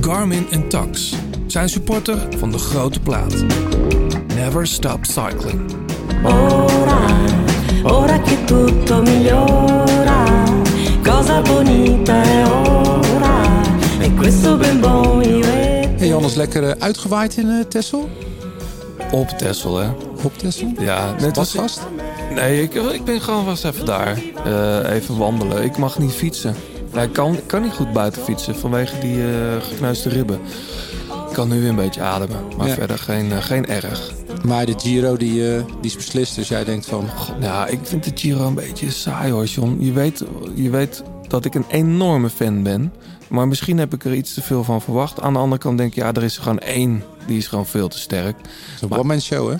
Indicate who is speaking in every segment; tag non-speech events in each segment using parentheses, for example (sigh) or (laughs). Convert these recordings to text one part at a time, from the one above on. Speaker 1: Garmin en Tax. Zijn supporter van de grote plaat. Never stop cycling.
Speaker 2: Ora, ora che tutto migliora, cosa bonita è ora, e questo ben buon ieri.
Speaker 3: Hey Jannes, lekker eh, uitgewaaid in eh Tessel?
Speaker 1: Op Tessel, hè?
Speaker 3: Op Tessel?
Speaker 1: Ja, net was
Speaker 3: Was vast?
Speaker 1: Nee, ik, ik ben gewoon vast even daar. Eh, even wandelen. Ik mag niet fietsen. Nou, ik kan, ik kan niet goed buiten fietsen vanwege die eh, gekneusde ribben. Ik kan nu weer een beetje ademen, maar
Speaker 3: Ja.
Speaker 1: verder geen, eh, geen erg.
Speaker 3: Maar de Giro die, eh, die is beslist, dus jij denkt van...
Speaker 1: God, nou, ik vind de Giro een beetje saai hoor, John. Je weet, je weet dat ik een enorme fan ben. Maar misschien heb ik er iets te veel van verwacht. Aan de andere kant denk ik, ja, er is er gewoon één. Die is gewoon veel te sterk.
Speaker 3: Een one-man show, hè?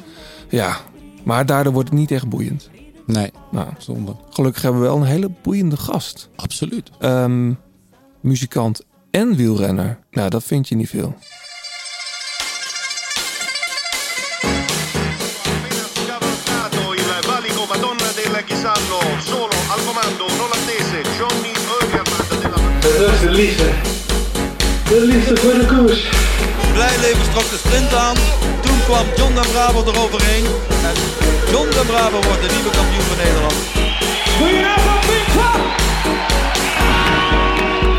Speaker 1: Ja, maar daardoor wordt het niet echt boeiend.
Speaker 3: Nee,
Speaker 1: Nou,
Speaker 3: zonde.
Speaker 1: gelukkig hebben we wel een hele boeiende gast.
Speaker 3: Absoluut.
Speaker 1: Ehm, muzikant en wielrenner. Nou, dat vind je niet veel.
Speaker 4: scavalcato il valico Madonna della Chisallo, solo al comando un olandese Johnny Burgerman della
Speaker 5: Dat is de liefde. De liefde voor de koers.
Speaker 6: Blijleven trok de sprint aan. Toen kwam John de Bravo eroverheen. En John de Bravo wordt de nieuwe kampioen van Nederland.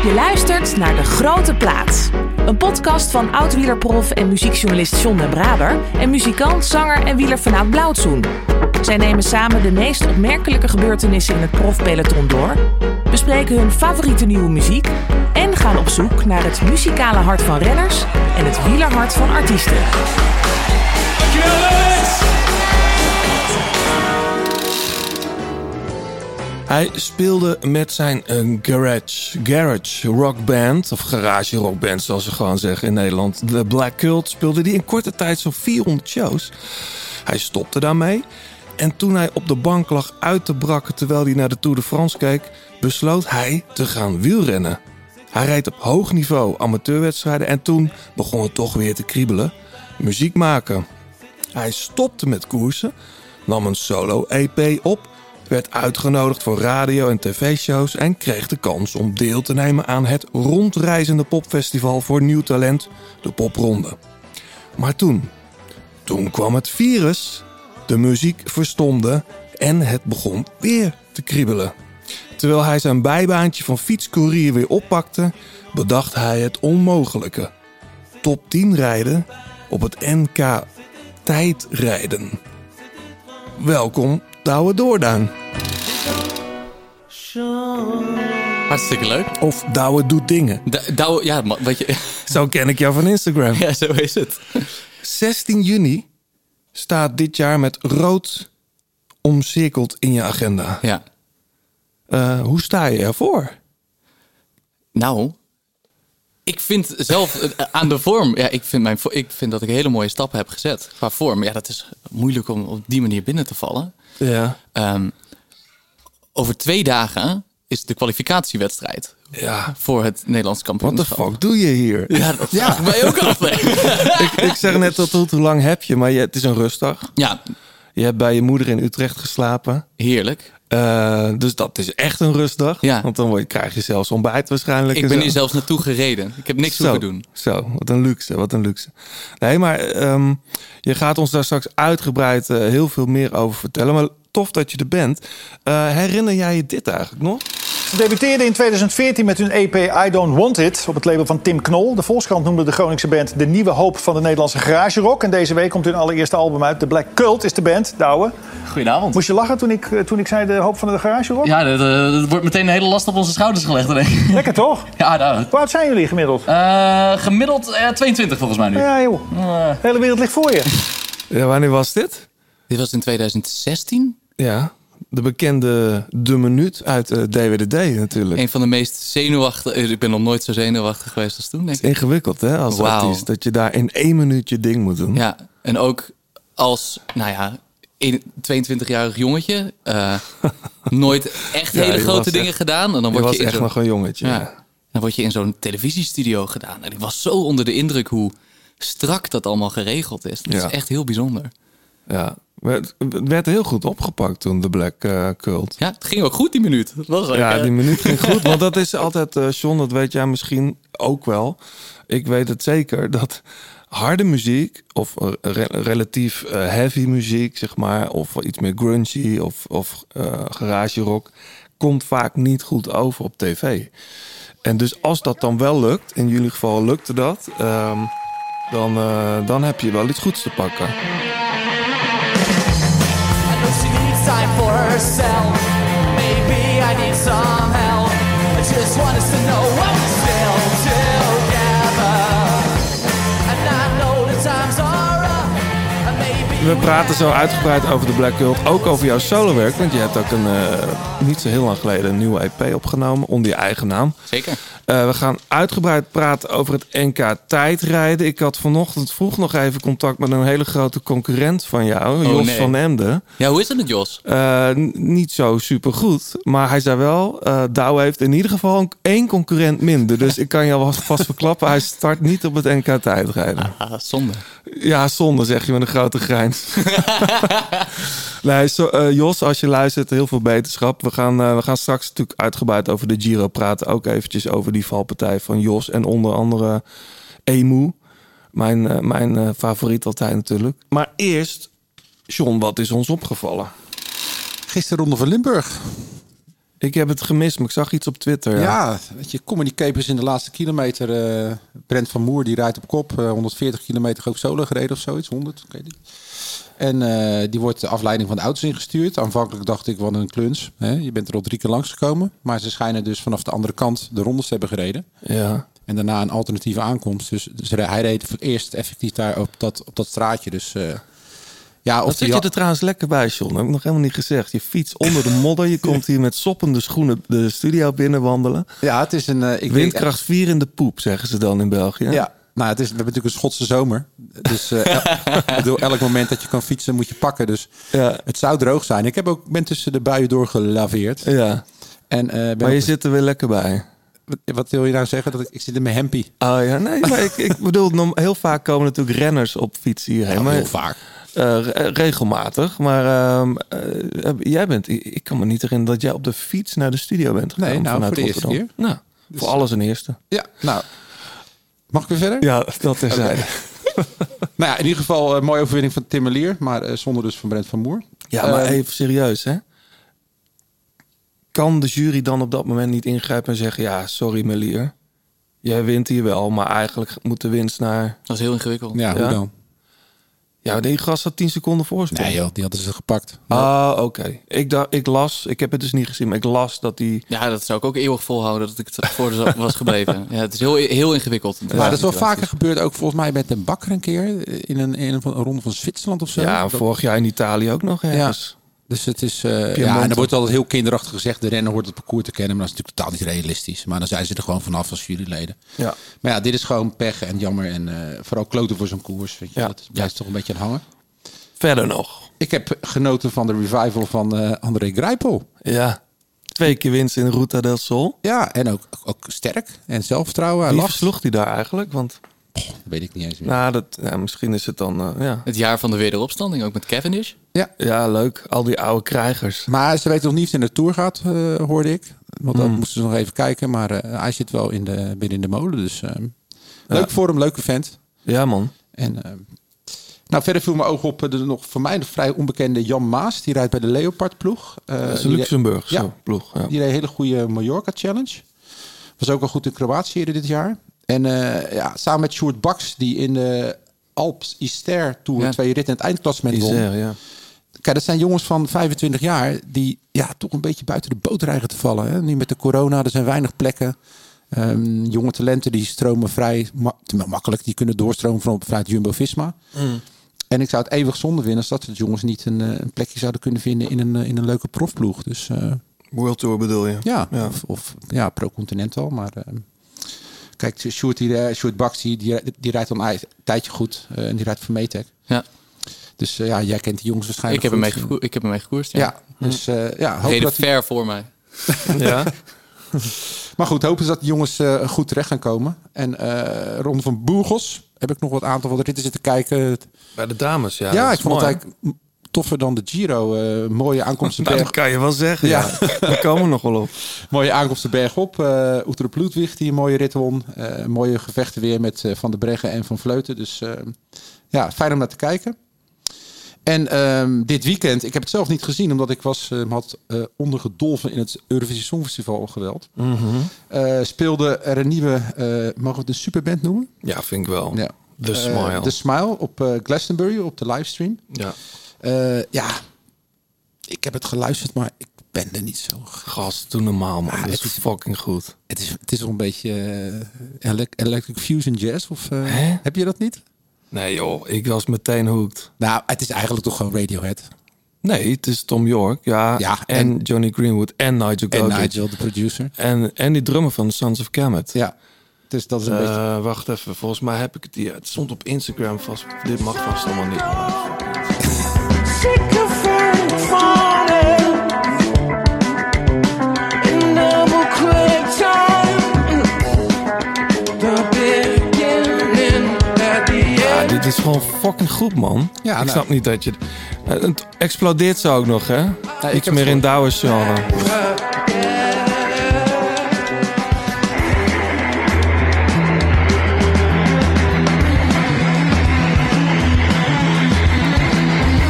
Speaker 7: Je luistert naar De Grote Plaats. Een podcast van oud-wielerprof en muziekjournalist John den Braber... en muzikant, zanger en wieler vanuit Blauwtsoen. Zij nemen samen de meest opmerkelijke gebeurtenissen in het profpeloton door... bespreken hun favoriete nieuwe muziek... en gaan op zoek naar het muzikale hart van renners... en het wielerhart van artiesten.
Speaker 1: Hij speelde met zijn eh, garage, garage rock band, of garage rock band zoals ze gewoon zeggen in Nederland. De Black Cult speelde die in korte tijd zo'n 400 shows. Hij stopte daarmee. En toen hij op de bank lag uit te brakken terwijl hij naar de Tour de France keek, besloot hij te gaan wielrennen. Hij reed op hoog niveau amateurwedstrijden en toen begon het toch weer te kriebelen. Muziek maken. Hij stopte met koersen, nam een solo-EP op, werd uitgenodigd voor radio- en tv-shows en kreeg de kans om deel te nemen aan het rondreizende popfestival voor nieuw talent, de Popronde. Maar toen, toen kwam het virus, de muziek verstomde en het begon weer te kriebelen. Terwijl hij zijn bijbaantje van fietscourier weer oppakte, bedacht hij het onmogelijke. Top 10 rijden op het NK tijdrijden. Welkom, Douwe Doordaan.
Speaker 8: Hartstikke leuk.
Speaker 1: Of Douwe Doet Dingen.
Speaker 8: D- Douwe, ja, ma- wat je, (laughs)
Speaker 1: Zo ken ik jou van Instagram.
Speaker 8: ja, zo is het.
Speaker 1: 16 juni staat dit jaar met rood omcirkeld in je agenda.
Speaker 8: Ja.
Speaker 1: Eh, hoe sta je ervoor?
Speaker 8: Nou, ik vind zelf eh, aan de vorm, ja, ik vind, mijn, vo- ik vind dat ik hele mooie stappen heb gezet qua vorm. Ja, dat is moeilijk om op die manier binnen te vallen.
Speaker 1: Ja.
Speaker 8: Ehm, over twee dagen is de kwalificatiewedstrijd
Speaker 1: Ja.
Speaker 8: voor het Nederlands
Speaker 1: What the
Speaker 8: kampioenschap.
Speaker 1: fuck doe je hier?
Speaker 8: Ja, dat vraag ik mij ook af. hè.
Speaker 1: (laughs) ik, ik zeg net dat hoe lang heb je, maar je, het is een rustdag.
Speaker 8: Ja,
Speaker 1: Je hebt bij je moeder in Utrecht geslapen.
Speaker 8: heerlijk.
Speaker 1: Eh, dus dat is echt een rustdag.
Speaker 8: Ja.
Speaker 1: Want dan word je, krijg je zelfs ontbijt waarschijnlijk.
Speaker 8: Ik
Speaker 1: en
Speaker 8: ben
Speaker 1: zo.
Speaker 8: hier zelfs naartoe gereden. Ik heb niks
Speaker 1: zo,
Speaker 8: hoeven doen.
Speaker 1: Zo, wat een luxe, wat een luxe. Nee, maar ehm, je gaat ons daar straks uitgebreid eh, heel veel meer over vertellen. Maar tof dat je er bent. Eh, herinner jij je dit eigenlijk nog?
Speaker 9: Ze debuteerden in 2014 met hun EP I Don't Want It op het label van Tim Knol. De Volkskrant noemde de Groningse band de nieuwe hoop van de Nederlandse garage rock. En deze week komt hun allereerste album uit. De Black Cult is de band, Douwe.
Speaker 6: Goedenavond.
Speaker 9: Moest je lachen toen ik, eh, toen ik zei de hoop van de garage rock?
Speaker 6: Ja, dat, eh, dat wordt meteen een hele last op onze schouders gelegd. denk ik.
Speaker 9: Lekker toch?
Speaker 6: Ja, nou,
Speaker 9: Hoe oud zijn jullie gemiddeld?
Speaker 6: eh, gemiddeld eh, 22 volgens mij nu. Eh,
Speaker 9: Ja joh, de hele wereld ligt voor je.
Speaker 1: Ja, wanneer was dit?
Speaker 8: Dit was in 2016.
Speaker 1: Ja, de bekende De Minuut uit eh, DWDD natuurlijk.
Speaker 8: Een van de meest zenuwachtige... eh, Ik ben nog nooit zo zenuwachtig geweest als toen, denk ik.
Speaker 1: Ingewikkeld hè, als
Speaker 8: Wauw.
Speaker 1: artiest. Dat je daar in één minuut je ding moet doen.
Speaker 8: Ja, en ook als, nou ja, een- 22-jarig jongetje... eh,
Speaker 1: (laughs)
Speaker 8: nooit echt
Speaker 1: Ja,
Speaker 8: hele
Speaker 1: je
Speaker 8: grote
Speaker 1: was
Speaker 8: dingen
Speaker 1: echt-
Speaker 8: gedaan. En dan
Speaker 1: Je
Speaker 8: word
Speaker 1: was
Speaker 8: je in
Speaker 1: echt
Speaker 8: zo'n-
Speaker 1: nog een jongetje.
Speaker 8: ja,
Speaker 1: ja.
Speaker 8: dan word je in zo'n televisiestudio gedaan. En ik was zo onder de indruk hoe strak dat allemaal geregeld is. Dat
Speaker 1: Ja.
Speaker 8: is echt heel bijzonder.
Speaker 1: Ja. Maar Het het werd heel goed opgepakt toen, de Black eh, Cult.
Speaker 8: Ja, het ging ook goed die minuut. Dat was
Speaker 1: Ja,
Speaker 8: eh,
Speaker 1: die minuut ging goed. Want dat is altijd, eh John, dat weet jij misschien ook wel. Ik weet het zeker, dat harde muziek of eh, re- relatief eh, heavy muziek, zeg maar, of iets meer grungy of, of eh, garage rock, komt vaak niet goed over op tv. En dus als dat dan wel lukt, in jullie geval lukte dat, ehm, dan, eh, dan heb je wel iets goeds te pakken.
Speaker 10: I know she needs time for herself. Maybe I need some help. I just want us to know what we're still together. And I know the times are up. And maybe
Speaker 1: We praten zo uitgebreid over de Black Cult, ook over jouw solowerk. Want je hebt ook een, eh, niet zo heel lang geleden een nieuwe EP opgenomen onder je eigen naam.
Speaker 8: Zeker.
Speaker 1: Eh, we gaan uitgebreid praten over het NK tijdrijden. Ik had vanochtend vroeg nog even contact met een hele grote concurrent van jou, Jos
Speaker 8: nee.
Speaker 1: van Emden.
Speaker 8: Ja, hoe is het met Jos?
Speaker 1: Eh, n- niet zo supergoed, maar hij zei wel, eh Douw heeft in ieder geval een- één concurrent minder. Dus ik kan je alvast (laughs) verklappen, hij start niet op het NK tijdrijden.
Speaker 8: Ah, zonde.
Speaker 1: Ja, zonde zeg je met een grote grijns. nee, zo, eh, Jos, als je luistert, heel veel beterschap. We gaan, eh, we gaan straks natuurlijk uitgebreid over de Giro praten. Ook eventjes over die valpartij van Jos en onder andere Emu. Mijn, eh, mijn eh, favoriet altijd natuurlijk. Maar eerst, John, wat is ons opgevallen?
Speaker 3: Gisteren Ronde van Limburg.
Speaker 1: Ik heb het gemist, maar ik zag iets op Twitter. Ja.
Speaker 3: Ja, weet je, comedy capers in de laatste kilometer. eh, Brent van Moer, die rijdt op kop. eh, 140 kilometer ook solo gereden of zoiets. 100, ik weet niet. En eh, die wordt de afleiding van de auto's ingestuurd. Aanvankelijk dacht ik, wat een kluns. Hè? Je bent er al drie keer langsgekomen. Maar ze schijnen dus vanaf de andere kant de rondes te hebben gereden.
Speaker 1: ja.
Speaker 3: En daarna een alternatieve aankomst. Dus, dus hij reed voor het eerst effectief daar op dat, op dat straatje. Dus eh, ja,
Speaker 1: Wat
Speaker 3: of
Speaker 1: zit
Speaker 3: die
Speaker 1: je
Speaker 3: had-
Speaker 1: er trouwens lekker bij, John? Dat heb ik nog helemaal niet gezegd. Je fiets onder de modder. Je komt hier met soppende schoenen de studio binnenwandelen.
Speaker 3: ja, het is een. eh, ik weet-
Speaker 1: Windkracht 4 in de poep, zeggen ze dan in België.
Speaker 3: Ja. Nou, het is, we hebben natuurlijk een Schotse zomer. Dus eh, el- ik bedoel, elk moment dat je kan fietsen, moet je pakken. Dus
Speaker 1: Ja.
Speaker 3: het zou droog zijn. Ik heb ook, ben tussen de buien doorgelaveerd.
Speaker 1: ja.
Speaker 3: En, eh, ben
Speaker 1: Maar je
Speaker 3: ook-
Speaker 1: zit er weer lekker bij.
Speaker 3: wat, wat wil je nou zeggen? Dat ik, ik zit in mijn hempie.
Speaker 1: Oh ja, nee, maar ik,
Speaker 3: (laughs)
Speaker 1: ik bedoel, norm- heel vaak komen natuurlijk renners op fiets hierheen. maar,
Speaker 3: heel vaak.
Speaker 1: eh, re- regelmatig. Maar ehm, eh, eh, jij bent, ik ik kan me niet herinneren dat jij op de fiets naar de studio bent gegaan.
Speaker 3: Nee, nou,
Speaker 1: vanuit
Speaker 3: voor de eerste Dus-
Speaker 1: Rotterdam. Nou, voor alles een eerste.
Speaker 3: Ja, nou. Mag ik weer verder?
Speaker 1: Ja, dat terzijde.
Speaker 3: Nou ja, in ieder geval eh, mooie overwinning van Tim Melier. Maar eh, zonder dus van Brent van Moer.
Speaker 1: Ja, maar
Speaker 3: Eh,
Speaker 1: even serieus, hè? Kan de jury dan op dat moment niet ingrijpen en zeggen: Ja, sorry, Melier. Jij wint hier wel, maar eigenlijk moet de winst naar.
Speaker 8: Dat is heel ingewikkeld.
Speaker 3: Ja,
Speaker 1: Ja.
Speaker 3: hoe dan?
Speaker 1: Ja, die gast had 10 seconden voorsprong.
Speaker 3: Nee joh, die hadden ze gepakt.
Speaker 1: Ah, oké. Ik, dacht- ik las, ik heb het dus niet gezien, maar ik las dat die.
Speaker 8: Ja, dat zou ik ook eeuwig volhouden dat ik het voor de- was gebleven. Ja, het is heel, heel ingewikkeld.
Speaker 3: maar dat is wel vaker gebeurd. Ook volgens mij met een bakker een keer. eh, In een, in een, een ronde van Zwitserland of zo.
Speaker 1: Ja,
Speaker 3: Dat-
Speaker 1: vorig jaar in Italië ook nog ergens.
Speaker 3: Dus het is. eh, ja,
Speaker 1: Piemonte.
Speaker 3: en er wordt altijd heel kinderachtig gezegd: de renner hoort het parcours te kennen. Maar dat is natuurlijk totaal niet realistisch. Maar dan zijn ze er gewoon vanaf als juryleden.
Speaker 1: Ja.
Speaker 3: Maar ja, dit is gewoon pech en jammer. En eh, vooral kloten voor zo'n koers. Weet je,
Speaker 1: Ja.
Speaker 3: Dat is- blijft toch een beetje aan hangen.
Speaker 1: Verder nog.
Speaker 3: Ik heb genoten van de revival van eh, André Grijpel.
Speaker 1: Ja. Twee keer winst in Ruta del Sol.
Speaker 3: Ja, en ook, ook sterk en zelfvertrouwen. Hij
Speaker 1: Wie
Speaker 3: lag.
Speaker 1: versloeg die daar eigenlijk? Want
Speaker 3: Dat weet ik niet eens meer.
Speaker 1: nou, dat, ja, misschien is het dan. eh, ja.
Speaker 8: Het jaar van de wederopstanding, ook met Cavendish.
Speaker 3: Ja.
Speaker 1: ja, leuk. Al die oude krijgers.
Speaker 3: Maar ze weten nog niet of hij naar de Tour gaat, eh, hoorde ik. Want
Speaker 1: Hmm.
Speaker 3: dat moesten ze nog even kijken. Maar eh, hij zit wel in de, binnen in de molen. Dus eh, leuk voor hem, leuke vent.
Speaker 1: Ja, man.
Speaker 3: En, eh, nou, verder viel mijn oog op eh, de nog voor mij nog vrij onbekende Jan Maas. Die rijdt bij de Leopard-ploeg. Eh,
Speaker 1: Dat is
Speaker 3: die
Speaker 1: een
Speaker 3: re-
Speaker 1: Luxemburgse
Speaker 3: Ja.
Speaker 1: ploeg. Ja.
Speaker 3: Die reed een hele goede Mallorca-challenge. Was ook al goed in Kroatië eerder dit jaar. En eh, ja, samen met Sjoerd Baks, die in de Alps Ister Tour
Speaker 8: Ja.
Speaker 3: twee ritten in het eindklassement
Speaker 1: Die
Speaker 3: won.
Speaker 1: zeggen, ja.
Speaker 3: Kijk, dat zijn jongens van 25 jaar die ja, toch een beetje buiten de boot dreigen te vallen. Hè? Nu met de corona, er zijn weinig plekken. Ehm, jonge talenten die stromen vrij ma- te- makkelijk. Die kunnen doorstromen van, vanuit Jumbo-Visma. En ik zou het eeuwig zonde vinden als dat soort jongens niet een, eh, een plekje zouden kunnen vinden in een, eh, in een leuke profploeg. Dus eh,
Speaker 1: World Tour bedoel je?
Speaker 3: ja,
Speaker 1: Ja.
Speaker 3: Of, of ja, pro-continental. Maar eh, kijk, Sjoerd, die, eh, Sjoerd Baks, die, die, die rijdt dan een tijdje goed. eh, en die rijdt voor Metec.
Speaker 8: Ja,
Speaker 3: Dus eh, ja, jij kent die jongens waarschijnlijk
Speaker 8: ik heb, hem mee
Speaker 3: goed.
Speaker 8: gekoer- ik heb hem mee gekoerst. Ja.
Speaker 3: Ja, dus eh ja, hoop
Speaker 8: Reden
Speaker 3: dat hij-
Speaker 8: ver voor mij.
Speaker 1: ja.
Speaker 3: Maar goed, hopen ze dat die jongens eh, goed terecht gaan komen. En eh Ron van Burgos heb ik nog wat aantal van de ritten zitten kijken.
Speaker 1: (laughs) Bij de dames, ja.
Speaker 3: Ja,
Speaker 1: dat is
Speaker 3: ik vond het
Speaker 1: mooi.
Speaker 3: eigenlijk m- toffer dan de Giro. eh, mooie
Speaker 1: (laughs)
Speaker 3: aankomsten
Speaker 1: Nou,
Speaker 3: berg.
Speaker 1: dat kan je wel zeggen. Ja. We komen nog wel op.
Speaker 3: Mooie aankomsten bergop. eh Utrecht Ludwig die een mooie rit won. Eh, mooie gevechten weer met eh, Van der Breggen en Van Vleuten. Dus eh, ja, fijn om naar te kijken. En ehm, dit weekend, ik heb het zelf niet gezien, omdat ik was, eh, me had eh, ondergedolven in het Eurovisie Songfestival geweld. Eh, speelde er een nieuwe, eh, mogen we het een superband noemen?
Speaker 1: Ja, vind ik wel.
Speaker 3: Ja.
Speaker 1: The
Speaker 3: Eh,
Speaker 1: Smile.
Speaker 3: The Smile op eh, Glastonbury, op de livestream.
Speaker 1: Ja.
Speaker 3: Eh, ja, ik heb het geluisterd, maar ik ben er niet zo
Speaker 1: Gast, doe normaal, man.
Speaker 3: Ah,
Speaker 1: Dit
Speaker 3: het
Speaker 1: is
Speaker 3: is-
Speaker 1: fucking goed.
Speaker 3: Het is, het is wel een beetje eh, elec- Electric Fusion Jazz. Of, eh,
Speaker 1: Hè?
Speaker 3: heb je dat niet?
Speaker 1: Nee, joh. Ik was meteen hooked.
Speaker 3: Nou, het is eigenlijk toch gewoon Radiohead.
Speaker 1: Nee, het is Tom York. Ja,
Speaker 3: Ja,
Speaker 1: en,
Speaker 3: en-
Speaker 1: Johnny Greenwood en Nigel
Speaker 3: En
Speaker 1: Godrich.
Speaker 3: Nigel, de producer.
Speaker 1: En, en die drummer van Sons of Kemet.
Speaker 3: Ja, dus dat is een beetje...
Speaker 1: Eh, wacht even, volgens mij heb ik het hier. Het stond op Instagram vast. Dit mag vast allemaal niet. Ja, dit is gewoon fucking goed, man.
Speaker 3: Ja,
Speaker 1: ik
Speaker 3: nou.
Speaker 1: snap niet dat je... Eh, Het explodeert zo ook nog, hè?
Speaker 3: heb
Speaker 1: Iets
Speaker 3: het
Speaker 1: meer in
Speaker 3: gehoord.
Speaker 1: Douwers genre.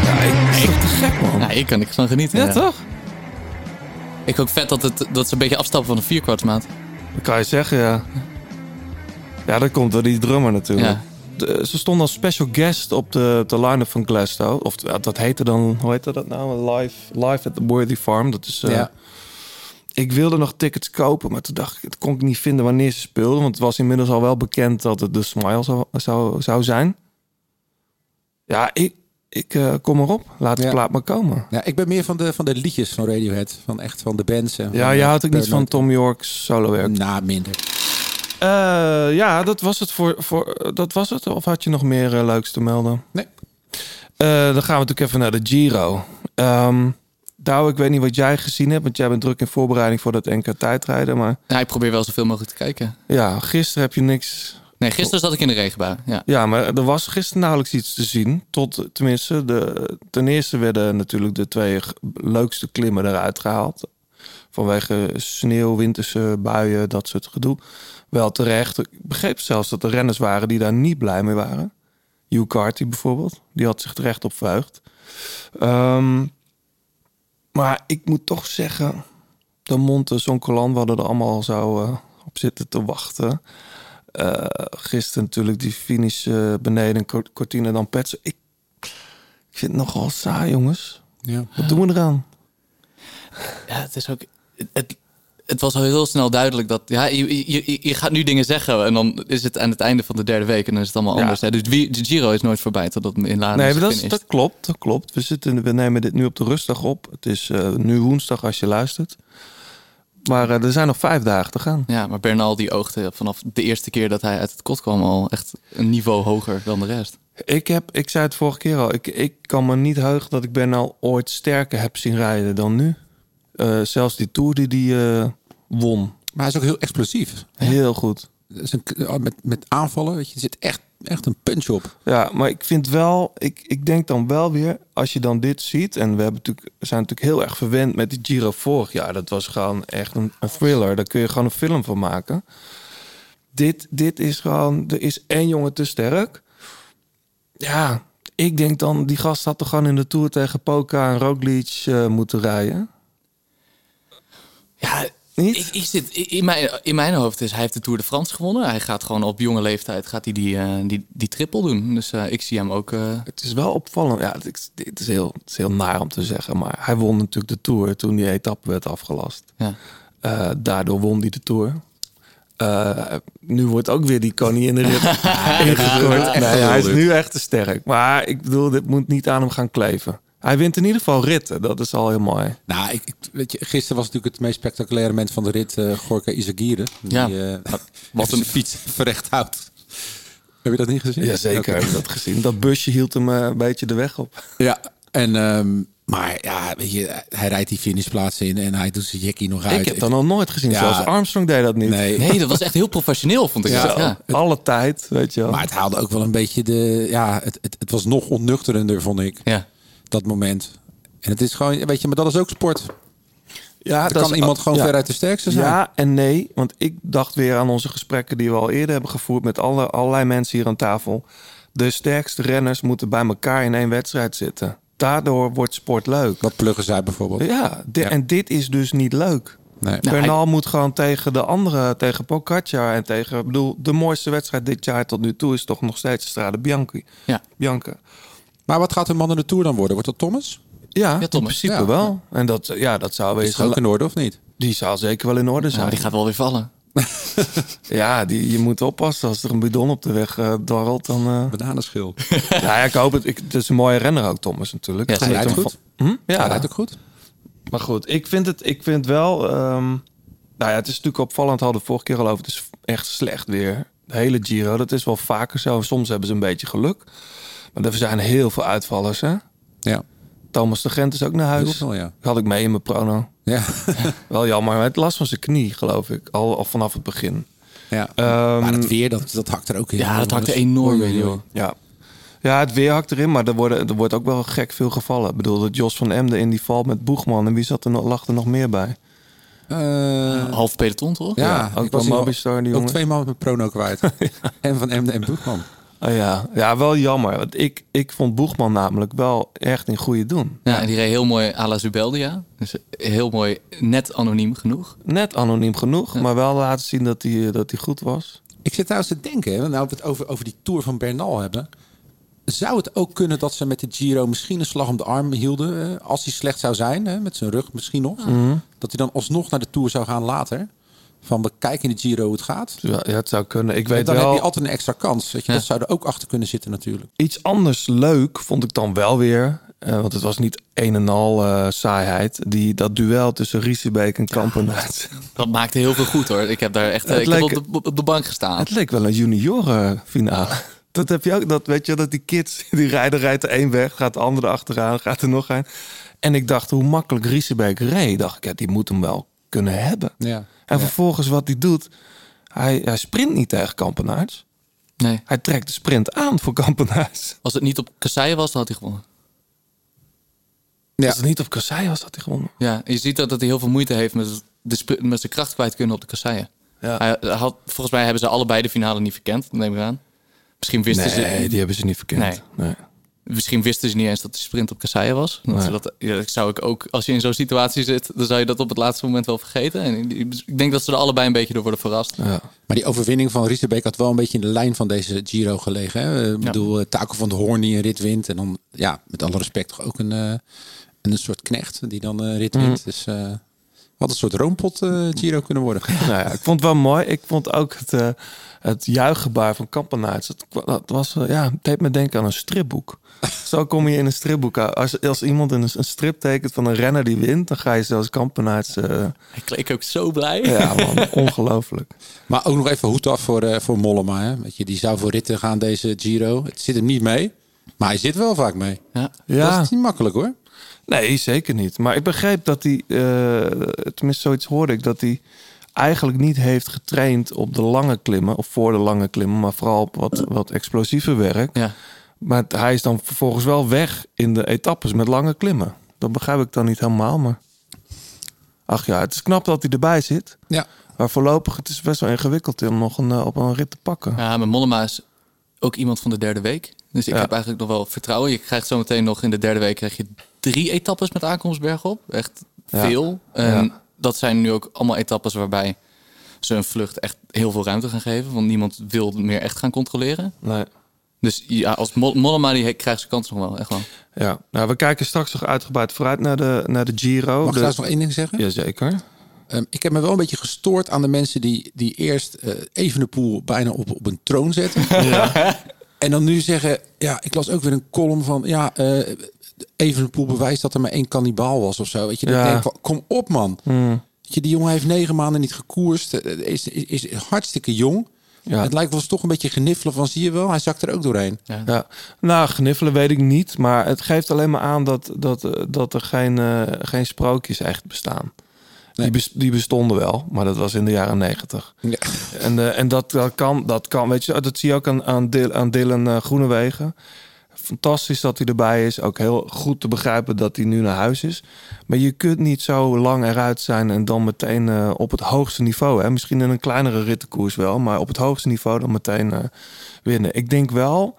Speaker 1: Ja, ik, is toch te gek, man?
Speaker 8: Ja, ik kan niks van genieten.
Speaker 1: Ja,
Speaker 8: ja.
Speaker 1: toch?
Speaker 8: Ik ook vet dat, het, dat ze een beetje afstappen van de vierkwartsmaat.
Speaker 1: Dat kan je zeggen, ja. Ja, dat komt door die drummer natuurlijk.
Speaker 8: Ja.
Speaker 1: De- eh, ze stond als special guest op de, op de line-up van Glasgow. Of ja, dat heette dan, hoe heette dat nou? Live, live at the Worthy Farm. Dat is, eh,
Speaker 3: ja.
Speaker 1: Ik wilde nog tickets kopen, maar toen dacht ik, het kon ik niet vinden wanneer ze speelden. Want het was inmiddels al wel bekend dat het de Smile zou, zou, zou zijn. Ja, ik, ik eh, kom erop. Laat de
Speaker 3: Ja.
Speaker 1: plaat maar komen.
Speaker 3: ja, nou, ik ben meer van de, van de liedjes van Radiohead. Van echt van de bands. En
Speaker 1: Ja,
Speaker 3: van,
Speaker 1: je
Speaker 3: eh,
Speaker 1: houdt ook niet van
Speaker 3: Paranoid.
Speaker 1: Tom York's solo werk.
Speaker 3: Nou, minder.
Speaker 1: Eh, ja, dat was het voor, voor eh, dat was het. Of had je nog meer eh, leuks te melden?
Speaker 3: Nee.
Speaker 1: Eh, dan gaan we natuurlijk even naar de Giro. Ehm Douwe, ik weet niet wat jij gezien hebt, want jij bent druk in voorbereiding voor dat NK tijdrijden. Maar
Speaker 8: Nou, ik probeer wel zoveel mogelijk te kijken.
Speaker 1: ja, gisteren heb je niks.
Speaker 8: Nee, gisteren zat ik in de regenbui. Ja.
Speaker 1: Ja, maar er was gisteren nauwelijks iets te zien. Tot tenminste, de, ten eerste werden natuurlijk de twee g- leukste klimmen eruit gehaald. Vanwege sneeuw, winterse buien, dat soort gedoe. Wel terecht. Ik begreep zelfs dat er renners waren die daar niet blij mee waren. Hugh Carty bijvoorbeeld. Die had zich terecht op verheugd. Ehm, maar ik moet toch zeggen... De Monte, Zonkolan, we hadden er allemaal zo eh, op zitten te wachten. Eh, gisteren natuurlijk die finish eh, beneden Cor- Cortina dan Petsen. Ik, ik vind het nogal saai, jongens.
Speaker 3: Ja.
Speaker 1: Wat doen we eraan?
Speaker 8: Ja, het is ook. Het, het was al heel snel duidelijk dat. Ja, je, je, je- je gaat nu dingen zeggen. En dan is het aan het einde van de derde week. En dan is het allemaal
Speaker 1: Ja.
Speaker 8: anders. Hè? Dus wie- de Giro is nooit voorbij. Totdat hem in Laren
Speaker 1: Nee,
Speaker 8: is
Speaker 1: maar dat, is-
Speaker 8: gefinished.
Speaker 1: dat klopt, dat klopt. We, zitten, we nemen dit nu op de rustdag op. Het is eh, nu woensdag als je luistert. Maar eh, er zijn nog vijf dagen te gaan.
Speaker 8: Ja, maar Bernal die oogde vanaf de eerste keer dat hij uit het kot kwam al echt een niveau hoger dan de rest.
Speaker 1: Ik, heb, ik zei het vorige keer al. Ik, ik kan me niet heugen dat ik Ben al ooit sterker heb zien rijden dan nu. Eh, zelfs die Tour die, die eh, won.
Speaker 3: Maar hij is ook heel explosief.
Speaker 1: Heel goed.
Speaker 3: Dat is een- met, met aanvallen, weet je, er zit echt, echt een punch op.
Speaker 1: Ja, maar ik vind wel, ik, ik denk dan wel weer, als je dan dit ziet, en we hebben natuurlijk, zijn natuurlijk heel erg verwend met die Giro vorig jaar. Dat was gewoon echt een, een thriller. Daar kun je gewoon een film van maken. Dit, dit is gewoon, er is één jongen te sterk. Ja, ik denk dan, die gast had toch gewoon in de Tour tegen Poca en Roglic eh, moeten rijden.
Speaker 8: Ja,
Speaker 1: Niet?
Speaker 8: Ik, ik zit, i- in, mijn, in mijn hoofd is, hij heeft de Tour de France gewonnen. Hij gaat gewoon op jonge leeftijd gaat hij die, eh, die, die triple doen. Dus eh, ik zie hem ook... eh,
Speaker 1: Het is wel opvallend. Ja, het is, dit is heel, het is heel naar om te zeggen. Maar hij won natuurlijk de Tour toen die etappe werd afgelast.
Speaker 8: ja.
Speaker 1: Eh, daardoor won hij de Tour. Eh, nu wordt ook weer die koninginrit ingegooid. Nee, hij is nu echt te sterk. Maar ik bedoel, dit moet niet aan hem gaan kleven. Hij wint in ieder geval ritten. Dat is al heel mooi.
Speaker 3: Nou, ik, ik- weet je, gisteren was natuurlijk het meest spectaculaire moment van de rit eh Gorka Izagirre. Die,
Speaker 8: Ja.
Speaker 3: eh,
Speaker 8: (laughs) Wat
Speaker 3: zijn
Speaker 8: een-
Speaker 3: fiets verrecht houdt. Heb je dat niet gezien?
Speaker 1: Jazeker,
Speaker 3: Oké.
Speaker 1: heb ik dat gezien. Dat busje hield hem eh, een beetje de weg op.
Speaker 3: Ja, en ehm, Maar ja, weet je, hij rijdt die finishplaats in en hij doet zijn jackie nog uit.
Speaker 1: Ik heb dat nog nooit gezien.
Speaker 3: Ja.
Speaker 1: Zelfs Armstrong deed dat niet.
Speaker 3: Nee.
Speaker 8: Nee, dat was echt heel professioneel, vond ik.
Speaker 3: Ja.
Speaker 8: dat, ja.
Speaker 1: Alle tijd, weet je wel.
Speaker 3: Maar het haalde ook wel een beetje de... Ja, het, het, het was nog onnuchterender, vond ik,
Speaker 8: Ja.
Speaker 3: dat moment. En het is gewoon, weet je, maar dat is ook sport.
Speaker 1: ja,
Speaker 3: Dan kan iemand gewoon
Speaker 1: ja.
Speaker 3: veruit de sterkste zijn.
Speaker 1: Ja en nee, want ik dacht weer aan onze gesprekken die we al eerder hebben gevoerd met alle, allerlei mensen hier aan tafel. De sterkste renners moeten bij elkaar in één wedstrijd zitten. Daardoor wordt sport leuk.
Speaker 3: Wat pluggen zij bijvoorbeeld.
Speaker 1: Ja, di- en dit is dus niet leuk.
Speaker 3: Nee.
Speaker 1: Bernal moet gewoon tegen de andere, tegen Pogacar en tegen... Ik bedoel, de mooiste wedstrijd dit jaar tot nu toe is toch nog steeds de Strade Bianchi.
Speaker 8: Ja.
Speaker 1: Bianca.
Speaker 3: Maar wat gaat de man in de Tour dan worden? Wordt dat Thomas?
Speaker 1: Ja, in
Speaker 8: Thomas.
Speaker 1: principe
Speaker 3: Ja.
Speaker 1: wel. En dat, ja, dat zou
Speaker 3: Is het ook
Speaker 1: wezen.
Speaker 3: in orde of niet?
Speaker 1: Die zou zeker wel in orde zijn.
Speaker 8: Nou, die gaat wel weer vallen.
Speaker 1: Ja, die, je moet oppassen als er een bidon op de weg eh dwarrelt. Dan,
Speaker 8: (laughs)
Speaker 1: eh.
Speaker 3: Bananenschil.
Speaker 1: ja, ja, ik hoop het. Ik, het is een mooie renner ook, Thomas, natuurlijk.
Speaker 8: Ja,
Speaker 1: Het
Speaker 3: Hij
Speaker 1: geeft
Speaker 3: rijdt
Speaker 1: hem
Speaker 3: goed.
Speaker 1: van- Hm?
Speaker 3: Hij
Speaker 1: Ja,
Speaker 3: rijdt ook goed.
Speaker 1: maar goed. Ik vind het, ik vind wel... ehm, nou ja, het is natuurlijk opvallend. Hadden we vorige keer al over. Het is echt slecht weer. De hele Giro, dat is wel vaker zo. Soms hebben ze een beetje geluk. Maar er zijn heel veel uitvallers, hè?
Speaker 3: Ja.
Speaker 1: Thomas de Gent is ook naar
Speaker 3: Heel
Speaker 1: huis.
Speaker 3: veel, ja.
Speaker 1: Had ik mee in mijn prono.
Speaker 3: Ja. (laughs)
Speaker 1: Wel jammer, maar het last van zijn knie, geloof ik. Al, al vanaf het begin.
Speaker 3: ja.
Speaker 1: Ehm,
Speaker 3: maar het weer, dat, dat hakt er ook in.
Speaker 8: Ja, dat hakt er
Speaker 3: Jongens.
Speaker 8: enorm
Speaker 3: Oei,
Speaker 8: in,
Speaker 3: oei, oei.
Speaker 8: joh.
Speaker 1: Ja. Ja, het weer hakt erin, maar er, worden, er wordt ook wel gek veel gevallen. Ik bedoel, dat Jos van Emden in die val met Boegman. En wie zat er nog, lag er nog meer bij?
Speaker 3: Eh,
Speaker 8: Half peloton, toch?
Speaker 3: ja,
Speaker 1: ook
Speaker 3: ik
Speaker 1: wel
Speaker 3: was hier
Speaker 1: Mobistar, die
Speaker 3: Ook
Speaker 1: jongen.
Speaker 3: twee man met mijn prono kwijt.
Speaker 8: (laughs)
Speaker 3: En van Emden en Boekman.
Speaker 1: Oh ja. ja, wel jammer. Want ik, ik vond Boegman namelijk wel echt in goede doen.
Speaker 8: Ja, en die reed heel mooi à la Zubeldia. Dus heel mooi, net anoniem genoeg.
Speaker 1: Net anoniem genoeg, maar wel laten zien dat hij eh, dat hij goed was.
Speaker 3: Ik zit trouwens te denken, hè, nou we het over, over die Tour van Bernal hebben. Zou het ook kunnen dat ze met de Giro misschien een slag om de arm hielden? eh, Als hij slecht zou zijn, hè, met zijn rug misschien nog.
Speaker 1: Mhm.
Speaker 3: Dat hij dan alsnog naar de Tour zou gaan later. Van we kijken in de Giro hoe het gaat.
Speaker 1: Dus Ja, ja, het zou kunnen. Ik weet
Speaker 3: En dan
Speaker 1: wel...
Speaker 3: heb je altijd een extra kans. Weet je, Dat zou er ook achter kunnen zitten natuurlijk.
Speaker 1: Iets anders leuk vond ik dan wel weer. eh, want het was niet een en al eh, saaiheid. Die, dat duel tussen Riesebeek en Kampenaert.
Speaker 8: Dat maakte heel veel goed, hoor. Ik heb daar echt eh,
Speaker 1: Het
Speaker 8: ik heb op,
Speaker 1: leek-
Speaker 8: de, op de bank gestaan.
Speaker 1: Het leek wel een juniorenfinale. Dat heb je ook, dat weet je, dat die kids, die rijden, rijdt de een weg, gaat de andere achteraan, gaat er nog een. En ik dacht, hoe makkelijk Riesebeek reed, dacht ik, ja, die moet hem wel kunnen hebben.
Speaker 3: Ja.
Speaker 1: En vervolgens wat hij doet, hij, hij sprint niet tegen Kampenaerts.
Speaker 8: Nee.
Speaker 1: Hij trekt de sprint aan voor Kampenaerts.
Speaker 8: Als het niet op Kassei was, dan had hij gewonnen.
Speaker 3: Ja.
Speaker 1: Als het niet op Kassei was, had hij gewonnen.
Speaker 8: Ja, en je ziet dat, dat hij heel veel moeite heeft met, het- de, sp- met zijn kracht kwijt kunnen op de kasseien.
Speaker 1: Ja.
Speaker 8: Hij had, volgens mij hebben ze allebei de finale niet verkend, neem ik aan. Misschien wisten, ze,
Speaker 1: hebben ze niet verkend.
Speaker 8: Nee. misschien wisten ze niet eens dat de sprint op kasseien was. Dat ze dat, ja, dat zou ik ook, als je in zo'n situatie zit, dan zou je dat op het laatste moment wel vergeten. En ik- ik denk dat ze er allebei een beetje door worden verrast. Ja,
Speaker 3: Maar die overwinning van Rieterbeek had wel een beetje in de lijn van deze Giro gelegen. Hè? Eh, Ik bedoel, eh, Taco van de Hoorn die een rit wint. En dan, ja, met alle respect toch ook een, eh, een soort knecht die dan een
Speaker 1: Mhm.
Speaker 3: rit wint. Dus eh, had een soort roompot eh, Giro kunnen worden.
Speaker 1: Nou ja, ik vond het wel mooi. Ik vond ook het, eh het juichgebaar van Kampenaerts. Dat, kwa- dat was, eh, ja, het deed me denken aan een stripboek. Zo kom je in een stripboek. uit. Als, als iemand een, een strip tekent van een renner die wint... dan ga je zelfs Kampenaerts... eh,
Speaker 8: Ik leek ook zo blij.
Speaker 1: ja, man, ongelooflijk.
Speaker 3: Maar ook nog even hoed af voor, eh, voor Mollema. Hè? Weet je, die zou voor ritten gaan deze Giro. Het zit hem niet mee. Maar hij zit wel vaak mee.
Speaker 8: Ja.
Speaker 1: Ja.
Speaker 3: Dat is niet makkelijk hoor.
Speaker 1: Nee, zeker niet. Maar ik begreep dat hij... eh, tenminste, zoiets hoorde ik. Dat hij eigenlijk niet heeft getraind op de lange klimmen... of voor de lange klimmen... maar vooral op wat, wat explosiever werk.
Speaker 8: Ja.
Speaker 1: Maar hij is dan vervolgens wel weg in de etappes met lange klimmen. Dat begrijp ik dan niet helemaal, maar... Ach ja, het is knap dat hij erbij zit.
Speaker 3: Ja.
Speaker 1: Maar voorlopig, het is best wel ingewikkeld om nog een, eh, op een rit te pakken.
Speaker 8: Ja, maar Mollema is ook iemand van de derde week. Dus ik
Speaker 1: Ja.
Speaker 8: heb eigenlijk nog wel vertrouwen. Je krijgt zometeen nog in de derde week krijg je drie etappes met aankomst bergop. Echt
Speaker 1: Ja.
Speaker 8: veel. En
Speaker 1: Ja.
Speaker 8: dat zijn nu ook allemaal etappes waarbij ze een vlucht echt heel veel ruimte gaan geven. Want niemand wil meer echt gaan controleren.
Speaker 1: Nee.
Speaker 8: Dus ja, als Mo- Mollema die he- krijgt zijn kans nog wel. Echt wel.
Speaker 1: Ja, nou, we kijken straks nog uitgebreid vooruit naar de, naar de Giro.
Speaker 3: Mag ik
Speaker 1: Oh, De-
Speaker 3: trouwens nog één ding zeggen?
Speaker 1: Jazeker.
Speaker 3: Ehm, ik heb me wel een beetje gestoord aan de mensen die, die eerst eh Evenepoel bijna op, op een troon
Speaker 1: (laughs)
Speaker 3: zetten. En dan nu zeggen, ja, ik las ook weer een column van, ja, eh Evenepoel bewijst dat er maar één kannibaal was of zo. Weet je, dan
Speaker 1: Ja. Hmm.
Speaker 3: denk ik van, kom op man. Weet je, die jongen heeft negen maanden niet gekoerst, eh, is, is, is hartstikke jong. Het lijkt ons toch een beetje gniffelen van zie je wel, hij zakt er ook doorheen.
Speaker 1: Ja. Nou, gniffelen weet ik niet. Maar het geeft alleen maar aan dat, dat, eh, dat er geen, eh, geen sprookjes echt bestaan. Die, bes- die bestonden wel, maar dat was in de jaren negentig. En, eh, en dat, dat, kan, dat kan, weet je, dat zie je ook aan, aan, Dil- aan Dylan eh, Groenewegen. Fantastisch dat hij erbij is. Ook heel goed te begrijpen dat hij nu naar huis is. Maar je kunt niet zo lang eruit zijn en dan meteen eh, op het hoogste niveau. Hè? Misschien in een kleinere rittenkoers wel, maar op het hoogste niveau dan meteen eh, winnen. Ik denk wel,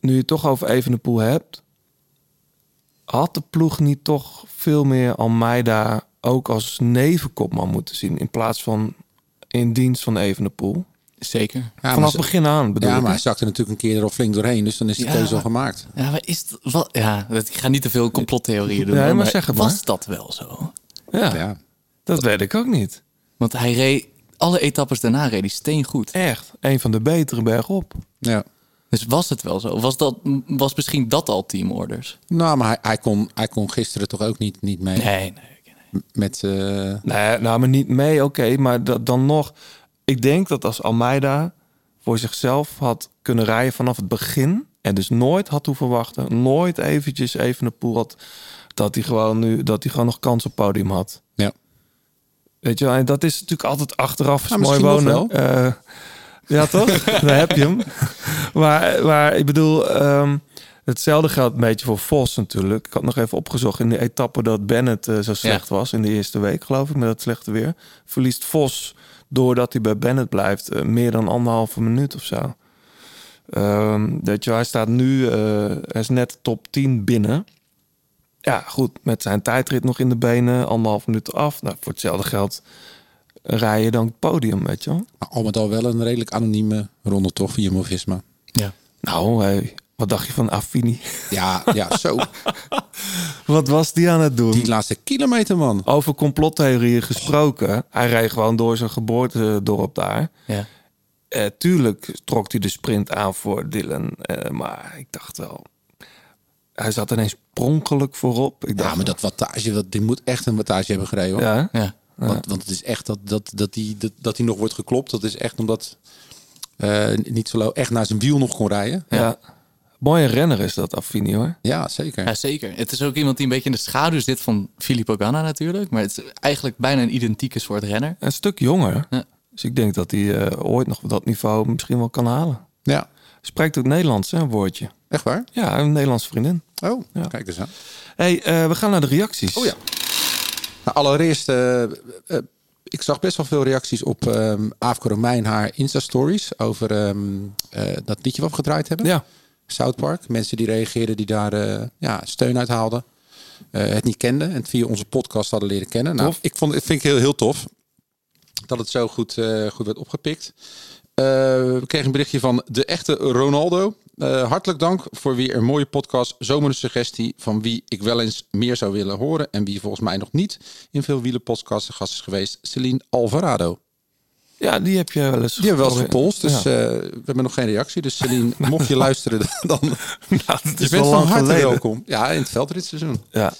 Speaker 1: nu je het toch over Evenepoel hebt... had de ploeg niet toch veel meer Almeida ook als nevenkopman moeten zien... in plaats van in dienst van Evenepoel?
Speaker 8: Zeker.
Speaker 1: Vanaf begin aan bedoel
Speaker 3: Ja,
Speaker 1: ik.
Speaker 3: maar hij zakte natuurlijk een keer er al flink doorheen. Dus dan is de
Speaker 8: Ja,
Speaker 3: keuze al
Speaker 8: maar-
Speaker 3: gemaakt.
Speaker 8: Ja, maar is dat wel... Ja, dat- ik ga niet te veel complottheorieën doen.
Speaker 3: Nee,
Speaker 8: hoor,
Speaker 3: maar zeg het
Speaker 8: Was
Speaker 3: maar.
Speaker 8: dat wel zo?
Speaker 1: Ja, dat weet ik ook niet.
Speaker 8: Want hij reed... Alle etappes daarna reed hij steengoed.
Speaker 1: Echt, een van de betere bergop.
Speaker 3: Ja.
Speaker 8: Dus was het wel zo? Was, dat, was misschien dat al teamorders?
Speaker 3: Nou, maar hij, hij, kon, hij kon gisteren toch ook niet, niet mee.
Speaker 8: Nee, nee.
Speaker 3: Met, eh,
Speaker 1: Nee, nou, maar niet mee, oké. maar dat, dan nog... Ik denk dat als Almeida voor zichzelf had kunnen rijden vanaf het begin... en dus nooit had hoeven wachten... nooit eventjes even een poel had... dat hij gewoon nu dat hij gewoon nog kans op podium had.
Speaker 3: Ja.
Speaker 1: Weet je wel, en dat is natuurlijk altijd achteraf is
Speaker 3: Nou,
Speaker 1: mooi
Speaker 3: misschien
Speaker 1: wonen.
Speaker 3: nog
Speaker 1: Eh, ja, toch? Daar heb je hem. (laughs) Maar, maar ik bedoel, ehm, hetzelfde geldt een beetje voor Vos natuurlijk. Ik had nog even opgezocht in de etappe dat Bennett eh, zo slecht was. In de eerste week, geloof ik, met dat slechte weer. Verliest Vos, doordat hij bij Bennett blijft, eh, meer dan anderhalve minuut of zo. Ehm weet je, wel, hij staat nu, eh, hij is net top 10 binnen. Ja, goed, met zijn tijdrit nog in de benen, anderhalf minuut af. Nou, voor hetzelfde geld rij je dan het podium, weet je wel.
Speaker 3: maar al met al wel een redelijk anonieme ronde toch voor Jumbo-Visma.
Speaker 8: Ja.
Speaker 1: Nou, hey, wat dacht je van Affini? (laughs)
Speaker 3: Ja, ja, zo.
Speaker 1: Wat was die aan het doen?
Speaker 3: Die laatste kilometer, man.
Speaker 1: Over complottheorieën gesproken. Hij reed gewoon door zijn geboortedorp daar.
Speaker 8: Ja.
Speaker 1: Eh, tuurlijk trok hij de sprint aan voor Dylan. eh, maar ik dacht wel... Hij zat ineens pronkelijk voorop. Ik dacht,
Speaker 3: Ja, maar dat wattage, dat, die moet echt een wattage hebben gereden. Hoor.
Speaker 1: Ja,
Speaker 8: ja.
Speaker 3: Want, want het is echt dat, dat, dat, die, dat, dat die nog wordt geklopt. Dat is echt omdat eh niet zo echt naar zijn wiel nog kon rijden.
Speaker 1: ja. Mooie renner is dat, Affini, hoor.
Speaker 3: Ja, zeker.
Speaker 8: Ja, zeker. Het is ook iemand die een beetje in de schaduw zit van Filippo Ganna natuurlijk. Maar het is eigenlijk bijna een identieke soort renner.
Speaker 1: Een stuk jonger.
Speaker 8: Ja.
Speaker 1: Dus ik denk dat hij eh, ooit nog op dat niveau misschien wel kan halen.
Speaker 3: Ja,
Speaker 1: Spreekt ook Nederlands, hè, een woordje.
Speaker 3: echt waar.
Speaker 1: Ja, een Nederlandse vriendin.
Speaker 3: Oh, kijk eens aan.
Speaker 1: hey, eh, we gaan naar de reacties.
Speaker 3: Oh ja. Nou, allereerst, eh, eh, ik zag best wel veel reacties op ehm Aafke Romein haar Insta-stories over ehm, eh, dat liedje wat we gedraaid hebben.
Speaker 1: Ja.
Speaker 3: South Park. Mensen die reageerden, die daar eh, ja, steun uit haalden. eh, het niet kenden en het via onze podcast hadden leren kennen. Nou,
Speaker 1: Tof.
Speaker 3: ik vond, het vind ik heel, heel tof dat het zo goed, eh, goed werd opgepikt. Eh, we kregen een berichtje van de echte Ronaldo. Eh, hartelijk dank voor weer een mooie podcast. Zomaar een suggestie van wie ik wel eens meer zou willen horen. En wie volgens mij nog niet in veel wielenpodcasts te gast is geweest. Celine Alvarado.
Speaker 1: Ja, die heb je wel eens
Speaker 3: Die hebben we wel eens
Speaker 1: geprobeerd.
Speaker 3: gepolst. Dus
Speaker 1: Ja.
Speaker 3: eh, we hebben nog geen reactie. Dus Celine, mocht je luisteren, dan...
Speaker 1: (laughs) Nou, dat
Speaker 3: je
Speaker 1: is
Speaker 3: bent
Speaker 1: wel
Speaker 3: van
Speaker 1: lang
Speaker 3: harte
Speaker 1: geleden.
Speaker 3: welkom. Ja, in het veldritseizoen.
Speaker 1: Ja.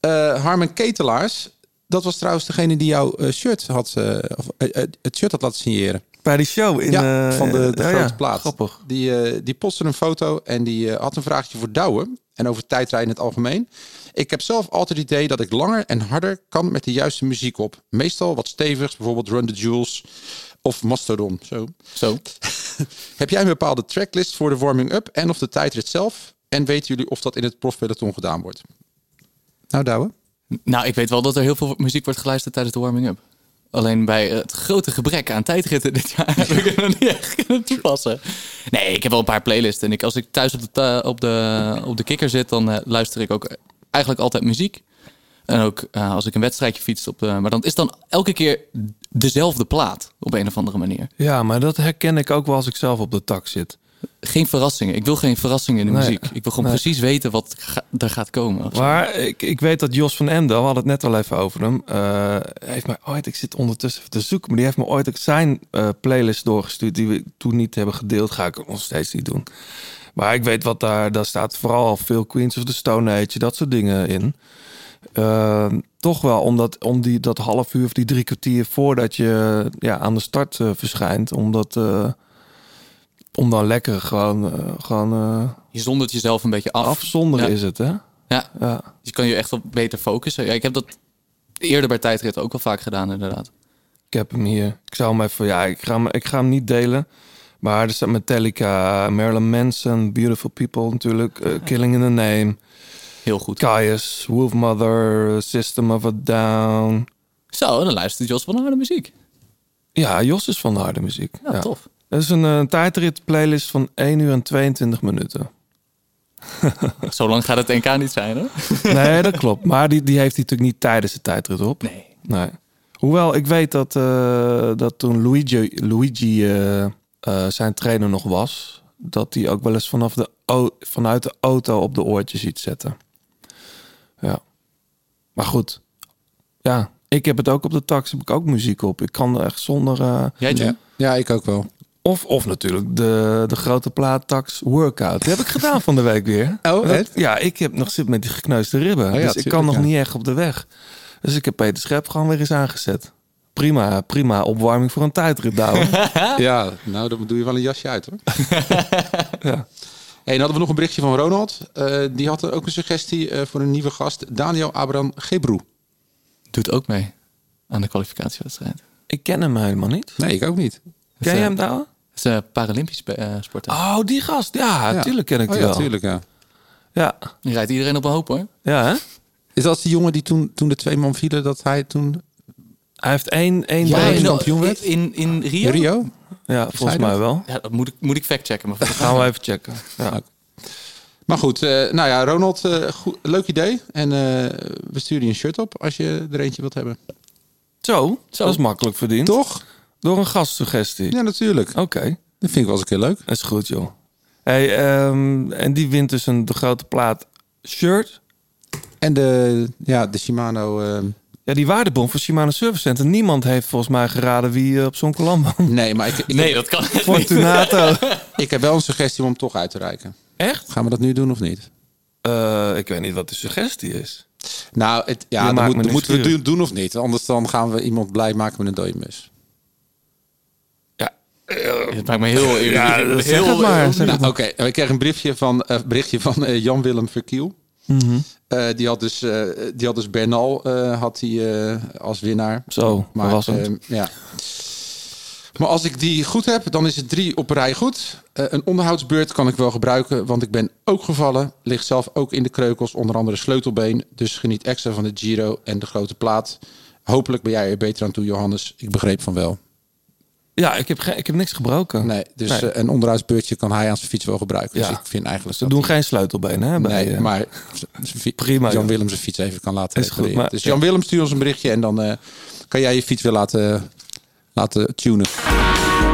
Speaker 3: Eh, Harmen Ketelaars. Dat was trouwens degene die jouw eh, shirt had, eh, of, eh, eh, het shirt had laten signeren.
Speaker 1: Bij die show in
Speaker 3: oh ja,
Speaker 1: eh,
Speaker 3: van de, de
Speaker 1: ja,
Speaker 3: grote
Speaker 1: ja,
Speaker 3: plaat.
Speaker 1: Grappig.
Speaker 3: Die, eh, die postte een foto en die eh, had een vraagje voor Douwe. En over tijdrijden in het algemeen. Ik heb zelf altijd het idee dat ik langer en harder kan met de juiste muziek op. Meestal wat stevigs, bijvoorbeeld Run the Jewels of Mastodon. Zo.
Speaker 8: Zo.
Speaker 3: (laughs) Heb jij een bepaalde tracklist voor de warming-up en of de tijdrit zelf? En weten jullie of dat in het profpeloton gedaan wordt? Nou, Douwe.
Speaker 8: Nou, ik weet wel dat er heel veel muziek wordt geluisterd tijdens de warming-up. Alleen bij het grote gebrek aan tijdritten dit jaar (laughs) heb ik het nog niet echt kunnen toepassen. Nee, ik heb wel een paar playlists. En ik, als ik thuis op de, ta- op de, op de kikker zit, dan eh, luister ik ook eigenlijk altijd muziek. En ook eh, als ik een wedstrijdje fiets. Op, de- maar dan is dan elke keer dezelfde plaat op een of andere manier.
Speaker 1: Ja, maar dat herken ik ook wel als ik zelf op de tak zit.
Speaker 8: Geen verrassingen. Ik wil geen verrassingen in de
Speaker 1: Nee.
Speaker 8: muziek. Ik wil gewoon
Speaker 1: Nee.
Speaker 8: precies weten wat ga- er gaat komen. of zo.
Speaker 1: Maar ik, ik weet dat Jos van Ende, we hadden het net al even over hem. eh, heeft mij ooit, ik zit ondertussen even te zoeken, maar die heeft me ooit ook zijn eh, playlist doorgestuurd. Die we toen niet hebben gedeeld. Ga ik ook nog steeds niet doen. Maar ik weet wat daar, daar staat vooral veel Queens of the Stone Age, dat soort dingen in. eh, toch wel omdat om die, dat half uur of die drie kwartier voordat je ja, aan de start eh, verschijnt, omdat, eh, om dan lekker gewoon, eh, gewoon eh,
Speaker 8: Je zondert jezelf een beetje af.
Speaker 1: afzonderen
Speaker 8: Ja.
Speaker 1: is het, hè?
Speaker 8: Ja.
Speaker 1: Ja.
Speaker 8: Dus je kan je echt wat beter focussen. Ja, ik heb dat eerder bij tijdrit ook wel vaak gedaan, inderdaad.
Speaker 1: Ik heb hem hier. Ik zou hem even. Ja, ik ga hem, ik ga hem niet delen. Maar er staat Metallica, Marilyn Manson, Beautiful People natuurlijk, eh, Killing in the Name,
Speaker 8: Heel goed.
Speaker 1: Caius, Wolfmother, System of a Down.
Speaker 8: Zo, dan luistert Jos van Harde muziek.
Speaker 1: Ja, Jos is van de harde muziek.
Speaker 8: Ja, tof.
Speaker 1: Dat is een eh, tijdrit playlist van 1 uur en 22
Speaker 8: (laughs)
Speaker 1: minuten.
Speaker 8: Zo lang gaat het NK niet zijn, hoor.
Speaker 1: Nee, dat klopt. Maar die, die heeft hij natuurlijk niet tijdens de tijdrit op.
Speaker 8: Nee.
Speaker 1: Nee. Hoewel, ik weet dat, eh, dat toen Luigi, Luigi eh, eh, zijn trainer nog was, dat hij ook wel eens vanaf de, au- vanuit de auto op de oortjes ziet zetten. Ja. Maar goed. Ja, ik heb het ook op de tax, heb ik ook muziek op. Ik kan er echt zonder... eh,
Speaker 8: Jij, Jim?
Speaker 3: Ja. ja, ik ook wel.
Speaker 1: of, of natuurlijk de, de grote plaat tax workout. Die heb ik gedaan van de week weer.
Speaker 3: Oh,
Speaker 1: Dat-
Speaker 3: echt? Oh
Speaker 1: ja, ik heb nog zit met die gekneusde ribben.
Speaker 3: ja,
Speaker 1: dus ik kan
Speaker 3: tuurlijk,
Speaker 1: nog
Speaker 3: ja.
Speaker 1: niet echt op de weg. Dus ik heb Peter Schep gewoon weer eens aangezet. Prima, prima opwarming voor een tijdrit, Douwe.
Speaker 3: (laughs) Ja, nou, dan doe je wel een jasje uit (laughs) hoor. ja. Hey, dan hadden we nog een berichtje van Ronald. Eh, die had ook een suggestie eh, voor een nieuwe gast. Daniel Abraham Gebroe.
Speaker 8: Doet ook mee aan de kwalificatiewedstrijd.
Speaker 1: ik ken hem helemaal niet.
Speaker 3: Nee, ik ook niet.
Speaker 1: Ken
Speaker 8: eh,
Speaker 1: je hem, Douwe?
Speaker 8: Het is een Paralympisch spe- eh, sporter.
Speaker 1: Oh, die gast. Ja,
Speaker 3: Ja.
Speaker 1: tuurlijk ken ik
Speaker 3: Oh,
Speaker 1: die
Speaker 3: ja,
Speaker 1: wel.
Speaker 3: tuurlijk, ja.
Speaker 1: Ja,
Speaker 8: Die rijdt iedereen op een hoop, hoor.
Speaker 1: ja hè?
Speaker 3: Is dat die jongen die toen, toen de twee man vielen, dat hij toen...
Speaker 1: Hij heeft één, één
Speaker 3: Ja,
Speaker 1: been.
Speaker 3: in
Speaker 8: in,
Speaker 3: de- kampioen werd?
Speaker 8: in, in Rio?
Speaker 3: Rio?
Speaker 1: Ja, volgens
Speaker 3: dat?
Speaker 1: mij wel.
Speaker 8: Ja, dat moet ik, moet ik factchecken. Maar volgens
Speaker 1: Gaan we even checken. Ja.
Speaker 3: Maar goed, eh, nou ja, Ronald, eh, goed, leuk idee. En eh, we sturen je een shirt op als je er eentje wilt hebben.
Speaker 1: Zo, dat is makkelijk verdiend.
Speaker 3: Toch?
Speaker 1: Door een gastsuggestie.
Speaker 3: Ja, natuurlijk.
Speaker 1: Oké.
Speaker 3: Dat vind ik wel eens een keer leuk.
Speaker 1: Dat is goed, joh. Hey, ehm, en die wint dus een de grote plaat shirt.
Speaker 3: En de, ja, de Shimano... eh,
Speaker 1: Ja, die waardebon voor Shimano Service Center. Niemand heeft volgens mij geraden wie eh, op zo'n kalam
Speaker 8: (laughs)
Speaker 1: woont.
Speaker 3: nee, maar ik, ik,
Speaker 8: (laughs) Nee, dat kan echt niet.
Speaker 1: Fortunato.
Speaker 8: (laughs)
Speaker 3: ik heb wel een suggestie om hem toch uit te reiken.
Speaker 1: Echt?
Speaker 3: Gaan we dat nu doen of niet?
Speaker 1: Eh, ik weet niet wat de suggestie is.
Speaker 3: Nou, het,
Speaker 1: Je
Speaker 3: ja,
Speaker 1: maakt
Speaker 3: dat moet,
Speaker 1: me
Speaker 3: dat moeten we
Speaker 1: nieuwsgierig.
Speaker 3: doen, doen of niet. Anders dan gaan we iemand blij maken met een dode mus.
Speaker 1: Ja,
Speaker 8: Het maakt me heel...
Speaker 1: ja
Speaker 8: heel,
Speaker 1: zeg het maar. Zeg
Speaker 3: Nou,
Speaker 1: het
Speaker 3: Oké,
Speaker 1: maar.
Speaker 3: we kregen een berichtje van, eh, berichtje van eh, Jan-Willem Verkiel. Eh, die, had dus, eh, die had dus Bernal eh, had hij eh, als winnaar.
Speaker 1: Zo, maar was het.
Speaker 3: ehm, ja. Maar als ik die goed heb, dan is het drie op een rij goed. Eh, een onderhoudsbeurt kan ik wel gebruiken, want ik ben ook gevallen. Ligt zelf ook in de kreukels, onder andere sleutelbeen. Dus geniet extra van de Giro en de grote plaat. Hopelijk ben jij er beter aan toe, Johannes. Ik begreep van wel.
Speaker 1: Ja, ik heb, ge- ik heb niks gebroken.
Speaker 3: Nee, dus
Speaker 1: Nee.
Speaker 3: eh, een onderhoudsbeurtje kan hij aan zijn fiets wel gebruiken. Dus
Speaker 1: Ja.
Speaker 3: ik vind eigenlijk...
Speaker 1: Ze
Speaker 3: dat
Speaker 1: doen geen sleutelbeen, hè? Bij,
Speaker 3: Nee,
Speaker 1: eh,
Speaker 3: maar zijn fi-
Speaker 1: Prima,
Speaker 3: Jan
Speaker 1: joh.
Speaker 3: Willem zijn fiets even kan laten
Speaker 1: Is goed,
Speaker 3: repareren.
Speaker 1: maar-
Speaker 3: dus
Speaker 1: ja.
Speaker 3: Jan Willem stuur ons een berichtje en dan eh, kan jij je fiets weer laten, laten tunen.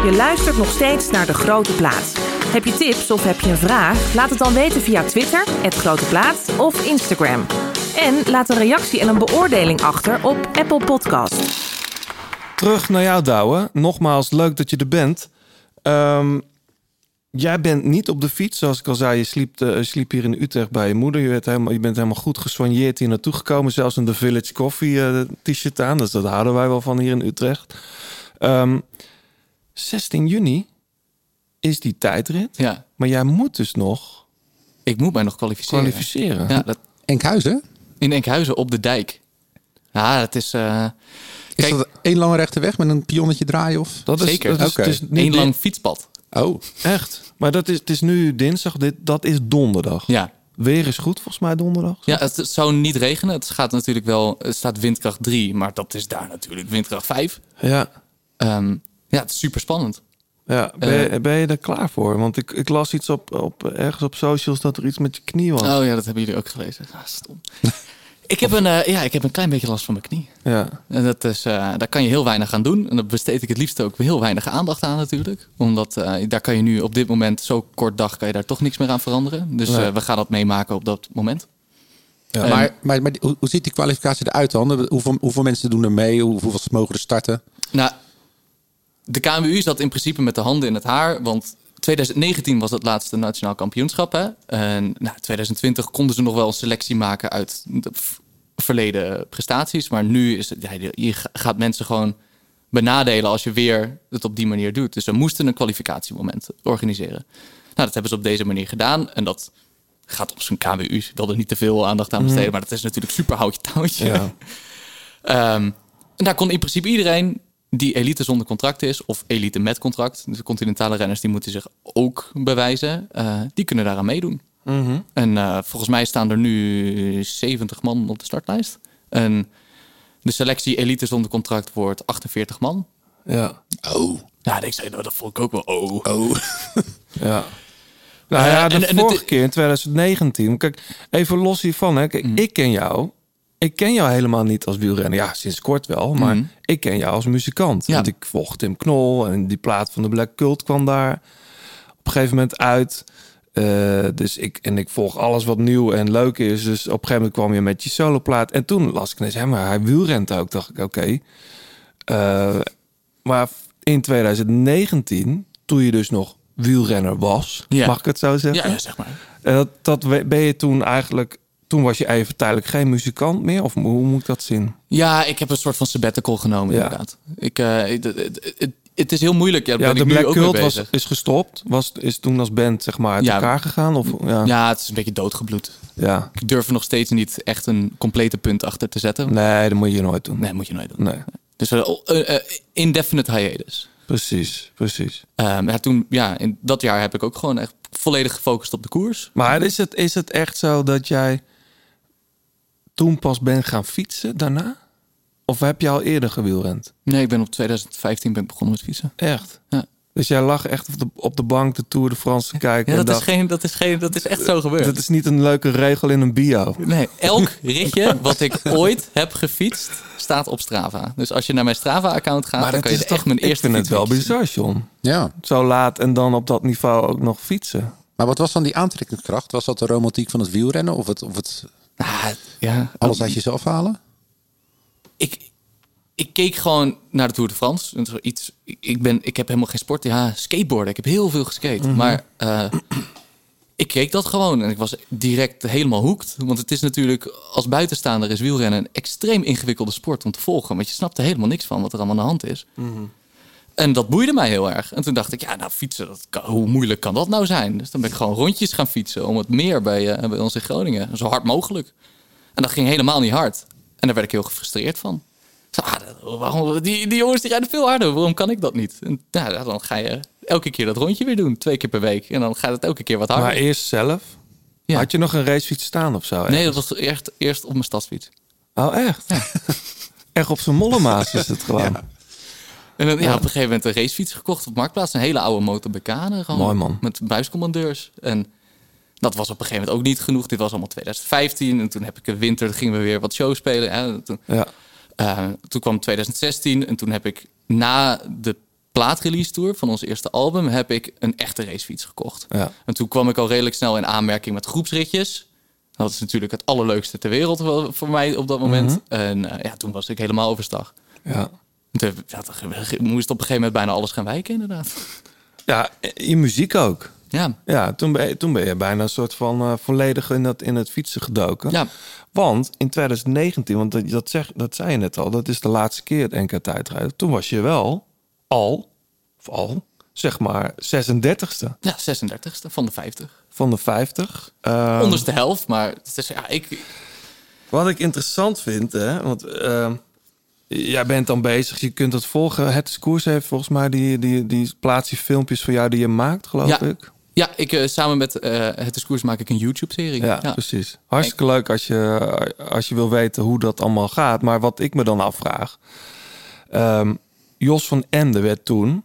Speaker 7: Je luistert nog steeds naar De Grote Plaat. Heb je tips of heb je een vraag? Laat het dan weten via Twitter, het Grote Plaat of Instagram. En laat een reactie en een beoordeling achter op Apple Podcast.
Speaker 1: Terug naar jou, Douwe. Nogmaals, leuk dat je er bent. Ehm, jij bent niet op de fiets, zoals ik al zei. Je sliep, eh, sliep hier in Utrecht bij je moeder. Je, werd helemaal, je bent helemaal goed gesoigneerd hier naartoe gekomen. Zelfs een The Village Coffee eh, t-shirt aan. Dus dat houden wij wel van hier in Utrecht. Ehm, 16 juni is die tijdrit.
Speaker 8: Ja,
Speaker 1: Maar jij moet dus nog
Speaker 8: ik moet mij nog kwalificeren.
Speaker 1: kwalificeren.
Speaker 8: Ja, dat,
Speaker 3: Enkhuizen?
Speaker 8: in Enkhuizen op de dijk. Ja, dat is... eh
Speaker 3: Is
Speaker 8: Kijk-
Speaker 3: dat één lange rechte weg met een pionnetje draaien? Of?
Speaker 1: Dat is,
Speaker 8: Zeker.
Speaker 1: Dat is, dus-
Speaker 3: Oké.
Speaker 1: het is niet
Speaker 8: één lang fietspad.
Speaker 3: Oh,
Speaker 1: Echt. Maar dat is, het is nu dinsdag. Dit, dat is donderdag.
Speaker 8: Ja.
Speaker 1: Weer is goed volgens mij donderdag.
Speaker 8: Ja, het zou niet regenen. Het gaat natuurlijk wel... Het staat windkracht 3, maar dat is daar natuurlijk windkracht 5.
Speaker 1: Ja.
Speaker 8: Ehm, ja, het is super spannend.
Speaker 1: Ja, ben, je- ben je er klaar voor? Want ik, ik las iets op, op ergens op socials dat er iets met je knie was.
Speaker 8: Oh ja, dat hebben jullie ook gelezen. Ah, stom. (laughs) ik, heb een, eh, ja, ik heb een klein beetje last van mijn knie.
Speaker 1: Ja.
Speaker 8: En dat is, eh, daar kan je heel weinig aan doen. En daar besteed ik het liefst ook heel weinig aandacht aan natuurlijk. Omdat eh, daar kan je nu op dit moment, zo kort dag, kan je daar toch niks meer aan veranderen. Dus
Speaker 1: Nee.
Speaker 8: eh, we gaan dat meemaken op dat moment.
Speaker 1: Ja.
Speaker 8: En-
Speaker 3: maar, maar, maar die- hoe, hoe ziet die kwalificatie eruit dan? Hoeveel, hoeveel mensen doen er mee? Hoe- Hoeveel mogen er starten?
Speaker 8: Nou, de KMU zat in principe met de handen in het haar. Want 2019 was het laatste nationaal kampioenschap. Hè? En nou, 2020 konden ze nog wel een selectie maken uit de f- verleden prestaties. Maar nu is het, ja, je gaat mensen gewoon benadelen als je weer het op die manier doet. Dus we moesten een kwalificatiemoment organiseren. Nou, dat hebben ze op deze manier gedaan. En dat gaat op zijn KWU. Ik wil er niet te veel aandacht aan besteden.
Speaker 1: Mhm.
Speaker 8: Maar dat is natuurlijk super houtje touwtje. Ehm, en daar kon in principe iedereen die elite zonder contract is, of elite met contract, dus de continentale renners, die moeten zich ook bewijzen, eh, die kunnen daaraan meedoen.
Speaker 1: Mhm.
Speaker 8: En eh, volgens mij staan er nu 70 man op de startlijst. En de selectie elite zonder contract wordt 48 man.
Speaker 1: Ja.
Speaker 8: Oh. Ja, ik zei, nou, dat vond ik ook wel oh.
Speaker 3: Oh.
Speaker 1: Ja. Nou ja,
Speaker 8: Eh,
Speaker 1: de
Speaker 8: en- en het-
Speaker 1: vorige keer in 2019. Kijk, even los hiervan. Hè.
Speaker 8: Mm.
Speaker 1: Kijk, Ik ken jou. Ik ken jou helemaal niet als wielrenner. Ja, sinds kort wel. Maar
Speaker 8: Mhm.
Speaker 1: ik ken jou als muzikant. Want ik volg Tim Knol. En die plaat van de Black Cult kwam daar op een gegeven moment uit. Eh, dus ik, en ik volg alles wat nieuw en leuk is. Dus op een gegeven moment kwam je met je soloplaat. En toen las ik ineens, hè, maar hij wielrent ook. Dacht ik, oké. Eh, maar in 2019, toen je dus nog wielrenner was,
Speaker 8: Ja.
Speaker 1: mag ik het zo zeggen?
Speaker 8: (laughs) Ja, ja, zeg maar.
Speaker 1: En dat, dat we- ben je toen eigenlijk, toen was je even tijdelijk geen muzikant meer? Of hoe moet ik dat zien?
Speaker 8: Ja, ik heb een soort van sabbatical genomen,
Speaker 1: Ja.
Speaker 8: inderdaad. Ik, eh, ik- het- het- het- het is heel moeilijk. Ja, daar
Speaker 1: Ja, de
Speaker 8: ben ik nu
Speaker 1: Black
Speaker 8: ook
Speaker 1: Cult
Speaker 8: mee
Speaker 1: was,
Speaker 8: bezig.
Speaker 1: is gestopt, was, is toen als band zeg maar uit
Speaker 8: Ja.
Speaker 1: elkaar gegaan? Of, ja.
Speaker 8: Ja, het is een beetje doodgebloed.
Speaker 1: Ja.
Speaker 8: Ik durf er nog steeds niet echt een complete punt achter te zetten.
Speaker 1: Nee, dat moet je nooit doen.
Speaker 8: Nee, moet je nooit doen.
Speaker 1: Nee,
Speaker 8: Dus eh, oh, eh, eh, indefinite hiatus.
Speaker 1: precies, precies.
Speaker 8: Ehm, ja, toen, ja, in dat jaar heb ik ook gewoon echt volledig gefocust op de koers.
Speaker 1: Maar is het, is het echt zo dat jij toen pas bent gaan fietsen daarna? Of heb je al eerder gewielrend?
Speaker 8: Nee, ik ben op 2015 ben ik begonnen met fietsen.
Speaker 1: Echt?
Speaker 8: Ja.
Speaker 1: Dus jij lag echt op de, op de bank de Tour de France te kijken.
Speaker 8: Ja,
Speaker 1: en
Speaker 8: dat, is
Speaker 1: dacht,
Speaker 8: geen, dat, is geen, dat is echt zo gebeurd.
Speaker 1: dat is niet een leuke regel in een bio.
Speaker 8: Nee, elk ritje wat ik ooit heb gefietst, staat op Strava. Dus als je naar mijn Strava-account gaat, dan kan je echt mijn eerste
Speaker 1: ik vind het wel
Speaker 8: fietsritje
Speaker 1: bizar,
Speaker 8: zien.
Speaker 1: John.
Speaker 3: Ja.
Speaker 1: Zo laat en dan op dat niveau ook nog fietsen.
Speaker 3: Maar wat was dan die aantrekkingskracht? Was dat de romantiek van het wielrennen? Of het, of het
Speaker 8: Ah, ja,
Speaker 3: alles uit jezelf halen?
Speaker 8: ik, ik keek gewoon naar de Tour de France. En zo Iets, ik- ik, ben, ik heb helemaal geen sport. Ja, skateboarden. Ik heb heel veel geskate. Maar eh, ik keek dat gewoon. En ik was direct helemaal hoekt. Want het is natuurlijk, als buitenstaander is wielrennen... een extreem ingewikkelde sport om te volgen. Want je snapt er helemaal niks van wat er allemaal aan de hand is. En dat boeide mij heel erg. En toen dacht ik, ja, nou fietsen, dat kan- hoe moeilijk kan dat nou zijn? Dus dan ben ik gewoon rondjes gaan fietsen om het meer bij, eh, bij ons in Groningen. Zo hard mogelijk. En dat ging helemaal niet hard. En daar werd ik heel gefrustreerd van. Zo, ah, dat- waarom, die, die jongens die rijden veel harder, waarom kan ik dat niet? En nou, ja, dan ga je elke keer dat rondje weer doen, twee keer per week. En dan gaat het elke keer wat harder.
Speaker 1: Maar eerst zelf?
Speaker 8: Ja.
Speaker 1: Had je nog een racefiets staan of zo?
Speaker 8: nee, dat was echt eerst op mijn stadsfiets.
Speaker 1: Oh, echt? (laughs) echt op zijn mollemaas is het gewoon.
Speaker 8: En dan, ja. op een gegeven moment een racefiets gekocht op Marktplaats. Een hele oude motor Bekanen. Gewoon,
Speaker 1: Mooi, man.
Speaker 8: Met buiscommandeurs. En dat was op een gegeven moment ook niet genoeg. Dit was allemaal 2015. En toen heb ik een winter, toen gingen we weer wat shows spelen. En toen,
Speaker 1: Ja.
Speaker 8: eh, toen kwam 2016. En toen heb ik na de plaatrelease tour van ons eerste album... heb ik een echte racefiets gekocht.
Speaker 1: Ja.
Speaker 8: En toen kwam ik al redelijk snel in aanmerking met groepsritjes. Dat is natuurlijk het allerleukste ter wereld wel voor mij op dat moment.
Speaker 1: Mhm.
Speaker 8: En eh, ja, toen was ik helemaal overstag.
Speaker 1: ja.
Speaker 8: En toen heb ik- eh, Ja, dan ge- ge- moest op een gegeven moment bijna alles gaan wijken, inderdaad.
Speaker 1: Ja, je muziek ook.
Speaker 8: Ja,
Speaker 1: Ja, toen ben je, toen ben je bijna een soort van eh, volledig in, dat, in het fietsen gedoken.
Speaker 8: Ja.
Speaker 1: Want in 2019, want dat, dat, zeg, dat zei je net al, dat is de laatste keer het NK tijdrijden. Toen was je wel al, of al, zeg maar 36e
Speaker 8: ja 36ste van de 50.
Speaker 1: van de 50. Ehm,
Speaker 8: Onderste helft, maar het is, ja, ik,
Speaker 1: Wat ik interessant vind, hè, want ehm, jij bent dan bezig, je kunt dat volgen. Het is koers heeft volgens mij die, die, die plaats die filmpjes voor jou die je maakt, geloof
Speaker 8: Ja.
Speaker 1: ik.
Speaker 8: ja, ik eh, samen met eh, Het Discours maak ik een YouTube-serie.
Speaker 1: Ja, dus precies. Hartstikke leuk als je, als je wil weten hoe dat allemaal gaat. Maar wat ik me dan afvraag. ehm, Jos van Ende werd toen,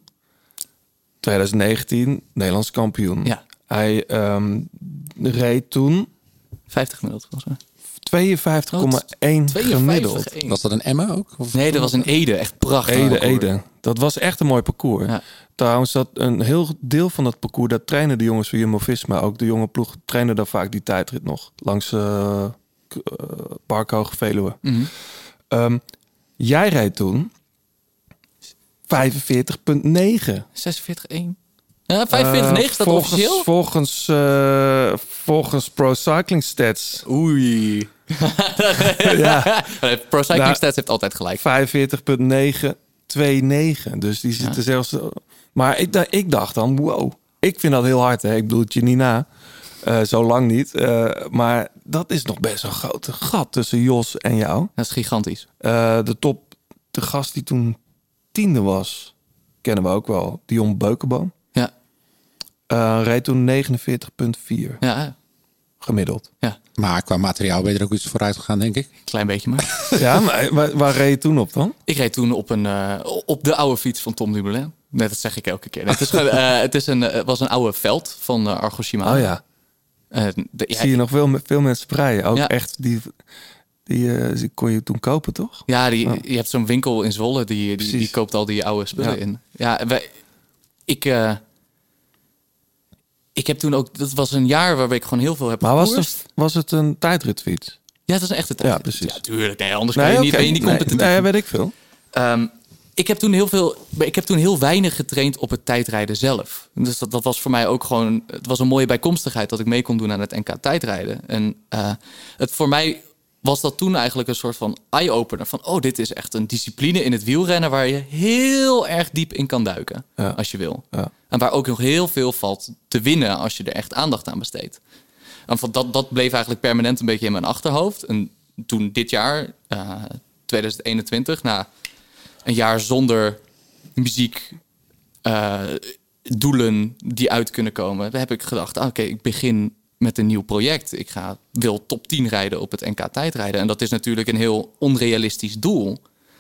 Speaker 1: 2019, Nederlands kampioen.
Speaker 8: Ja.
Speaker 1: Hij ehm, reed toen
Speaker 8: 50 gemiddeld volgens mij.
Speaker 1: 52,1 gemiddeld.
Speaker 8: 52,1.
Speaker 3: Was dat een Emma ook? Of
Speaker 8: Nee, dat was in Ede. Echt prachtig.
Speaker 1: Ede, Ede. Dat was echt een mooi parcours.
Speaker 8: Ja.
Speaker 1: Trouwens, dat een heel deel van dat parcours, dat trainen de jongens van Jumbo-Visma, ook de jonge ploeg, trainen daar vaak die tijdrit nog. Langs eh, k- eh, Park Hoge Veluwe.
Speaker 8: Mhm.
Speaker 1: Ehm, jij reed toen 45,9.
Speaker 8: 46-1. Ja, 45,9 staat
Speaker 1: Eh,
Speaker 8: (laughs)
Speaker 1: volgens,
Speaker 8: officieel.
Speaker 1: Volgens, eh, volgens Pro Cycling Stats.
Speaker 8: Oei.
Speaker 1: Ja.
Speaker 8: Pro Cycling
Speaker 1: Nou,
Speaker 8: Stats heeft altijd gelijk.
Speaker 1: 45.929. Dus die zitten zelfs. Maar ik, da- ik dacht dan, wow. Ik vind dat heel hard. Hè? Ik bedoel, het je niet na. Eh, zo lang niet. Eh, maar dat is nog best een grote gat tussen Jos en jou.
Speaker 8: Dat is gigantisch.
Speaker 1: Eh, de top, de gast die toen tiende was, kennen we ook wel. Dion Beukenboom.
Speaker 8: Ja.
Speaker 1: Eh reed toen 49,4
Speaker 8: Ja,
Speaker 1: (laughs) gemiddeld.
Speaker 3: Maar qua materiaal ben je er ook iets vooruit gegaan, denk ik.
Speaker 8: klein beetje maar.
Speaker 1: Ja, maar waar, waar reed je toen op dan?
Speaker 8: ik reed toen op, een, eh, op de oude fiets van Tom Dumoulin. Net dat zeg ik elke keer. Het, is, gewoon,
Speaker 1: (laughs)
Speaker 8: eh, het is een, eh, was een oude veld van eh Argo Shimano.
Speaker 1: Oh ja,
Speaker 8: Eh, de- ja,
Speaker 1: zie je nog veel, veel mensen spreiden. Ook
Speaker 8: Ja.
Speaker 1: echt, die, die, eh, die kon je toen kopen, toch?
Speaker 8: Ja, die, je hebt zo'n winkel in Zwolle, die, die,
Speaker 1: Precies.
Speaker 8: die koopt al die oude spullen
Speaker 1: Ja.
Speaker 8: in. Ja, en wij, ik, eh, ik heb toen ook, dat was een jaar waarbij ik gewoon heel veel heb
Speaker 1: Maar was
Speaker 8: gekoerst.
Speaker 1: het, was het een tijdritfiets?
Speaker 8: Ja, dat is een echte tijd.
Speaker 1: Ja, precies.
Speaker 8: Ja, tuurlijk. Nee, anders Dus kan je niet,
Speaker 1: oké.
Speaker 8: ben je niet
Speaker 1: Nee,
Speaker 8: competitief.
Speaker 1: Nee, weet ik veel.
Speaker 8: Ehm, ik heb toen heel veel, ik heb toen heel weinig getraind op het tijdrijden zelf. Dus dat, dat was voor mij ook gewoon, het was een mooie bijkomstigheid dat ik mee kon doen aan het NK tijdrijden. En eh, het voor mij was dat toen eigenlijk een soort van eye-opener van, oh, dit is echt een discipline in het wielrennen waar je heel erg diep in kan duiken,
Speaker 1: Ja.
Speaker 8: als je wil.
Speaker 1: Ja.
Speaker 8: En waar ook nog heel veel valt te winnen als je er echt aandacht aan besteedt. En van dat, dat bleef eigenlijk permanent een beetje in mijn achterhoofd. En toen dit jaar, eh, 2021, na een jaar zonder muziek, eh, doelen die uit kunnen komen, daar heb ik gedacht: ah, oké, ik begin met een nieuw project. Ik ga, wil top 10 rijden op het NK tijdrijden. En dat is natuurlijk een heel onrealistisch doel.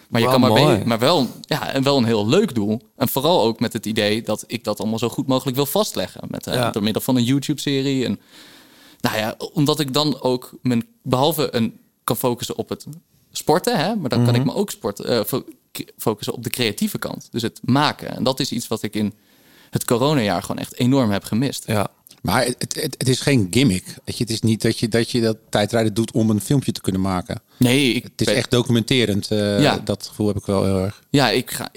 Speaker 8: Maar je
Speaker 1: Wel
Speaker 8: kan maar,
Speaker 1: mooi.
Speaker 8: be- maar wel, ja, en wel een heel leuk doel. En vooral ook met het idee dat ik dat allemaal zo goed mogelijk wil vastleggen. Met, eh,
Speaker 1: Ja.
Speaker 8: Door middel van een YouTube-serie. En nou ja, omdat ik dan ook mijn, behalve een, kan focussen op het sporten, hè, maar dan kan
Speaker 3: Mhm.
Speaker 8: ik me ook sport, eh, fo- k- focussen op de creatieve kant. Dus het maken. En dat is iets wat ik in het coronajaar gewoon echt enorm heb gemist.
Speaker 1: Ja.
Speaker 3: Maar het, het, het is geen gimmick. Weet je, het is niet dat je, dat je dat tijdrijden doet om een filmpje te kunnen maken.
Speaker 8: Nee, ik
Speaker 3: Het is
Speaker 8: ben-
Speaker 3: echt documenterend. eh,
Speaker 8: Ja.
Speaker 3: Dat gevoel heb ik wel heel erg.
Speaker 8: Ja, ik ga.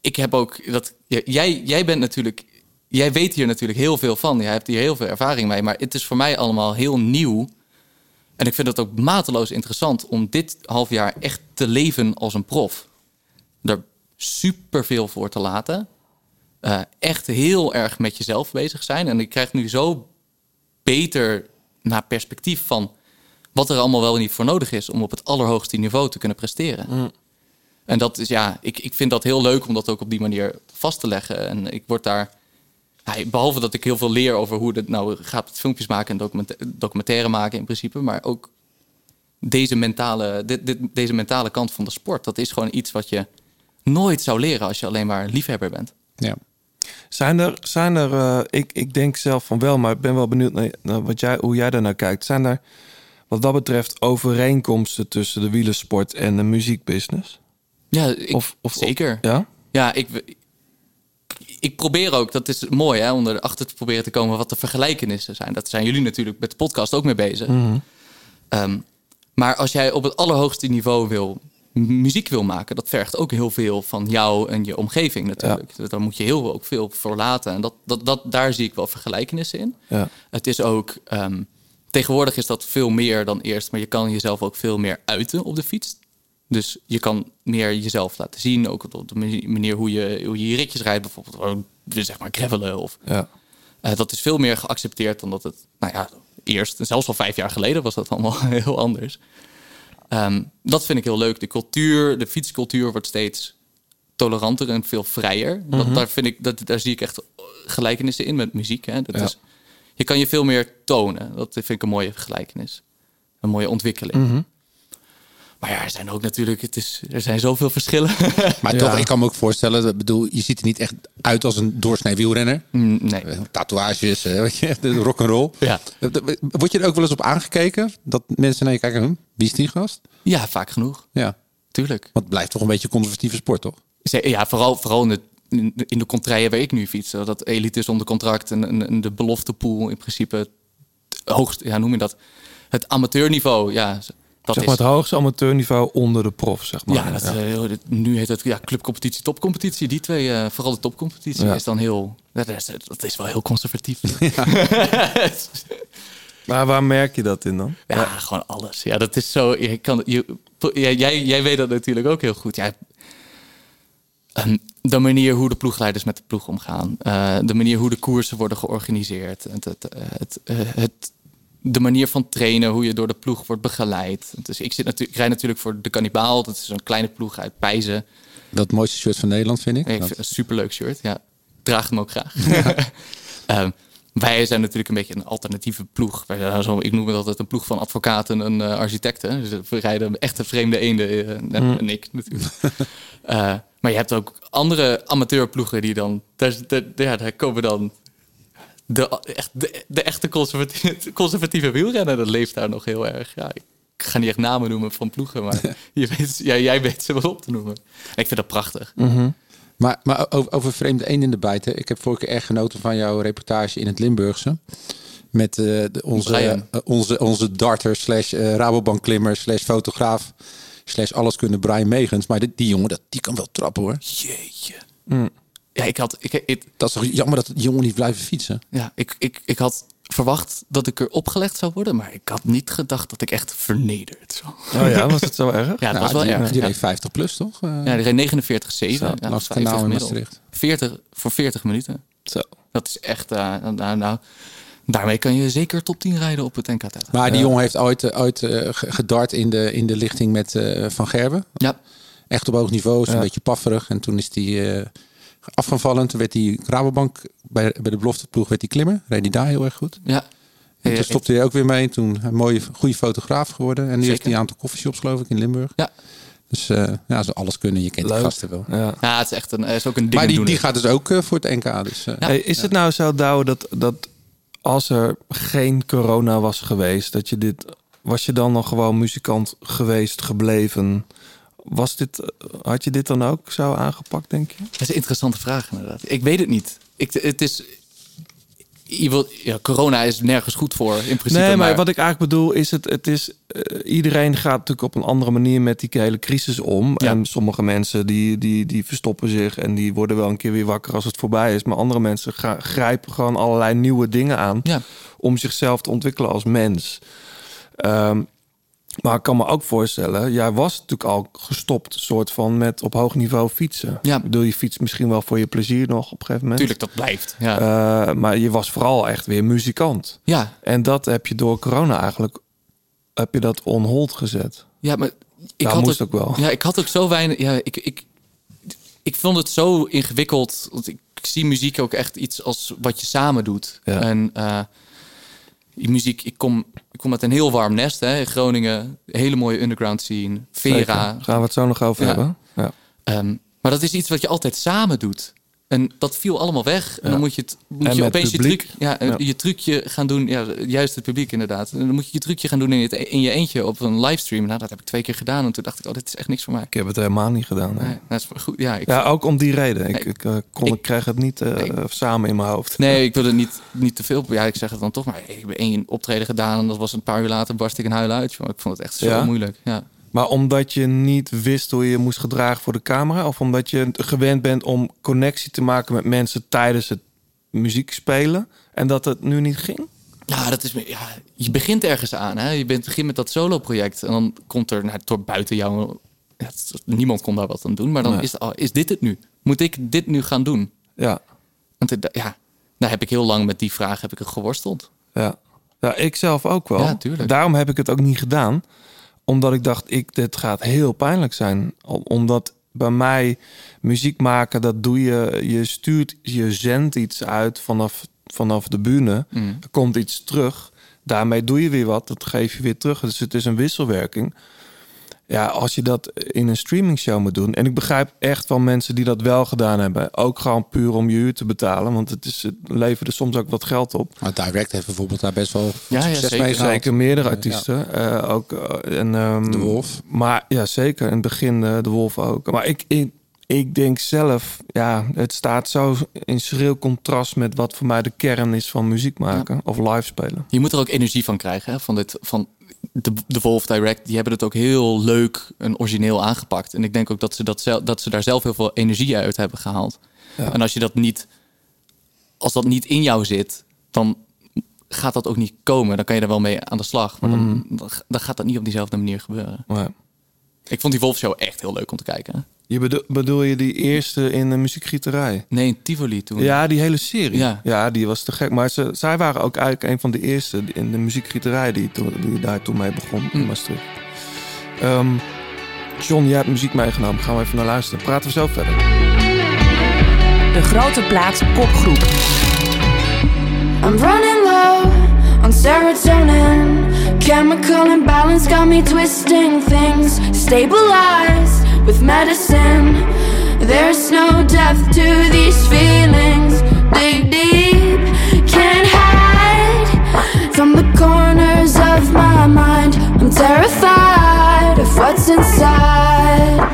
Speaker 8: Ik heb ook dat. ja, Jij, jij bent natuurlijk. Jij weet hier natuurlijk heel veel van. Jij hebt hier heel veel ervaring mee. Maar het is voor mij allemaal heel nieuw. En ik vind het ook mateloos interessant om dit half jaar echt te leven als een prof. Er superveel voor te laten. Eh, echt heel erg met jezelf bezig zijn. En ik krijg nu zo beter naar perspectief van wat er allemaal wel niet voor nodig is om op het allerhoogste niveau te kunnen presteren. En dat is ja, ik, ik vind dat heel leuk om dat ook op die manier vast te leggen. En ik word daar. ja, behalve dat ik heel veel leer over hoe dat nou gaat met filmpjes maken en documenta- documentaire maken in principe. Maar ook deze mentale, dit, dit, deze mentale kant van de sport. Dat is gewoon iets wat je nooit zou leren als je alleen maar een liefhebber bent.
Speaker 3: Ja.
Speaker 1: Zijn er, zijn er eh, ik, ik denk zelf van wel, maar ik ben wel benieuwd naar, naar wat jij, hoe jij daarnaar kijkt. Zijn er wat dat betreft overeenkomsten tussen de wielersport en de muziekbusiness?
Speaker 8: Ja, ik,
Speaker 1: Of- of-
Speaker 8: zeker.
Speaker 1: Ja?
Speaker 8: Ja, ik, ik probeer ook, dat is mooi hè, om erachter te proberen te komen wat de vergelijkenissen zijn. Dat zijn jullie natuurlijk met de podcast ook mee bezig. Ehm, maar als jij op het allerhoogste niveau wil, m- muziek wil maken, dat vergt ook heel veel van jou en je omgeving natuurlijk. Daar moet je heel ook veel voor laten. En dat, dat, dat, daar zie ik wel vergelijkenissen in.
Speaker 1: Ja.
Speaker 8: Het is ook. ehm, tegenwoordig is dat veel meer dan eerst, maar je kan jezelf ook veel meer uiten op de fiets. Dus je kan meer jezelf laten zien, ook op de mani- manier hoe je hoe je, je ritjes rijdt, bijvoorbeeld gewoon, zeg maar gravelen. Of,
Speaker 1: Ja.
Speaker 8: eh, dat is veel meer geaccepteerd dan dat het, nou ja, eerst, en zelfs al vijf jaar geleden was dat allemaal (laughs) heel anders. Ehm, dat vind ik heel leuk. De cultuur, de fietscultuur wordt steeds toleranter en veel vrijer.
Speaker 1: Mhm.
Speaker 8: dat, daar, vind ik, dat, daar zie ik echt gelijkenissen in met muziek. Hè? Dat
Speaker 1: Ja.
Speaker 8: is, je kan je veel meer tonen. Dat vind ik een mooie gelijkenis. Een mooie ontwikkeling.
Speaker 1: Mhm.
Speaker 8: Maar ja, er zijn ook natuurlijk, het is, er zijn zoveel
Speaker 1: (laughs)
Speaker 8: verschillen. (laughs)
Speaker 3: Maar
Speaker 1: Ja.
Speaker 3: toch, ik kan me ook voorstellen. dat- bedoel, je ziet er niet echt uit als een doorsnee wielrenner.
Speaker 8: Mm, nee.
Speaker 3: Eh, Tatoeages, eh, weet je, (laughs) de rock'n'roll.
Speaker 8: Ja.
Speaker 3: Eh, Word je er ook wel eens op aangekeken? Dat mensen naar je kijken, hm, wie is die gast?
Speaker 8: ja, vaak genoeg.
Speaker 3: Ja.
Speaker 8: Tuurlijk.
Speaker 3: Want het blijft toch een beetje een conservatieve sport, toch?
Speaker 8: Ze- Ja, vooral, vooral in, de, in de- in de contraien waar ik nu fiets. Dat elite is onder contract en, en, en de beloftepool in principe t- hoogst, ja, noem je dat? Het amateurniveau, ja.
Speaker 1: zeg
Speaker 8: Dat is,
Speaker 1: maar het hoogste amateurniveau onder de prof, zeg maar.
Speaker 8: ja, dat, is, eh, heel- dit- nu heet het ja, clubcompetitie, topcompetitie. Die twee, eh, vooral de topcompetitie,
Speaker 1: Ja.
Speaker 8: is dan heel... Dat is, dat is wel heel conservatief.
Speaker 1: Maar waar merk je dat in
Speaker 8: (laughs)
Speaker 1: dan?
Speaker 8: Ja, gewoon alles. Ja, dat is zo. Je kan, je, ja, jij, jij weet dat natuurlijk ook heel goed. Ja, ehm, de manier hoe de ploegleiders met de ploeg omgaan. eh, de manier hoe de koersen worden georganiseerd. Het, het, eh, het, eh, het, de manier van trainen, hoe je door de ploeg wordt begeleid. Dus ik, zit natuurlijk, ik rij natuurlijk voor de Cannibaal. Dat is een kleine ploeg uit Pijzen.
Speaker 3: Dat mooiste shirt van Nederland, vind ik.
Speaker 8: Ik
Speaker 3: Dat-
Speaker 8: vind het een superleuk shirt. Ja, draag hem ook graag. (laughs) Ehm, wij zijn natuurlijk een beetje een alternatieve ploeg. Wij zijn zo, ik noem het altijd een ploeg van advocaten en eh, architecten. Dus we rijden echte vreemde eenden. eh, net-
Speaker 1: Mm.
Speaker 8: En ik natuurlijk. (laughs) Eh, maar je hebt ook andere amateurploegen die dan... Daar, daar, ja, daar komen dan de, echt, de, de echte conservatieve, conservatieve wielrenner. Dat leeft daar nog heel erg. Ja, ik ga niet echt namen noemen van ploegen, maar je weet, ja, jij weet ze wel op te noemen. En ik vind dat prachtig.
Speaker 3: Maar, maar over, over vreemde eenden in de bijt. hè. Ik heb vorige keer erg genoten van jouw reportage in het Limburgse. Met eh, de, onze,
Speaker 8: Brian.
Speaker 3: eh, onze, onze darter slash eh, Rabobank klimmer slash fotograaf slash alleskunde Brian Megens. Maar die, die jongen, dat, die kan wel trappen hoor.
Speaker 8: Jeetje. Mm. Ja, ik had, ik, ik-
Speaker 3: Dat is toch jammer dat die jongen niet blijven fietsen.
Speaker 8: ja, ik, ik, ik had verwacht dat ik er opgelegd zou worden, maar ik had niet gedacht dat ik echt vernederd zou
Speaker 1: Oh ja, was het zo erg?
Speaker 8: Ja, het
Speaker 3: Nou,
Speaker 8: was wel
Speaker 3: die,
Speaker 8: erg.
Speaker 3: Die
Speaker 8: Ja.
Speaker 3: reed 50 plus toch? Eh,
Speaker 8: Ja, die reed 49, 7.
Speaker 3: Zo,
Speaker 8: ja,
Speaker 3: langs het
Speaker 8: 50
Speaker 3: kanaal in
Speaker 8: gemiddeld.
Speaker 3: Maastricht.
Speaker 8: 40, voor 40 minuten.
Speaker 1: Zo.
Speaker 8: Dat is echt, eh, nou, nou, daarmee kan je zeker top 10 rijden op het NK Delta.
Speaker 3: Maar die jongen heeft ooit, eh, ooit eh, ge- gedart in de, in de lichting met eh, Van Gerben.
Speaker 8: Ja,
Speaker 3: Echt op hoog niveau, is een beetje pafferig. En toen is hij eh, afgevallen. Toen werd hij Rabobank, bij, bij de belofteploeg werd hij klimmer. Reed hij daar heel erg goed. En
Speaker 8: ja.
Speaker 3: dus
Speaker 8: Ja,
Speaker 3: toen stopte hij ook weer mee. Toen een mooie, goede fotograaf geworden. En nu heeft
Speaker 8: Zeker.
Speaker 3: hij een aantal coffeeshops, geloof ik, in Limburg.
Speaker 8: Ja.
Speaker 3: Dus eh, ja, ze alles kunnen. Je kent die gasten wel.
Speaker 1: Ja.
Speaker 8: Ja, het is echt een, het is ook een
Speaker 3: Maar die,
Speaker 8: dingendoener.
Speaker 3: die gaat dus ook eh, voor het NK. Dus, eh,
Speaker 1: Hey, is het nou zo, Douwe, dat, dat als er geen corona was geweest, dat je dit, was je dan nog gewoon muzikant geweest, gebleven? Was dit, had je dit dan ook zo aangepakt, denk je?
Speaker 8: Dat is een interessante vraag, inderdaad. Ik weet het niet. Ik, het is. Je wilt, ja, corona is nergens goed voor, in principe.
Speaker 1: nee, maar, wat ik eigenlijk bedoel is, het, het is eh, iedereen gaat natuurlijk op een andere manier met die hele crisis om.
Speaker 8: Ja.
Speaker 1: En sommige mensen die, die, die verstoppen zich en die worden wel een keer weer wakker als het voorbij is. Maar andere mensen ga- grijpen gewoon allerlei nieuwe dingen aan
Speaker 8: Ja.
Speaker 1: om zichzelf te ontwikkelen als mens. Ehm, maar ik kan me ook voorstellen, jij was natuurlijk al gestopt, soort van met op hoog niveau fietsen.
Speaker 8: Ja.
Speaker 1: Ik bedoel, je fietst misschien wel voor je plezier nog op een gegeven moment.
Speaker 8: Tuurlijk, dat blijft. Ja.
Speaker 1: Eh, maar je was vooral echt weer muzikant.
Speaker 8: ja,
Speaker 1: En dat heb je door corona eigenlijk heb je dat on hold gezet.
Speaker 8: ja, maar ik
Speaker 1: Ja,
Speaker 8: had
Speaker 1: moest ook wel.
Speaker 8: Ja, ik had ook zo weinig. Ja, ik, ik, ik vond het zo ingewikkeld. Want ik, ik zie muziek ook echt iets als wat je samen doet.
Speaker 1: Ja.
Speaker 8: En eh, die muziek, ik kom, ik kom uit een heel warm nest, hè, in Groningen. Hele mooie underground scene. Vera,
Speaker 1: Zeker. Gaan we het zo nog over
Speaker 8: Ja.
Speaker 1: hebben? Ja.
Speaker 8: Ehm, maar dat is iets wat je altijd samen doet. En dat viel allemaal weg. En dan moet je, het, moet
Speaker 1: En
Speaker 8: je
Speaker 1: met
Speaker 8: opeens je,
Speaker 1: publiek.
Speaker 8: truc, ja, eh,
Speaker 1: Ja.
Speaker 8: je trucje gaan doen. Ja, juist het publiek inderdaad. En dan moet je je trucje gaan doen in, het, e- in je eentje op een livestream. Nou, dat heb ik twee keer gedaan. En toen dacht ik, oh, dit is echt niks voor mij.
Speaker 1: Ik heb het helemaal niet gedaan. hè.
Speaker 8: Nee, dat is goed. Ja, ik,
Speaker 1: Ja, ook om die reden. Ik,
Speaker 8: Nee.
Speaker 1: ik, eh, kon,
Speaker 8: Ik-
Speaker 1: ik krijg het niet eh,
Speaker 8: Nee.
Speaker 1: samen in mijn hoofd.
Speaker 8: nee ik wil het niet, niet te veel. Ja, ik zeg het dan toch. Maar ik heb één optreden gedaan. En dat was een paar uur later barst ik een huil uit. joh. Ik vond het echt zo
Speaker 1: Ja?
Speaker 8: moeilijk. Ja.
Speaker 1: Maar omdat je niet wist hoe je je moest gedragen voor de camera, of omdat je gewend bent om connectie te maken met mensen tijdens het muziek spelen en dat het nu niet ging?
Speaker 8: Nou, dat is, meer- ja, je begint ergens aan. Hè? Je bent, begint met dat solo-project. En dan komt er nou, door buiten jou. ja, het is- niemand kon daar wat aan doen. Maar dan
Speaker 1: Nee.
Speaker 8: is, het al- is dit het nu? Moet ik dit nu gaan doen?
Speaker 1: Ja.
Speaker 8: Want ik dacht, ja, daar heb ik heel lang met die vraag heb ik er geworsteld.
Speaker 1: Ja. ja, ik zelf ook wel.
Speaker 8: Ja, tuurlijk.
Speaker 1: Daarom heb ik het ook niet gedaan. Omdat ik dacht, ik, dit gaat heel pijnlijk zijn. Om- Omdat bij mij muziek maken, dat doe je. Je stuurt, je zendt iets uit vanaf, vanaf de bühne.
Speaker 8: Mm.
Speaker 1: Er komt iets terug. Daarmee doe je weer wat. Dat geef je weer terug. Dus het is een wisselwerking. Ja, als je dat in een streamingshow moet doen. En ik begrijp echt van mensen die dat wel gedaan hebben. Ook gewoon puur om je huur te betalen. Want het, is, het leverde soms ook wat geld op.
Speaker 3: Maar Direct heeft bijvoorbeeld daar best wel
Speaker 8: Ja, ja,
Speaker 3: succes
Speaker 8: zeker.
Speaker 3: mee gehaald.
Speaker 1: Zeker meerdere artiesten. eh, ook, eh, en, ehm,
Speaker 3: De Wolf.
Speaker 1: Maar ja, zeker. In het begin eh, De Wolf ook. Maar ik, ik, ik denk zelf, ja, het staat zo in schril contrast met wat voor mij de kern is van muziek maken of live spelen.
Speaker 8: Je moet er ook energie van krijgen. Hè? Van dit, van de, de Wolf Direct, die hebben het ook heel leuk en origineel aangepakt. En ik denk ook dat ze, dat zel- dat ze daar zelf heel veel energie uit hebben gehaald. En als je dat niet, als dat niet in jou zit, dan gaat dat ook niet komen. Dan kan je er wel mee aan de slag. Maar dan, dan, dan gaat dat niet op diezelfde manier gebeuren.
Speaker 1: Ja.
Speaker 8: Ik vond die Wolfshow echt heel leuk om te kijken.
Speaker 1: Je bedo- bedoel je die eerste in de muziekgieterij?
Speaker 8: Nee, in Tivoli toen.
Speaker 1: Ja, die hele serie.
Speaker 8: Ja.
Speaker 1: Ja, die was te gek. Maar ze, zij waren ook eigenlijk een van de eerste in de muziekgieterij die, toen- die daar toen mee begon
Speaker 8: Hmm.
Speaker 1: in Maastricht. Ehm, John, jij hebt muziek meegenomen. Gaan we even naar luisteren. Praten we zo verder.
Speaker 7: De Grote Plaats Popgroep.
Speaker 11: I'm running low on serotonin. Chemical imbalance got me twisting things. Stabilized with medicine. There's no depth to these feelings. Dig deep, can't hide from the corners of my mind. I'm terrified of what's inside.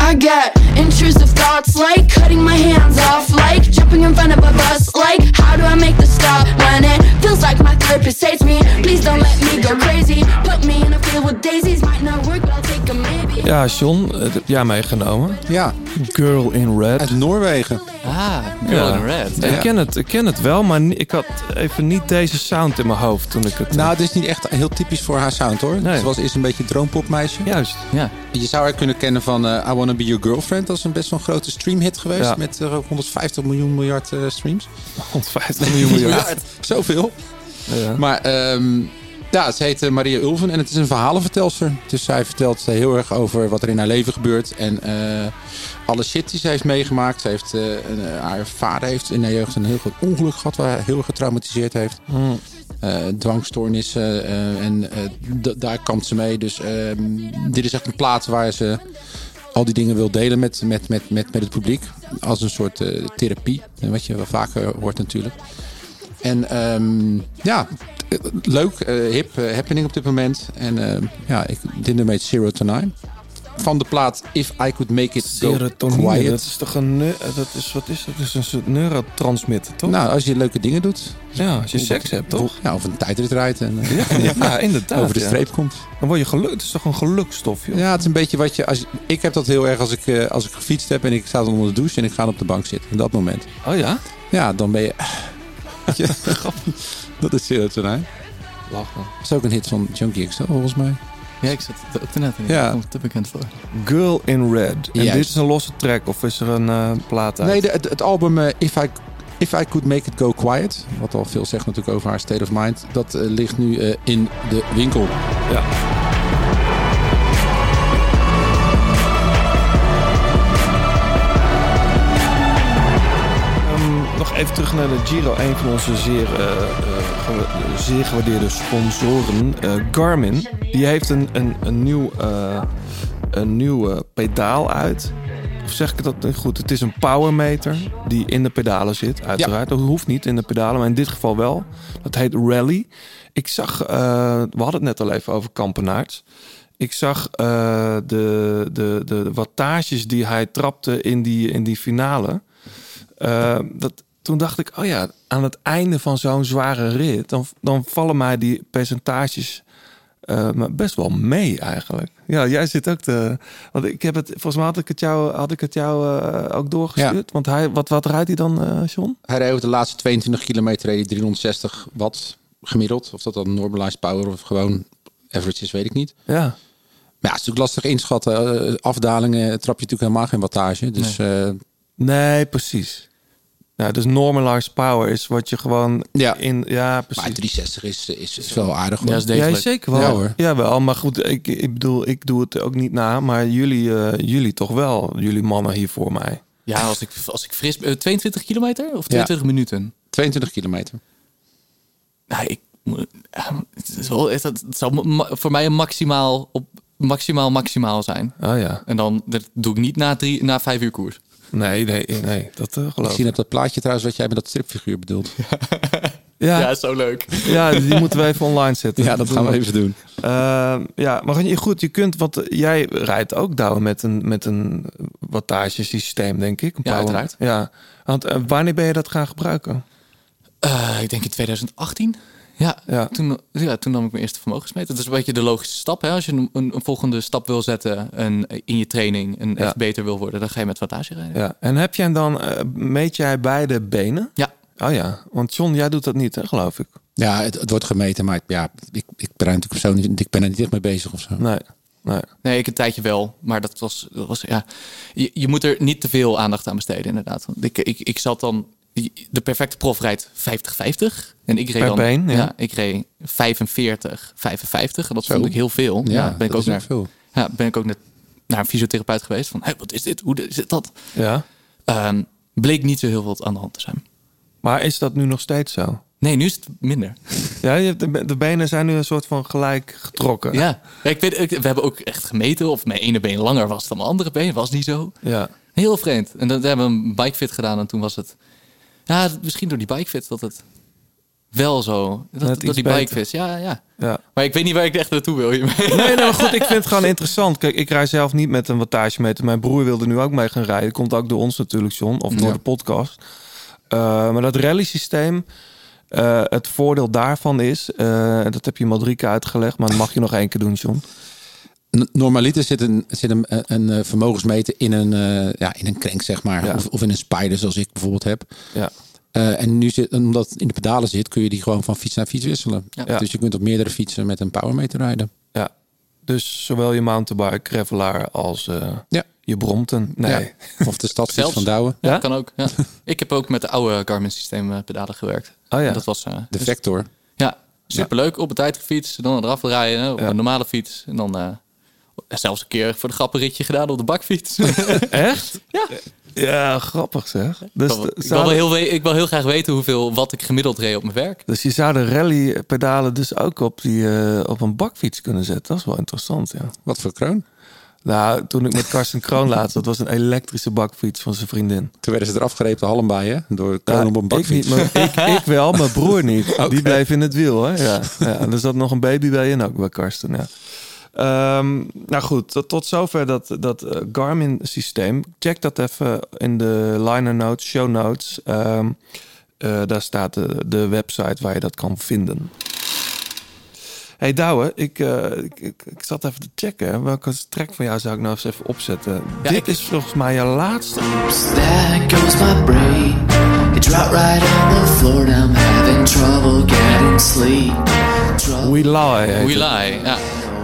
Speaker 11: I get intrusive thoughts like cutting my hands off, like jumping in front of a bus, like how do I make the stop when it feels like my therapist hates me? Please don't let me go crazy. Put me in a field with daisies, might not work, but I'll take a maybe.
Speaker 1: Ja, John, dat heb jij meegenomen.
Speaker 3: Ja.
Speaker 1: Girl in Red.
Speaker 3: Uit Noorwegen.
Speaker 8: Ah, Girl in Red.
Speaker 1: Ik, ken het, ik ken het wel, maar ni- ik had even niet deze sound in mijn hoofd toen ik het... eh,
Speaker 3: Nou, het is niet echt heel typisch voor haar sound hoor.
Speaker 1: Nee.
Speaker 3: Ze was eerst een beetje droompopmeisje.
Speaker 1: Juist.
Speaker 8: Ja.
Speaker 3: Je zou haar kunnen kennen van eh, I Wanna Be Your Girlfriend. Dat is een best wel een grote streamhit geweest.
Speaker 1: Ja.
Speaker 3: Met eh, 150 miljoen miljard eh,
Speaker 1: (laughs)
Speaker 3: streams.
Speaker 1: 150 (laughs) miljoen miljard.
Speaker 3: Zoveel.
Speaker 1: Ja.
Speaker 3: Maar ehm, ja, ze heet eh, Maria Ulven en het is een verhalenvertelster. Dus zij vertelt eh, heel erg over wat er in haar leven gebeurt. En eh, alle shit die ze heeft meegemaakt. Ze heeft, eh, een, eh, haar vader heeft in haar jeugd een heel groot ongeluk gehad. Waar haar heel erg getraumatiseerd heeft.
Speaker 1: Hmm.
Speaker 3: Eh, dwangstoornissen. eh, en eh, d- daar kampt ze mee. Dus ehm, dit is echt een plaats waar ze al die dingen wil delen met, met, met, met, met het publiek. Als een soort eh, therapie. En Wat je wel vaker hoort natuurlijk. En ehm, ja, eh, leuk, eh, hip, eh, happening op dit moment. En ehm, ja, ik, dit nummer heet Zero to Nine. Van de plaat If I Could Make It Go
Speaker 1: Serotonine, dat
Speaker 3: Quiet.
Speaker 1: is toch een... neu- Dat is, wat is dat? Dat is een soort neurotransmitter, toch?
Speaker 3: Nou, als je leuke dingen doet.
Speaker 1: ja, als je seks hebt, toch?
Speaker 3: Ja, of een tijdrit rijdt en eh, (laughs)
Speaker 1: Ja, inderdaad.
Speaker 3: over de
Speaker 1: ja.
Speaker 3: streep komt.
Speaker 1: Dan word je geluk. Het is toch een gelukstof, joh?
Speaker 3: Ja, het is een beetje wat je... Als, je- ik heb dat heel erg als ik, eh, als ik gefietst heb en ik sta dan onder de douche en ik ga dan op de bank zitten. In dat moment.
Speaker 1: Oh ja?
Speaker 3: Ja, dan ben
Speaker 8: (laughs)
Speaker 3: je... Weet je, dat is Zero to Nine.
Speaker 1: Lachen.
Speaker 3: Dat is ook een hit van Junkie XL, volgens mij.
Speaker 8: Ja, ik zat het ook te net in.
Speaker 3: Ja.
Speaker 8: Ja. komt te bekend voor.
Speaker 1: Girl in Red. En
Speaker 3: Juist.
Speaker 1: dit is een losse track of is er een eh plaat uit?
Speaker 3: Nee, de- het, het album eh, If, I, If I Could Make It Go Quiet, wat al veel zegt natuurlijk over haar state of mind, dat eh, ligt nu eh, in de winkel.
Speaker 1: Ja. Ehm, Nog even terug naar de Giro. Een van onze zeer, eh, eh, gewa- zeer gewaardeerde sponsoren, eh, Garmin, die heeft een, een, een nieuw, eh, een nieuw eh, pedaal uit. Of zeg ik dat niet goed? Het is een powermeter die in de pedalen zit, uiteraard. Dat hoeft niet in de pedalen, maar in dit geval wel. Dat heet Rally. Ik zag, eh, we hadden het net al even over Kampenaarts. Ik zag eh, de, de, de wattages die hij trapte in die, in die finale. Eh, dat, toen dacht ik, oh ja, aan het einde van zo'n zware rit... dan, dan vallen mij die percentages eh, maar best wel mee eigenlijk. Ja, jij zit ook te... Want ik heb het, volgens mij had ik het jou, had ik het jou eh, ook doorgestuurd. Want hij, wat, wat rijdt hij dan, eh, John?
Speaker 3: Hij reed over de laatste 22 kilometer reed hij 360 watt gemiddeld. Of dat dan normalized power of gewoon average is, weet ik niet.
Speaker 1: Ja,
Speaker 3: Maar ja, het is natuurlijk lastig inschatten. Eh, afdalingen trap je natuurlijk helemaal geen wattage. Dus eh,
Speaker 1: nee, precies. Ja, dus normalized power is wat je gewoon
Speaker 3: Ja.
Speaker 1: in... Ja,
Speaker 3: maar
Speaker 1: precies.
Speaker 3: 360 is, is, is wel aardig hoor.
Speaker 8: Ja, is
Speaker 1: Jij
Speaker 8: degelijk.
Speaker 1: zeker wel.
Speaker 3: Ja, hoor.
Speaker 1: Jawel, maar goed, ik, ik bedoel, ik doe het ook niet na. Maar jullie, eh, jullie toch wel, jullie mannen hier voor mij.
Speaker 8: Ja, als ik, als ik fris... eh, 22 kilometer of 22 minuten?
Speaker 3: 22 kilometer.
Speaker 8: Nou, ik, eh, het, is wel, het, het zou ma- voor mij een maximaal, op, maximaal, maximaal zijn.
Speaker 1: Oh ja.
Speaker 8: En dan dat doe ik niet na, drie, na vijf uur koers.
Speaker 1: Nee, nee, nee, dat eh,
Speaker 3: Ik
Speaker 1: geloof
Speaker 3: zie
Speaker 1: ik.
Speaker 3: op dat plaatje trouwens wat jij met dat stripfiguur bedoelt.
Speaker 1: (laughs) Ja,
Speaker 8: Ja,
Speaker 1: ja.
Speaker 8: zo leuk.
Speaker 1: die moeten we even online zetten.
Speaker 3: even doen.
Speaker 1: Eh, ja, maar je- goed, je kunt, want jij rijdt ook down met een, met een wattagesysteem, denk ik. Een
Speaker 8: Ja,
Speaker 1: power-
Speaker 8: uiteraard.
Speaker 1: Ja, want eh, wanneer ben je dat gaan gebruiken?
Speaker 8: Eh, ik denk in 2018. Ja,
Speaker 1: Ja.
Speaker 8: Toen, ja, toen nam ik mijn eerste vermogensmeter. Dat is een beetje de logische stap. Hè? Als je een, een, een volgende stap wil zetten en in je training en
Speaker 1: Ja.
Speaker 8: echt beter wil worden, dan ga je met wattage rijden.
Speaker 1: Ja. En heb jij hem dan, eh meet jij beide benen?
Speaker 8: Ja.
Speaker 1: Oh ja, want John, jij doet dat niet, hè, geloof ik.
Speaker 3: Ja, het, het wordt gemeten, maar ik, ja, ik, ik ben er natuurlijk persoonlijk ik ben er niet echt mee bezig of zo.
Speaker 1: Nee. Nee.
Speaker 8: nee, ik een tijdje wel. Maar dat was, dat was ja. Je, je moet er niet te veel aandacht aan besteden, inderdaad. Want ik, ik, ik zat dan. De perfecte prof rijdt 50-50. En ik reed
Speaker 1: Per
Speaker 8: dan.
Speaker 1: been, ja.
Speaker 8: ik reed 45, 55. En dat vond
Speaker 1: Zo.
Speaker 8: ik heel veel.
Speaker 1: Ja,
Speaker 8: ben
Speaker 1: dat
Speaker 8: ik ook
Speaker 1: is
Speaker 8: naar,
Speaker 1: ook veel.
Speaker 8: Ja, ben ik ook net naar een fysiotherapeut geweest. Van, hey, wat is dit? Hoe is dit dat?
Speaker 1: Ja.
Speaker 8: Ehm, bleek niet zo heel veel aan de hand te zijn.
Speaker 1: Maar is dat nu nog steeds zo?
Speaker 8: Nee, nu is het minder.
Speaker 1: Ja, je hebt de, be- de benen zijn nu een soort van gelijk getrokken.
Speaker 8: Ja, Ja, ik weet, ik- we hebben ook echt gemeten of mijn ene been langer was dan mijn andere been. Was niet zo.
Speaker 1: Ja.
Speaker 8: Heel vreemd. En dan hebben we een bikefit gedaan en toen was het... Ja, misschien door die bikefit dat het wel zo... Dat,
Speaker 1: Net
Speaker 8: dat
Speaker 1: iets
Speaker 8: die
Speaker 1: beter.
Speaker 8: bikefit, ja, ja.
Speaker 1: Ja.
Speaker 8: Maar ik weet niet waar ik echt naartoe wil (laughs) hiermee.
Speaker 1: Nee, nee, maar goed, ik vind het gewoon interessant. Kijk, ik rij zelf niet met een wattagemeter. Mijn broer wilde nu ook mee gaan rijden. Komt ook door ons natuurlijk, John, of door
Speaker 8: Ja.
Speaker 1: de podcast. Eh, maar dat rally-systeem, eh, het voordeel daarvan is... eh, dat heb je Madrika uitgelegd, maar dat mag je nog één keer doen, John.
Speaker 3: N- Normaliter zit een, zit een, een eh, vermogensmeter in een, eh, ja, in een crank, zeg maar. Of, of in een spider, zoals ik bijvoorbeeld heb.
Speaker 1: Ja.
Speaker 3: Eh, en nu zit, omdat het in de pedalen zit, kun je die gewoon van fiets naar fiets wisselen.
Speaker 1: Ja. Ja.
Speaker 3: Dus je kunt op meerdere fietsen met een powermeter rijden.
Speaker 1: Ja, dus zowel je mountainbike, gravelaar als eh, je Brompton. Nee.
Speaker 3: Ja. Of de
Speaker 1: (laughs)
Speaker 3: stadsfiets
Speaker 8: Zelfs.
Speaker 3: van Douwen.
Speaker 8: Ja, kan ook. Ja. Ik heb ook met de oude Garmin systeem eh, pedalen gewerkt.
Speaker 3: Oh ja.
Speaker 8: En dat was, eh,
Speaker 3: De
Speaker 8: dus-
Speaker 3: Vector.
Speaker 8: Ja, superleuk. Op een tijdfiets, dan eraf rijden, op een normale fiets. En dan eh, zelfs een keer voor de grappen ritje gedaan op de bakfiets. (laughs)
Speaker 1: Dus Echt? Ja. Ja, grappig zeg. Dus,
Speaker 8: ik, wil,
Speaker 1: de-
Speaker 8: ik, wil wel
Speaker 1: zouden-
Speaker 8: heel, we- ik wil heel graag weten hoeveel wat ik gemiddeld reed op mijn werk.
Speaker 1: dus je zou de rally-pedalen dus ook op, die, eh, op een bakfiets kunnen zetten. Dat is wel interessant, ja.
Speaker 3: Wat voor kroon?
Speaker 1: Nou, toen ik met Karsten Kroon laatst, dat was een elektrische bakfiets van zijn vriendin.
Speaker 3: Toen werden ze eraf gerepen, halm bij hè? Door kroon
Speaker 1: Ja,
Speaker 3: op een bakfiets.
Speaker 1: Ik, niet, maar ik, ik wel, mijn broer (laughs) niet. Die bleef in het wiel. Hè? Ja, ja, en er zat nog een baby bij en ook bij Karsten. Ja. Ehm, nou goed, tot, tot zover dat, dat eh, Garmin-systeem. Check dat even in de liner notes, show notes. Ehm, eh, daar staat de, de website waar je dat kan vinden. Hey Douwe, ik, eh, ik, ik, ik zat even te checken. hè. Welke track van jou zou ik nou eens even opzetten? Dit is volgens mij jouw laatste.
Speaker 12: There goes my brain. It dropped right on the floor. and I'm having trouble getting sleep.
Speaker 1: We Lie. heet
Speaker 8: We
Speaker 1: het.
Speaker 8: Lie, ja.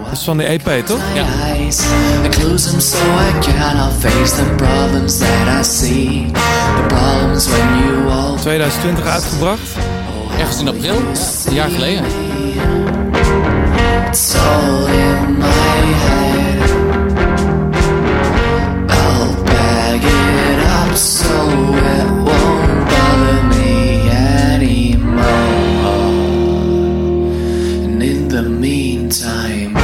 Speaker 1: Dat is van de EP, toch?
Speaker 12: My eyes, I close them so I cannot face the problems that I see. The problems when you all
Speaker 1: 2020 uitgebracht.
Speaker 8: Ergens in april, een jaar geleden.
Speaker 12: It's all in my head. I'll bag it up so it won't bother me anymore. And in the meantime,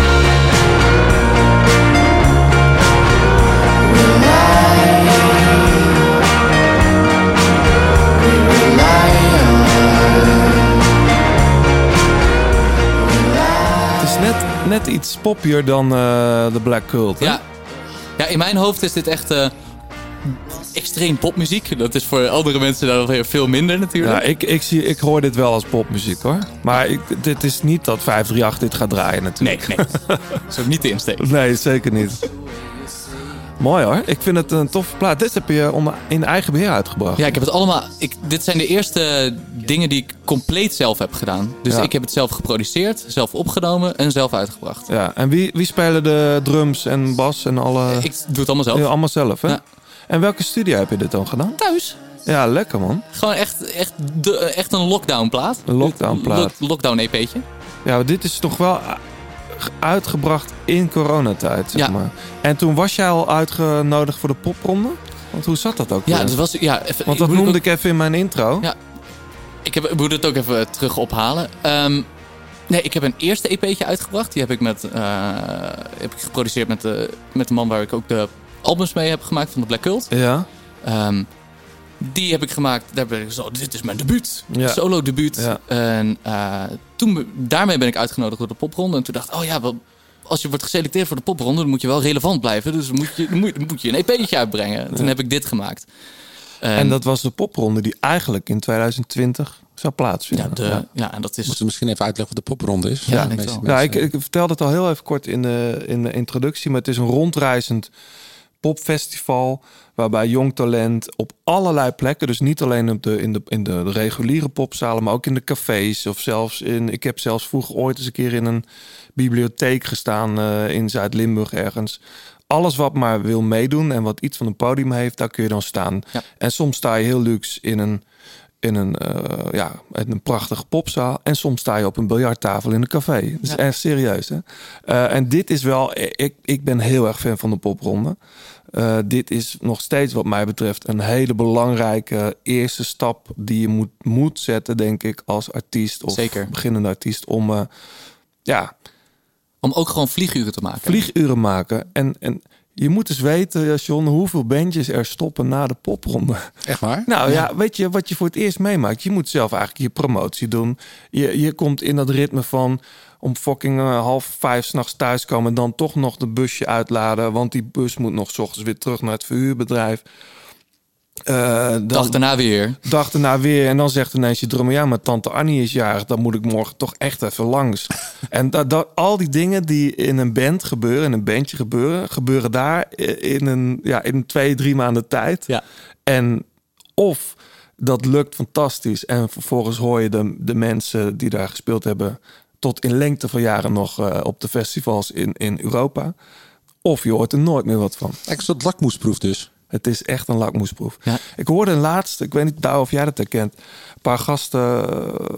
Speaker 1: Het is net, net iets poppier dan eh The Black Cult. Hè?
Speaker 8: Ja. ja, in mijn hoofd is dit echt eh, extreem popmuziek. Dat is voor andere mensen dan weer veel minder
Speaker 1: Ja,
Speaker 8: natuurlijk.
Speaker 1: ik, ik, zie, ik hoor dit wel als popmuziek hoor. Maar ik, dit is niet dat 538 dit gaat draaien natuurlijk. (laughs)
Speaker 8: Nee, nee. is ook niet de insteek.
Speaker 1: Nee, zeker niet. Mooi hoor. Ik vind het een toffe plaat. Dit heb je onder, in eigen beheer uitgebracht.
Speaker 8: Ja, ik heb het allemaal. Ik, dit zijn de eerste dingen die ik compleet zelf heb gedaan. Dus
Speaker 1: Ja.
Speaker 8: ik heb het zelf geproduceerd, zelf opgenomen en zelf uitgebracht.
Speaker 1: Ja, en wie, wie spelen de drums en bas en alle...
Speaker 8: Ik doe het allemaal zelf.
Speaker 1: Eh. Ja, allemaal zelf, hè? En welke studio heb je dit dan gedaan?
Speaker 8: Thuis.
Speaker 1: Ja, lekker man.
Speaker 8: Gewoon echt, echt, de, echt een lockdown plaat.
Speaker 1: Een lockdownplaat.
Speaker 8: lockdown E EP'tje.
Speaker 1: Ja, maar dit is toch wel a- uitgebracht in coronatijd, zeg maar. En toen was jij al uitgenodigd voor de popronde? Want hoe zat dat ook
Speaker 8: Ja,
Speaker 1: weer?
Speaker 8: dat was. Ja, even,
Speaker 1: Want
Speaker 8: ik
Speaker 1: dat
Speaker 8: moet
Speaker 1: noemde
Speaker 8: ook-
Speaker 1: ik even in mijn intro.
Speaker 8: Ja. Ik, heb, ik moet het ook even eh, terug ophalen. Ehm, nee, ik heb een eerste EP'tje uitgebracht. Die heb ik, met, eh, heb ik geproduceerd met de, met de man waar ik ook de albums mee heb gemaakt van de Black Cult.
Speaker 1: Ja.
Speaker 8: Ehm, die heb ik gemaakt. Daar ben ik zo, dit is mijn debuut.
Speaker 1: Ja.
Speaker 8: Solo debuut.
Speaker 1: Ja.
Speaker 8: En eh, toen, be- daarmee ben ik uitgenodigd voor de popronde. En toen dacht ik, oh ja, wel, als je wordt geselecteerd voor de popronde, dan moet je wel relevant blijven. Dus dan moet je, dan moet, dan moet je een EP'tje uitbrengen. Toen
Speaker 1: Ja.
Speaker 8: heb ik dit gemaakt.
Speaker 1: En dat was de popronde die eigenlijk in 2020 zou plaatsvinden.
Speaker 8: Ja, de- ja, en dat is...
Speaker 3: Dus Moeten we misschien even uitleggen wat de popronde is?
Speaker 1: Ja,
Speaker 3: Voor de meeste
Speaker 1: nou,
Speaker 3: mensen.
Speaker 1: ik, ik vertelde het al heel even kort in de, in de introductie, maar het is een rondreizend popfestival. Waarbij jong talent op allerlei plekken, dus niet alleen op de, in, de, in de reguliere popzalen, maar ook in de cafés. Of zelfs in. Ik heb zelfs vroeger ooit eens een keer in een bibliotheek gestaan eh, in Zuid-Limburg ergens. Alles wat maar wil meedoen en wat iets van een podium heeft, daar kun je dan staan. En soms sta je heel luxe in een in een, eh, ja, in een prachtige popzaal. En soms sta je op een biljarttafel in een café. Dat is echt serieus. Hè? Eh, en dit is wel, ik, ik ben heel erg fan van de popronde. Eh, dit is nog steeds wat mij betreft een hele belangrijke eerste stap die je moet, moet zetten, denk ik, als artiest of beginnende artiest om eh, ja,
Speaker 8: Om ook gewoon vlieguren te maken.
Speaker 1: vlieguren maken. En, en je moet eens weten, ja, John, hoeveel bandjes er stoppen na de popronde.
Speaker 3: Echt waar?
Speaker 1: Nou ja, weet je wat je voor het eerst meemaakt? Je moet zelf eigenlijk je promotie doen. Je, je komt in dat ritme van om fucking eh, half vijf s'nachts thuiskomen... en dan toch nog de busje uitladen... want die bus moet nog s ochtends weer terug naar het verhuurbedrijf. Eh, dan-
Speaker 8: Dag daarna weer.
Speaker 1: Dag daarna weer. En dan zegt ineens je drummer... ja, maar tante Annie is jarig. Dan moet ik morgen toch echt even (laughs) langs. en dat, dat, al die dingen die in een band gebeuren... in een bandje gebeuren... gebeuren daar eh, in, een, ja, in twee, drie maanden tijd. En of dat lukt fantastisch... en vervolgens hoor je de, de mensen die daar gespeeld hebben... tot in lengte van jaren nog eh, op de festivals in, in Europa... Of je hoort er nooit meer wat van.
Speaker 3: Echt een soort lakmoesproef dus.
Speaker 1: Het is echt een lakmoesproef. Ik hoorde een laatste, ik weet niet Douwe, of jij dat herkent. Een paar gasten, eh,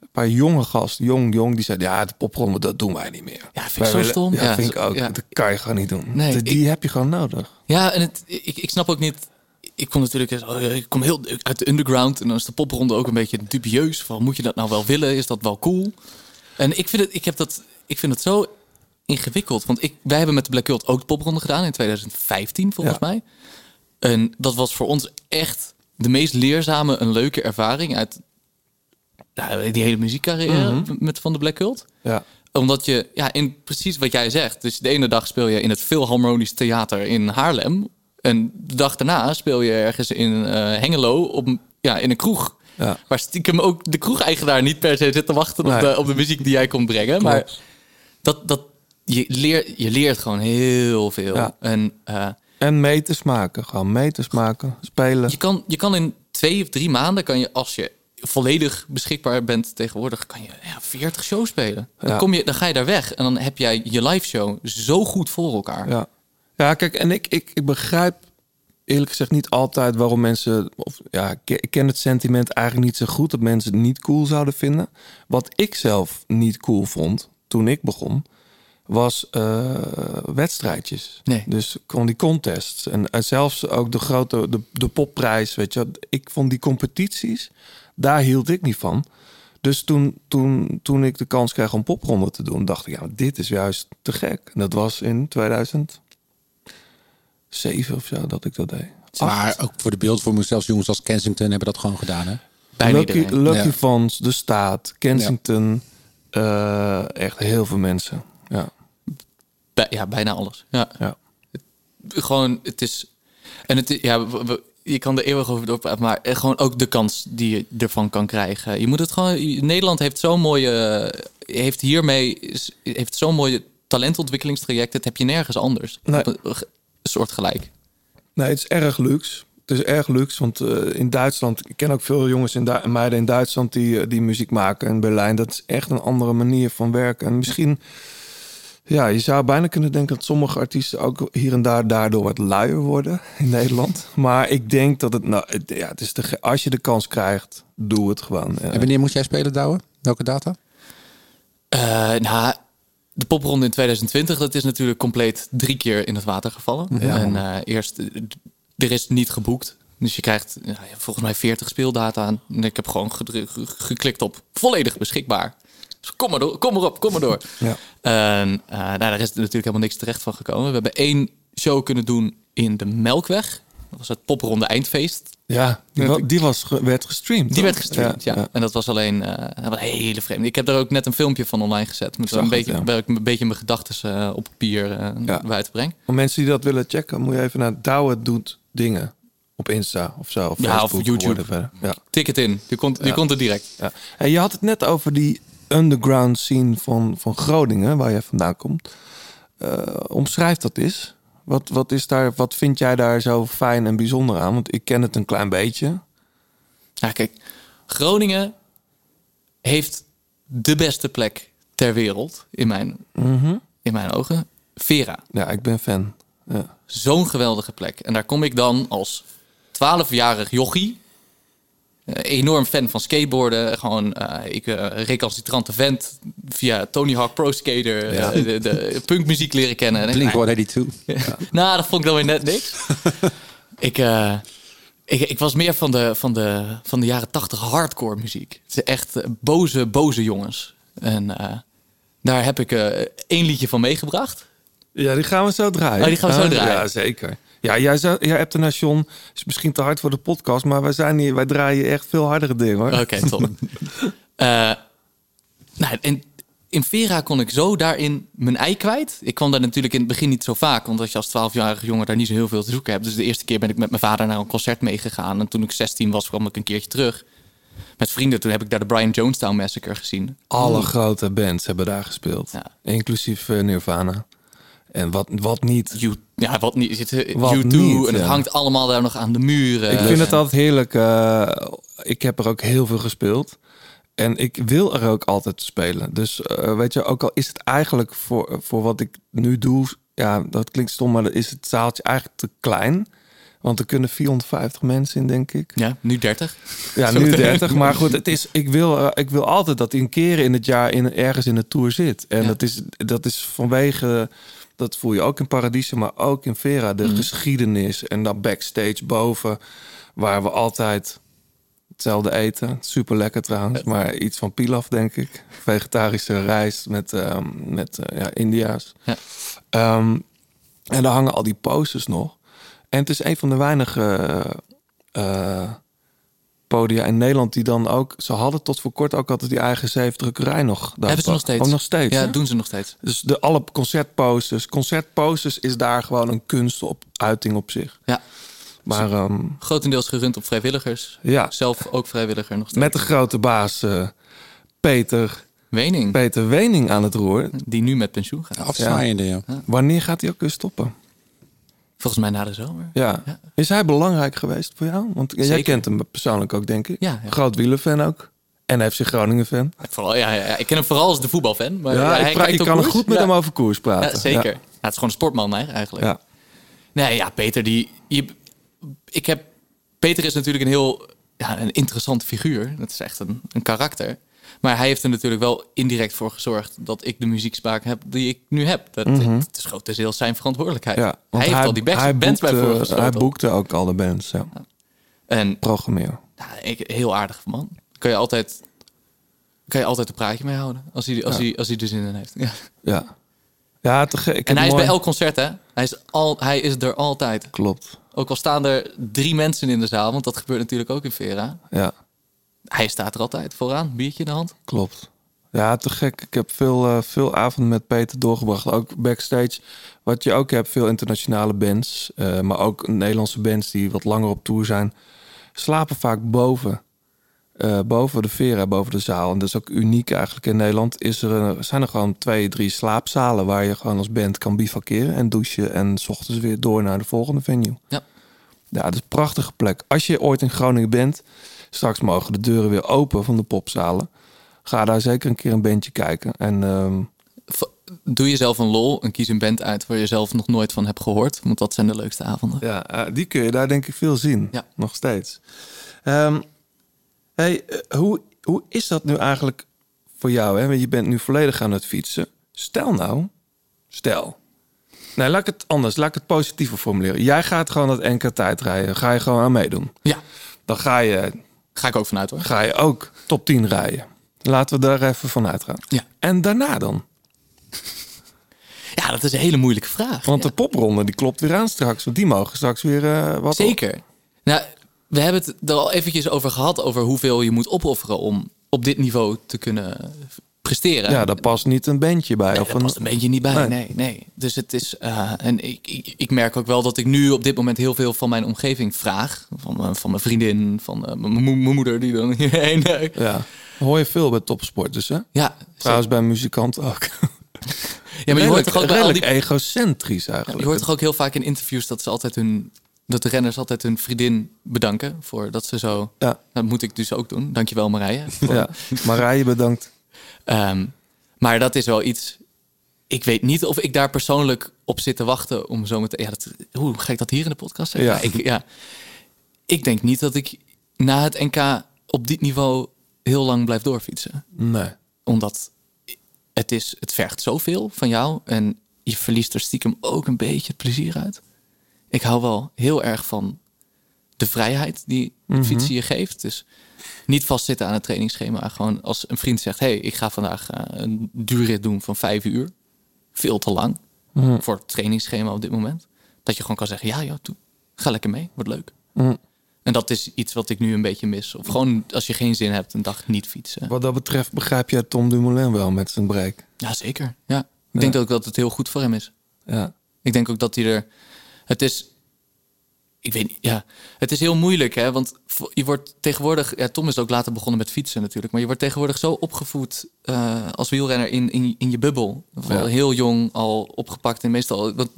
Speaker 1: een paar jonge gasten, jong, jong, die zeiden... Ja, de popronde, dat doen wij niet meer. Ja,
Speaker 8: ik zo stom.
Speaker 1: Ja,
Speaker 8: Ja,
Speaker 1: vind ik
Speaker 8: zo-
Speaker 1: ook.
Speaker 8: ja.
Speaker 1: Dat kan je gewoon niet doen.
Speaker 8: Nee,
Speaker 1: Die- die heb je gewoon nodig.
Speaker 8: Ja, en het, ik, ik snap ook niet. Ik kom natuurlijk eens- oh, ik kom heel uit de underground. En dan is de popronde ook een beetje dubieus. Van, moet je dat nou wel willen? Is dat wel cool? En ik vind het, ik heb dat, ik vind het zo ingewikkeld. Want ik, wij hebben met de Black Cult ook de popronde gedaan in 2015, volgens mij. En dat was voor ons echt de meest leerzame en leuke ervaring uit nou, die hele muziekcarrière
Speaker 1: Mhm.
Speaker 8: met Van de Black Cult
Speaker 1: Ja.
Speaker 8: omdat je, ja, in precies wat jij zegt. Dus de ene dag speel je in het Philharmonisch Theater in Haarlem. En de dag daarna speel je ergens in eh, Hengelo op, een- ja, in een kroeg.
Speaker 1: Ja.
Speaker 8: Waar stiekem ook de kroegeigenaar niet per se zit te wachten op,
Speaker 1: Nee.
Speaker 8: de, op de muziek die jij komt brengen. Maar dat, dat, je, leert je leert gewoon heel veel.
Speaker 1: Ja.
Speaker 8: En, eh,
Speaker 1: En meters maken, gewoon meters maken, spelen.
Speaker 8: je kan, je kan in twee of drie maanden, kan je, als je volledig beschikbaar bent tegenwoordig, kan je ja, 40 shows spelen.
Speaker 1: Ja.
Speaker 8: Dan, kom je, dan ga je daar weg en dan heb jij je live show zo goed voor elkaar.
Speaker 1: Ja, ja kijk, en ik, ik, ik begrijp eerlijk gezegd niet altijd waarom mensen. Of, ja, ik ken- ik ken het sentiment eigenlijk niet zo goed dat mensen het niet cool zouden vinden. Wat ik zelf niet cool vond toen ik begon, was eh, wedstrijdjes.
Speaker 8: Nee.
Speaker 1: Dus kon die contests. En, en zelfs ook de grote, de, de popprijs, weet je. wel. Ik vond die competities, daar hield ik niet van. Dus toen, toen, toen ik de kans kreeg om popronde te doen, dacht ik, ja, maar dit is juist te gek. En dat was in 2007 of zo dat ik dat deed.
Speaker 3: Maar ook voor de beeld voor mezelf, jongens als Kensington hebben dat gewoon gedaan. Hè?
Speaker 1: Ah, Lucky, Lucky
Speaker 3: Ja.
Speaker 1: Fans, De Staat, Kensington, eh, echt heel veel mensen. Ja.
Speaker 8: Bij- ja, bijna alles. Ja.
Speaker 1: Ja.
Speaker 8: Het- gewoon, het is. En het, i- ja, we- we- je kan er eeuwig over doorpraten, maar eh, gewoon ook de kans die je ervan kan krijgen. Je moet het gewoon. je- Nederland heeft zo'n mooie. eh, Heeft hiermee. is- Heeft zo'n mooie talentontwikkelingstraject. Dat heb je nergens anders. Op een, eh, een soort gelijk.
Speaker 1: Nee, het is erg luxe. Het is erg luxe, want eh, in Duitsland... Ik ken ook veel jongens en du- meiden in Duitsland die, eh, die muziek maken. In Berlijn, dat is echt een andere manier van werken. En misschien... Ja, je zou bijna kunnen denken dat sommige artiesten ook hier en daar daardoor wat luier worden in Nederland. Maar ik denk dat het, nou, het- ja, het is de, ge- als je de kans krijgt, doe het gewoon. Eh,
Speaker 3: En wanneer moest jij spelen, Douwe? Welke data?
Speaker 8: Eh, nou, de popronde in 2020, dat is natuurlijk compleet drie keer in het water gevallen.
Speaker 3: Ja.
Speaker 8: En eh, eerst, eh, d- er is niet geboekt. Dus je krijgt ja, volgens mij 40 speeldata aan. En ik heb gewoon gedru- ge- geklikt op volledig beschikbaar. Dus kom maar, door, kom maar op, kom maar door.
Speaker 1: Ja.
Speaker 8: En eh, nou, daar is natuurlijk helemaal niks terecht van gekomen. We hebben één show kunnen doen in de Melkweg. Dat was het popronde eindfeest.
Speaker 1: Ja, die, wa- die was, ge- werd gestreamd.
Speaker 8: Die
Speaker 1: toch?
Speaker 8: werd gestreamd, ja. En dat was alleen eh, wat hele vreemd. Ik heb daar ook net een filmpje van online gezet. Met
Speaker 1: zag
Speaker 8: een
Speaker 1: het,
Speaker 8: beetje,
Speaker 1: ja.
Speaker 8: Waar ik een beetje mijn gedachten op papier eh buiten breng.
Speaker 1: Voor mensen die dat willen checken, moet je even naar Douwe Doet Dingen op Insta of zo. Of
Speaker 8: Ja,
Speaker 1: Facebook,
Speaker 8: of YouTube.
Speaker 1: hoe wordt het verder? Ja.
Speaker 8: Tik het in. Je komt, je
Speaker 1: Ja.
Speaker 8: komt er direct.
Speaker 1: Ja. En je had het net over die underground scene van, van Groningen, waar jij vandaan komt. Eh, omschrijf dat eens. Wat, wat, is daar, wat vind jij daar zo fijn en bijzonder aan? Want ik ken het een klein beetje.
Speaker 8: Ja, kijk, Groningen heeft de beste plek ter wereld, in mijn,
Speaker 1: Mhm.
Speaker 8: in mijn ogen. Vera.
Speaker 1: Ja, ik ben fan. Ja.
Speaker 8: Zo'n geweldige plek. En daar kom ik dan als 12-jarig jochie. eh, enorm fan van skateboarden. Gewoon eh, ik, eh recalcitrante vent. Via Tony Hawk Pro Skater
Speaker 3: Ja.
Speaker 8: eh, de, de punkmuziek leren kennen. En ik-
Speaker 3: Blink
Speaker 8: nou,
Speaker 3: 182.
Speaker 8: nou, dat vond ik dan weer net
Speaker 3: (laughs)
Speaker 8: niks. ik, eh, ik, ik was meer van de, van de, van de jaren 80 hardcore muziek. Het zijn echt eh, boze, boze jongens. En eh, daar heb ik eh, één liedje van meegebracht.
Speaker 1: Ja, die gaan we zo draaien.
Speaker 8: Oh, die gaan we zo
Speaker 1: Ah,
Speaker 8: draaien.
Speaker 1: Ja, zeker. Ja, jij, zou, jij hebt de Nation. is misschien te hard voor de podcast, maar wij, zijn hier, wij draaien echt veel hardere dingen hoor.
Speaker 8: Oké,
Speaker 1: (laughs)
Speaker 8: top. Eh, nou, en in Vera kon ik zo daarin mijn ei kwijt. Ik kwam daar natuurlijk in het begin niet zo vaak, want als je als 12-jarige jongen daar niet zo heel veel te zoeken hebt. Dus de eerste keer ben ik met mijn vader naar een concert meegegaan. En toen ik 16 was, kwam ik een keertje terug met vrienden. Toen heb ik daar de Brian Jonestown Massacre gezien.
Speaker 1: Alle grote bands hebben daar gespeeld. Inclusief eh, Nirvana. En wat, wat niet.
Speaker 8: ja, wat niet. Zit, eh,
Speaker 1: Wat
Speaker 8: U2
Speaker 1: niet,
Speaker 8: en het
Speaker 1: ja.
Speaker 8: hangt allemaal daar nog aan de muren.
Speaker 1: Ik vind het altijd heerlijk. eh, ik heb er ook heel veel gespeeld. En ik wil er ook altijd spelen. Dus eh, weet je, ook al is het eigenlijk voor, voor wat ik nu doe... Ja, dat klinkt stom, maar dan is het zaaltje eigenlijk te klein. Want er kunnen 450 mensen in, denk ik.
Speaker 8: Ja, nu 30. (laughs)
Speaker 1: Ja, nu 30. Maar goed, het is, ik, wil, eh, ik wil altijd dat hij een keer in het jaar in, ergens in de tour zit. En dat, is, dat is vanwege, dat voel je ook in Paradiso, maar ook in Vera, de geschiedenis. En dan backstage boven, waar we altijd hetzelfde eten. Super lekker trouwens, maar iets van pilaf, denk ik. Vegetarische rijst met, ehm, met eh, ja, India's. Ehm, en daar hangen al die posters nog. En het is een van de weinige eh, podia in Nederland die dan ook... Ze hadden tot voor kort ook altijd die eigen zeefdrukkerij nog. daar
Speaker 8: Hebben ze
Speaker 1: pa-
Speaker 8: nog steeds.
Speaker 1: Ook Oh, nog steeds.
Speaker 8: Ja,
Speaker 1: hè?
Speaker 8: doen ze nog steeds.
Speaker 1: Dus de, alle concertposters. Concertposters is daar gewoon een kunst op, uiting op zich.
Speaker 8: Ja.
Speaker 1: Maar ehm,
Speaker 8: Grotendeels gerund op vrijwilligers.
Speaker 1: Ja.
Speaker 8: Zelf ook vrijwilliger nog steeds.
Speaker 1: met de grote baas eh, Peter...
Speaker 8: Wening.
Speaker 1: Peter Wening aan het roer.
Speaker 8: Die nu met pensioen gaat.
Speaker 3: Afzwaaiende, ja.
Speaker 1: Wanneer gaat hij ook weer stoppen?
Speaker 8: Volgens mij na de zomer.
Speaker 1: Ja. Is hij belangrijk geweest voor jou? Want jij
Speaker 8: Zeker.
Speaker 1: kent hem persoonlijk ook, denk ik.
Speaker 8: Ja, ja.
Speaker 1: Groot wielerfan ook. En FC Groningen fan.
Speaker 8: Vooral, ja, ja, ja. Ik ken hem vooral als de voetbalfan. Maar
Speaker 1: ja,
Speaker 8: ja,
Speaker 1: ik
Speaker 8: hij
Speaker 1: pra-
Speaker 8: kijkt
Speaker 1: ik
Speaker 8: ook
Speaker 1: kan er
Speaker 8: koers.
Speaker 1: goed met
Speaker 8: Ja.
Speaker 1: hem over koers praten.
Speaker 8: Ja, zeker. Ja, het is gewoon een sportman hè, eigenlijk.
Speaker 1: Ja.
Speaker 8: Nee, ja, Peter, die, je, ik heb, Peter is natuurlijk een heel ja, een interessante figuur. Dat is echt een, een karakter. Maar hij heeft er natuurlijk wel indirect voor gezorgd dat ik de muziekspraak heb die ik nu heb. Dat,
Speaker 1: Mhm.
Speaker 8: Het is grotendeels zijn verantwoordelijkheid.
Speaker 1: Ja,
Speaker 8: hij
Speaker 1: want
Speaker 8: heeft al die best,
Speaker 1: hij
Speaker 8: bands bij
Speaker 1: boekte-
Speaker 8: voor
Speaker 1: Hij
Speaker 8: gesloten.
Speaker 1: boekte ook al de bands, ja.
Speaker 8: En
Speaker 1: Programmeer.
Speaker 8: Ja, ik, heel aardig man. Kan je altijd, kan je altijd een praatje mee houden. Als hij, als
Speaker 1: Ja.
Speaker 8: hij, als hij er zin in heeft. Ja.
Speaker 1: Ja. Ja, te gek. Ik
Speaker 8: En
Speaker 1: heb
Speaker 8: hij is
Speaker 1: mooi-
Speaker 8: bij elk concert, hè? Hij is, al, hij is er altijd.
Speaker 1: Klopt.
Speaker 8: Ook al staan er drie mensen in de zaal, want dat gebeurt natuurlijk ook in Vera.
Speaker 1: Ja,
Speaker 8: Hij staat er altijd vooraan, biertje in de hand.
Speaker 1: klopt. Ja, te gek. Ik heb veel, eh, veel avonden met Peter doorgebracht. Ook backstage. Wat je ook hebt, veel internationale bands. eh, maar ook Nederlandse bands die wat langer op tour zijn. Slapen vaak boven. eh, boven de Vera, boven de zaal. En dat is ook uniek eigenlijk in Nederland. Is er, een- zijn er gewoon twee, drie slaapzalen waar je gewoon als band kan bivakeren en douchen. En s ochtends weer door naar de volgende venue.
Speaker 8: Ja.
Speaker 1: Ja, dat is een prachtige plek. Als je ooit in Groningen bent, straks mogen de deuren weer open van de popzalen. Ga daar zeker een keer een bandje kijken. En ehm,
Speaker 8: Doe jezelf een lol en kies een band uit waar je zelf nog nooit van hebt gehoord. Want dat zijn de leukste avonden.
Speaker 1: ja, eh, die kun je daar denk ik veel zien. Nog steeds. Ehm, hey, eh, hoe, hoe is dat nu eigenlijk voor jou? Hè? Want je bent nu volledig aan het fietsen. Stel nou, stel. Nee, laat ik het anders. Laat ik het positiever formuleren. Jij gaat gewoon dat NK tijdrijden. Ga je gewoon aan meedoen.
Speaker 8: Ja.
Speaker 1: Dan ga je...
Speaker 8: Ga ik ook vanuit hoor.
Speaker 1: Ga je ook top 10 rijden. Laten we daar even van uitgaan.
Speaker 8: Ja.
Speaker 1: En daarna dan?
Speaker 8: Ja, dat is een hele moeilijke vraag.
Speaker 1: Want de popronde die klopt weer aan straks. Want die mogen straks weer eh, wat op.
Speaker 8: Zeker. Nou, we hebben het er al eventjes over gehad, over hoeveel je moet opofferen om op dit niveau te kunnen presteren.
Speaker 1: Ja, daar past niet een bandje bij. of
Speaker 8: daar past een bandje niet bij. Nee, nee. Dus het is. eh, en ik, ik, ik merk ook wel dat ik nu op dit moment heel veel van mijn omgeving vraag. Van, mijn- van mijn vriendin, van eh, mijn moe- mijn moeder die dan (laughs) hierheen. eh,
Speaker 1: Ja, hoor je veel bij topsporters, hè?
Speaker 8: Ja.
Speaker 1: Trouwens, bij muzikanten ook.
Speaker 8: maar je hoort toch ook bij al
Speaker 1: (laughs)
Speaker 8: die...
Speaker 1: redelijk egocentrisch
Speaker 8: Ja,
Speaker 1: eigenlijk.
Speaker 8: je hoort toch ook heel vaak in interviews dat ze altijd hun... Dat de renners altijd hun vriendin bedanken voor dat ze zo... Dat moet ik dus ook doen. Dankjewel Marije. voor-
Speaker 1: Ja, Marije
Speaker 8: (laughs)
Speaker 1: bedankt.
Speaker 8: Ehm, maar dat is wel iets... Ik weet niet of ik daar persoonlijk op zit te wachten om zo meteen... Ja, dat, hoe ga ik dat hier in de podcast zeggen?
Speaker 1: Ja.
Speaker 8: Ja. ik, ja. ik denk niet dat ik na het NK op dit niveau heel lang blijf doorfietsen.
Speaker 1: Nee.
Speaker 8: Omdat het, is, het vergt zoveel van jou. En je verliest er stiekem ook een beetje het plezier uit. Ik hou wel heel erg van de vrijheid die het
Speaker 1: Mhm.
Speaker 8: fietsen je geeft. Dus niet vastzitten aan het trainingsschema. Gewoon als een vriend zegt... hey, ik ga vandaag eh, een duurrit doen van vijf uur. Veel te lang
Speaker 1: Mhm.
Speaker 8: voor het trainingsschema op dit moment. Dat je gewoon kan zeggen... ja, ja, doe. ga lekker mee, wordt leuk.
Speaker 1: Mhm.
Speaker 8: En dat is iets wat ik nu een beetje mis. Of gewoon als je geen zin hebt, een dag niet fietsen.
Speaker 1: Wat dat betreft begrijp jij Tom Dumoulin wel met zijn break.
Speaker 8: Ja, zeker. Ja. Ik denk ook dat het heel goed voor hem is.
Speaker 1: Ja.
Speaker 8: Ik denk ook dat hij er... Het is... Ik weet niet, ja. Het is heel moeilijk, hè. Want vo- je wordt tegenwoordig... Ja, Tom is ook later begonnen met fietsen natuurlijk. Maar je wordt tegenwoordig zo opgevoed eh, als wielrenner in, in, in je bubbel. Van
Speaker 1: Ja.
Speaker 8: Heel jong al opgepakt. En meestal... Want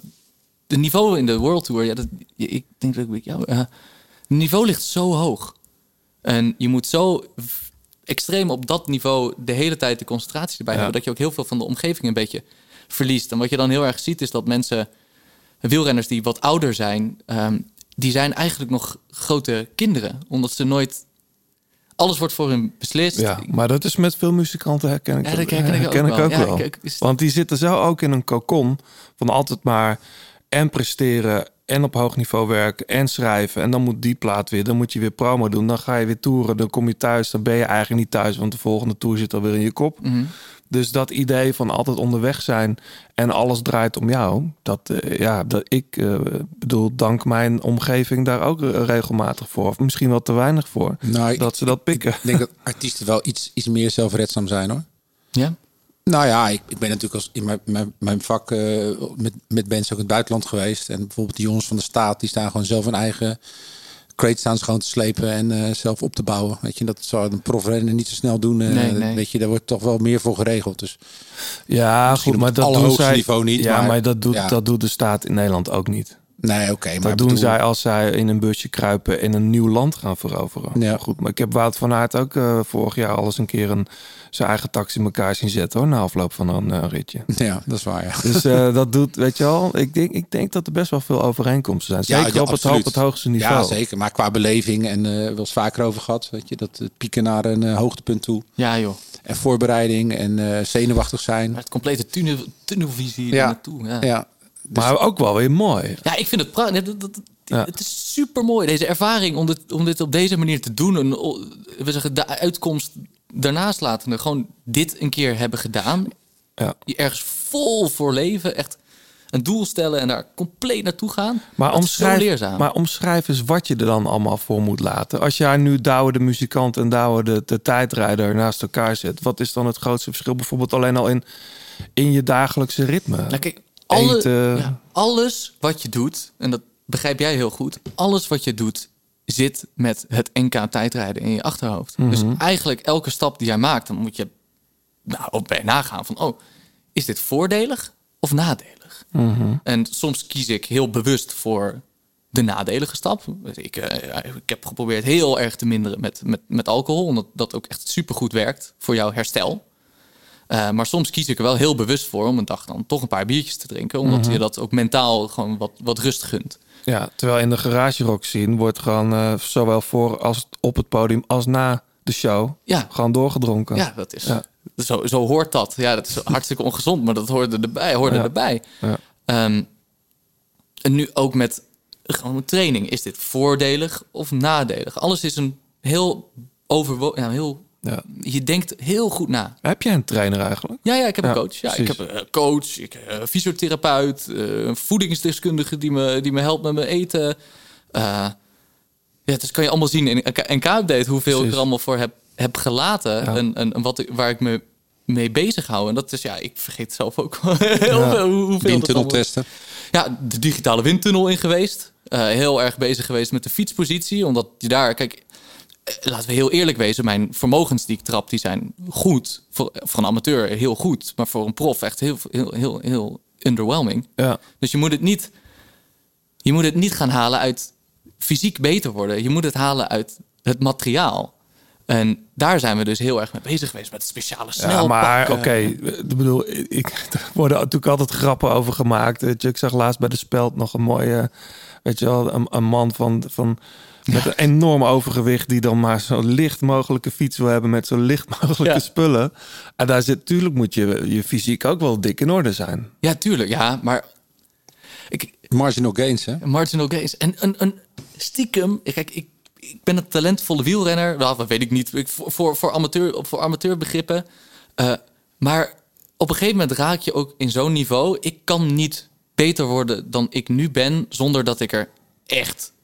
Speaker 8: de niveau in de World Tour... Ja, dat, ja, ik denk dat ik met jou... ja, eh, het niveau ligt zo hoog. En je moet zo v- extreem op dat niveau de hele tijd de concentratie erbij
Speaker 1: Ja.
Speaker 8: hebben... dat je ook heel veel van de omgeving een beetje verliest. En wat je dan heel erg ziet is dat mensen wielrenners die wat ouder zijn, ehm, die zijn eigenlijk nog grote kinderen. Omdat ze nooit. Alles wordt voor hun beslist.
Speaker 1: Ja, maar dat is met veel muzikanten herken ik,
Speaker 8: Ja, dat herken ik ook
Speaker 1: herken
Speaker 8: wel. Ja,
Speaker 1: wel.
Speaker 8: ik- ik-
Speaker 1: Want die zitten zo ook in een cocon van altijd maar en presteren en op hoog niveau werken en schrijven. En dan moet die plaat weer, dan moet je weer promo doen. Dan ga je weer toeren, dan kom je thuis, dan ben je eigenlijk niet thuis... want de volgende tour zit alweer in je kop.
Speaker 8: Mhm.
Speaker 1: Dus dat idee van altijd onderweg zijn en alles draait om jou. Dat, eh, ja, dat ik eh, bedoel, dank mijn omgeving daar ook eh, regelmatig voor. Of misschien wel te weinig voor. dat ze dat pikken.
Speaker 3: Ik denk dat artiesten wel iets, iets meer zelfredzaam zijn hoor.
Speaker 8: Ja?
Speaker 3: Nou ja, ik, ik ben natuurlijk als, in mijn, mijn, mijn vak eh, met, met bands ook in het buitenland geweest. En bijvoorbeeld de jongens van de staat, die staan gewoon zelf hun eigen crate staan ze gewoon te slepen en eh, zelf op te bouwen. Weet je, dat zou een profrenner niet zo snel doen. eh,
Speaker 1: Nee, nee.
Speaker 3: Weet je, daar wordt toch wel meer voor geregeld. Dus
Speaker 1: Ja,
Speaker 3: Misschien
Speaker 1: goed, maar
Speaker 3: op
Speaker 1: dat
Speaker 3: het
Speaker 1: doen
Speaker 3: allerhoogste
Speaker 1: zij,
Speaker 3: niveau niet,
Speaker 1: Ja, maar,
Speaker 3: maar-
Speaker 1: dat, doet,
Speaker 3: ja.
Speaker 1: dat doet de staat in Nederland ook niet.
Speaker 3: Nee, oké. maar
Speaker 1: dat doen
Speaker 3: bedoel-
Speaker 1: zij als zij in een busje kruipen en een nieuw land gaan veroveren. Ja. Goed, maar ik heb Wout van Aert ook eh, vorig jaar al eens een keer een, zijn eigen taxi in elkaar zien zetten hoor, na afloop van een eh,
Speaker 3: (laughs)
Speaker 1: ritje.
Speaker 3: ja, dat is waar. Ja.
Speaker 1: Dus eh, dat doet, weet je wel, ik denk, ik denk dat er best wel veel overeenkomsten zijn. Zeker
Speaker 3: ja,
Speaker 1: op, het,
Speaker 3: absoluut.
Speaker 1: op het hoogste niveau.
Speaker 3: Ja, zeker. Maar qua beleving en eh wel eens vaker over gehad. Weet je, dat het pieken naar een eh, hoogtepunt toe.
Speaker 8: Ja, joh.
Speaker 3: En voorbereiding en eh, zenuwachtig zijn.
Speaker 8: Het complete tunnel, tunnelvisie
Speaker 3: Ja.
Speaker 8: naartoe. Ja.
Speaker 3: Ja. Dus-
Speaker 1: Maar ook wel weer mooi.
Speaker 8: Ja, ik vind het prachtig. Dat- dat-
Speaker 1: Ja.
Speaker 8: Het is super mooi, deze ervaring, om dit, om dit op deze manier te doen. En, o- we zeggen de uitkomst daarnaast laten. Gewoon dit een keer hebben gedaan.
Speaker 1: Ja.
Speaker 8: Je ergens vol voor leven. Echt een doel stellen en daar compleet naartoe gaan.
Speaker 1: Maar
Speaker 8: Dat is zo
Speaker 1: omschrijf,
Speaker 8: leerzaam.
Speaker 1: maar omschrijf eens wat je er dan allemaal voor moet laten. Als jij nu Douwe de muzikant en Douwe de, de tijdrijder naast elkaar zet... wat is dan het grootste verschil? Bijvoorbeeld alleen al in, in je dagelijkse ritme.
Speaker 8: Nou, kijk, alle-
Speaker 1: Eten.
Speaker 8: ja, alles wat je doet, en dat begrijp jij heel goed, alles wat je doet zit met het NK tijdrijden in je achterhoofd.
Speaker 1: Mhm.
Speaker 8: Dus eigenlijk elke stap die jij maakt, dan moet je nou, ook bij nagaan van, oh, is dit voordelig of nadelig?
Speaker 1: Mhm.
Speaker 8: En soms kies ik heel bewust voor de nadelige stap. Ik, eh, ik heb geprobeerd heel erg te minderen met, met, met alcohol, omdat dat ook echt supergoed werkt voor jouw herstel. Eh, maar soms kies ik er wel heel bewust voor om een dag dan toch een paar biertjes te drinken, omdat
Speaker 1: Mhm.
Speaker 8: je dat ook mentaal gewoon wat, wat rust gunt.
Speaker 1: Ja, terwijl in de garage rock scene wordt gewoon eh, zowel voor als op het podium als na de show
Speaker 8: Ja.
Speaker 1: gewoon doorgedronken.
Speaker 8: Ja, dat is.
Speaker 1: Ja.
Speaker 8: Zo, zo hoort dat. Ja, dat is hartstikke ongezond, maar dat hoorde erbij. Hoorde
Speaker 1: Ja.
Speaker 8: erbij.
Speaker 1: Ja.
Speaker 8: Ehm, en nu ook met gewoon training. Is dit voordelig of nadelig? Alles is een heel overwogen. Ja, heel,
Speaker 1: Ja.
Speaker 8: Je denkt heel goed na.
Speaker 1: Heb jij een trainer eigenlijk?
Speaker 8: Ja, ja, ik heb
Speaker 1: Ja,
Speaker 8: een coach. Ja, ik
Speaker 1: precies.
Speaker 8: heb een coach, ik, eh, fysiotherapeut, eh, een voedingsdeskundige die me, die me helpt met mijn eten. Eh ja, dus kan je allemaal zien in een K-update hoeveel ik
Speaker 1: Precies.
Speaker 8: er allemaal voor heb, heb gelaten. En, en, en wat, ik- waar ik me mee bezig hou. En dat is, ja, ik vergeet zelf ook (laughs) heel veel hoe- hoeveel. dat allemaal-
Speaker 3: Windtunneltesten.
Speaker 8: Ja, de digitale windtunnel in geweest. Eh, heel erg bezig geweest met de fietspositie. Omdat je daar, kijk, laten we heel eerlijk wezen, mijn vermogens die ik trap, die zijn goed. Voor, eh, voor een amateur heel goed, maar voor een prof echt heel, heel, heel, heel underwhelming.
Speaker 1: Ja.
Speaker 8: Dus je moet, het niet, je moet het niet gaan halen uit fysiek beter worden. Je moet het halen uit het materiaal. En daar zijn we dus heel erg mee bezig geweest met speciale
Speaker 1: Ja,
Speaker 8: snelpakken.
Speaker 1: maar oké, ik bedoel, ik, er worden natuurlijk altijd grappen over gemaakt. Weet je, Ik zag laatst bij de Speld nog een mooie, weet je wel, een, een man van, van met een enorm overgewicht die dan maar zo licht mogelijke fiets wil hebben met zo licht mogelijke spullen. En daar zit, tuurlijk moet je je fysiek ook wel dik in orde zijn.
Speaker 8: Ja, tuurlijk. Ja, maar... Ik,
Speaker 3: marginal gains, hè?
Speaker 8: Marginal gains. En een, een stiekem... Kijk, ik, ik ben een talentvolle wielrenner. Nou, dat weet ik niet. Ik, voor, voor, voor, amateur, voor amateurbegrippen. Eh, maar op een gegeven moment raak je ook in zo'n niveau... Ik kan niet beter worden dan ik nu ben... zonder dat ik er echt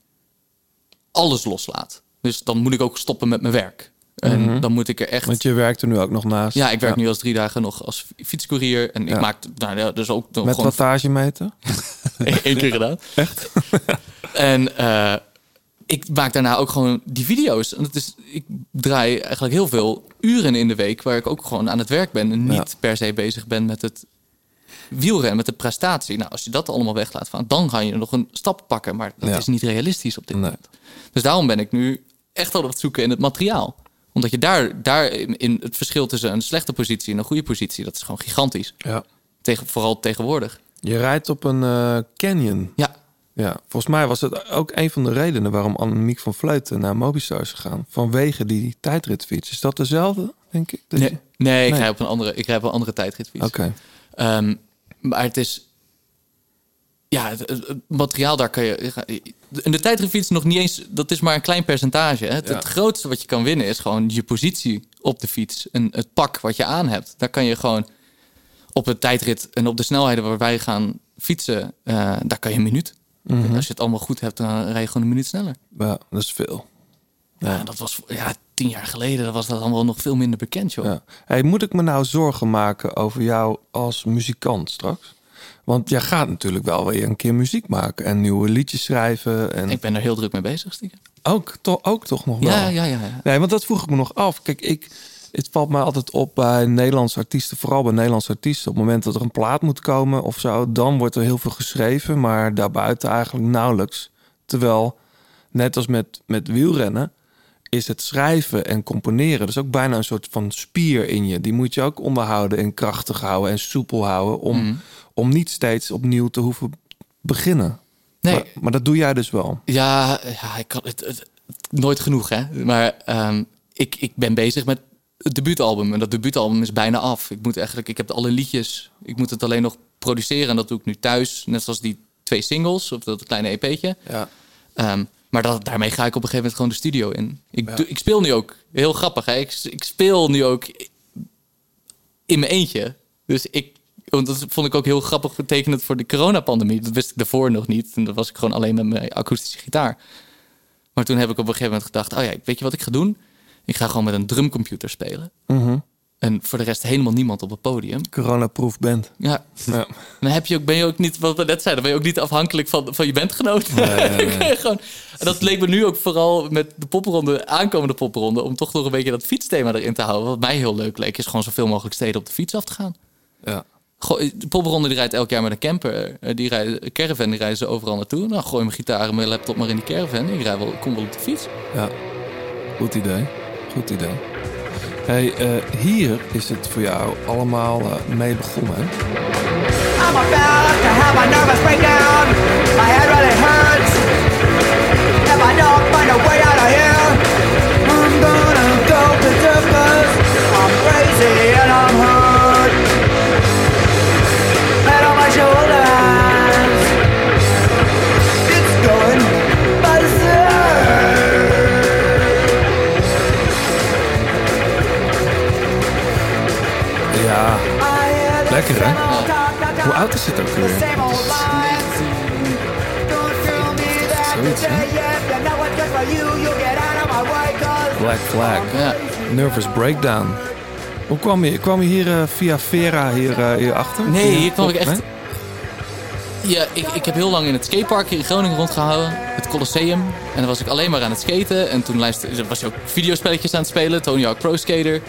Speaker 8: alles loslaat. Dus dan moet ik ook stoppen met mijn werk. En
Speaker 1: Mhm.
Speaker 8: dan moet ik er echt...
Speaker 1: Want je werkt er nu ook nog naast.
Speaker 8: Ja, ik werk nu als drie dagen nog als fietscourier. En ik
Speaker 1: Ja.
Speaker 8: maak nou, ja, dus ook nog
Speaker 1: Met
Speaker 8: gewoon
Speaker 1: wattagemeter?
Speaker 8: Eén keer
Speaker 1: (laughs)
Speaker 8: gedaan. Echt? en eh, ik maak daarna ook gewoon die video's. En dat is, ik draai eigenlijk heel veel uren in de week... waar ik ook gewoon aan het werk ben. En niet
Speaker 1: Ja.
Speaker 8: per se bezig ben met het wielrennen, met de prestatie. Nou, als je dat allemaal weglaat, van, dan ga je nog een stap pakken. Maar dat
Speaker 1: Ja.
Speaker 8: is niet realistisch op dit moment. Dus daarom ben ik nu echt al op het zoeken in het materiaal omdat je daar, daar in- in het verschil tussen een slechte positie en een goede positie, dat is gewoon gigantisch.
Speaker 1: Ja.
Speaker 8: Tegen, vooral tegenwoordig.
Speaker 1: Je rijdt op een eh, canyon.
Speaker 8: Ja.
Speaker 1: ja. Volgens mij was het ook een van de redenen waarom Annemiek van Vleuten naar Mobistar is gegaan. Vanwege die tijdritfiets. Is dat dezelfde, denk ik? Dat
Speaker 8: Nee,
Speaker 1: je-
Speaker 8: nee, ik
Speaker 1: Nee.
Speaker 8: rij op een andere, ik rij op een andere tijdritfiets.
Speaker 1: Oké.
Speaker 8: Ehm, maar het is... Ja, het, het- het materiaal daar kan je... En de tijdritfiets nog niet eens... Dat is maar een klein percentage. Hè? Het,
Speaker 1: Ja.
Speaker 8: het grootste wat je kan winnen is gewoon je positie op de fiets. En het pak wat je aan hebt. Daar kan je gewoon op de tijdrit en op de snelheden waar wij gaan fietsen... eh, daar kan je een minuut.
Speaker 1: Mhm.
Speaker 8: Als je het allemaal goed hebt, dan rij je gewoon een minuut sneller.
Speaker 1: Ja, dat is veel.
Speaker 8: Ja, dat was ja, tien jaar geleden. Dat was dat allemaal nog veel minder bekend, joh.
Speaker 1: Ja. Hey, moet ik me nou zorgen maken over jou als muzikant straks? Want jij gaat natuurlijk wel weer een keer muziek maken en nieuwe liedjes schrijven. En...
Speaker 8: Ik ben er heel druk mee bezig, stiekem.
Speaker 1: Ook, to ook toch nog wel?
Speaker 8: Ja, ja, ja, ja.
Speaker 1: Nee, want dat vroeg ik me nog af. Kijk, ik, het valt mij altijd op bij Nederlandse artiesten, vooral bij Nederlandse artiesten. Op het moment dat er een plaat moet komen of zo, dan wordt er heel veel geschreven, maar daarbuiten eigenlijk nauwelijks. Terwijl, net als met, met wielrennen, is het schrijven en componeren dus ook bijna een soort van spier in je. Die moet je ook onderhouden en krachtig houden en soepel houden om,
Speaker 8: Mhm.
Speaker 1: om niet steeds opnieuw te hoeven beginnen.
Speaker 8: Nee.
Speaker 1: Maar, maar dat doe jij dus wel.
Speaker 8: Ja, ja ik kan het, het- het- nooit genoeg, hè. Maar ehm, ik, ik ben bezig met het debuutalbum. En dat debuutalbum is bijna af. Ik moet eigenlijk, ik heb alle liedjes. Ik moet het alleen nog produceren. En dat doe ik nu thuis. Net zoals die twee singles of dat kleine EP'tje.
Speaker 1: Ja.
Speaker 8: Ehm, maar dat, daarmee ga ik op een gegeven moment gewoon de studio in. Ik,
Speaker 1: Ja.
Speaker 8: doe, ik speel nu ook, heel grappig hè, ik, ik speel nu ook in mijn eentje. Dus ik, want dat vond ik ook heel grappig betekenend voor de coronapandemie. Dat wist ik daarvoor nog niet. En dat was ik gewoon alleen met mijn akoestische gitaar. Maar toen heb ik op een gegeven moment gedacht, oh ja, weet je wat ik ga doen? Ik ga gewoon met een drumcomputer spelen.
Speaker 1: Mhm.
Speaker 8: En voor de rest helemaal niemand op het podium.
Speaker 1: Coronaproof bent.
Speaker 8: Ja.
Speaker 1: Ja.
Speaker 8: (laughs) Dan heb je ook, ben je ook niet, wat we net zeiden, ben je ook niet afhankelijk van, van je bandgenoot. (laughs) Gewoon- en dat leek me nu ook vooral met de popronde, aankomende popronde, om toch nog een beetje dat fietsthema erin te houden. Wat mij heel leuk leek, is gewoon zoveel mogelijk steden op de fiets af te gaan.
Speaker 1: Ja.
Speaker 8: Gooi- de popronde die rijdt elk jaar met een camper. Eh, Die rijden, een caravan die rijden ze overal naartoe. Nou, gooi mijn gitaar en mijn laptop maar in die caravan. Ik rij wel, kom wel op de fiets.
Speaker 1: Ja, goed idee. Goed idee. Hey, eh, hier is het voor jou allemaal eh, mee begonnen. hè?
Speaker 10: I'm about to have a nervous breakdown. My head really hurts. If I don't find a way out of here, I'm gonna go berserkers. I'm crazy and I'm hurt. Head on my shoulders. It's going berserk.
Speaker 1: Ja, lekker hè? Hoe oud is het ook weer? Zoiets, hè? Black Flag. Nervous Breakdown. Hoe kwam je? Kwam je hier eh, via Vera hier, eh, hierachter?
Speaker 8: Nee,
Speaker 1: Via-
Speaker 8: hier kwam ik echt-
Speaker 1: Nee?
Speaker 8: Ja, ik, ik heb heel lang in het skatepark hier in Groningen rondgehouden. Het Colosseum. En dan was ik alleen maar aan het skaten. En toen luisterde, was je ook videospelletjes aan het spelen. Tony Hawk Pro Skater.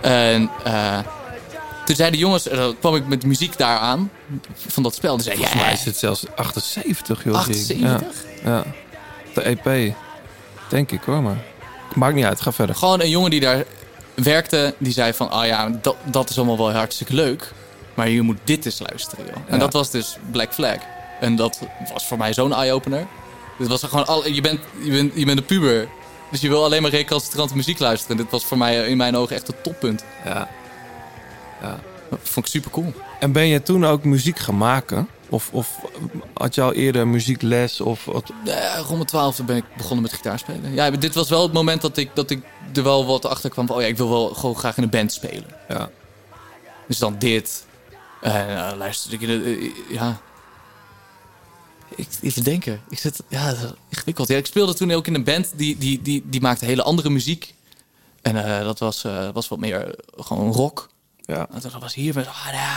Speaker 8: En eh, toen zeiden jongens... eh, dan kwam ik met muziek daar aan. Van dat spel. Toen zei
Speaker 1: Volgens mij
Speaker 8: ja,
Speaker 1: is het zelfs 78, joh. zie ik.
Speaker 8: 78?
Speaker 1: Ja. ja. De EP. Denk ik hoor, maar. Maakt niet uit, ga verder.
Speaker 8: Gewoon een jongen die daar werkte, die zei van... Ah ja, dat, dat is allemaal wel hartstikke leuk. Maar je moet dit eens luisteren, joh.
Speaker 1: Ja.
Speaker 8: En dat was dus Black Flag. En dat was voor mij zo'n eye-opener. Dit was gewoon al, je, bent, je, bent, je bent een puber. Dus je wil alleen maar recalcitrante muziek luisteren. Dit was voor mij eh, in mijn ogen echt het toppunt.
Speaker 1: Ja. ja.
Speaker 8: Dat vond ik super cool.
Speaker 1: En ben je toen ook muziek gaan maken? Of, of had je al eerder muziekles? Of, wat?
Speaker 8: Eh, rond mijn twaalfde ben ik begonnen met gitaarspelen. Ja, dit was wel het moment dat ik, dat ik er wel wat achter kwam van... oh ja, ik wil wel gewoon graag in een band spelen.
Speaker 1: Ja.
Speaker 8: Dus dan dit. En eh, luisterde ik in de... eh, ja. Ik, even denken. Ik zit... Ja, dat is ingewikkeld. Ja, ik speelde toen ook in een band die, die, die, die maakte hele andere muziek. En eh, dat was, eh, was wat meer eh, gewoon rock.
Speaker 1: Ja.
Speaker 8: En toen was hier met... Ah, ja,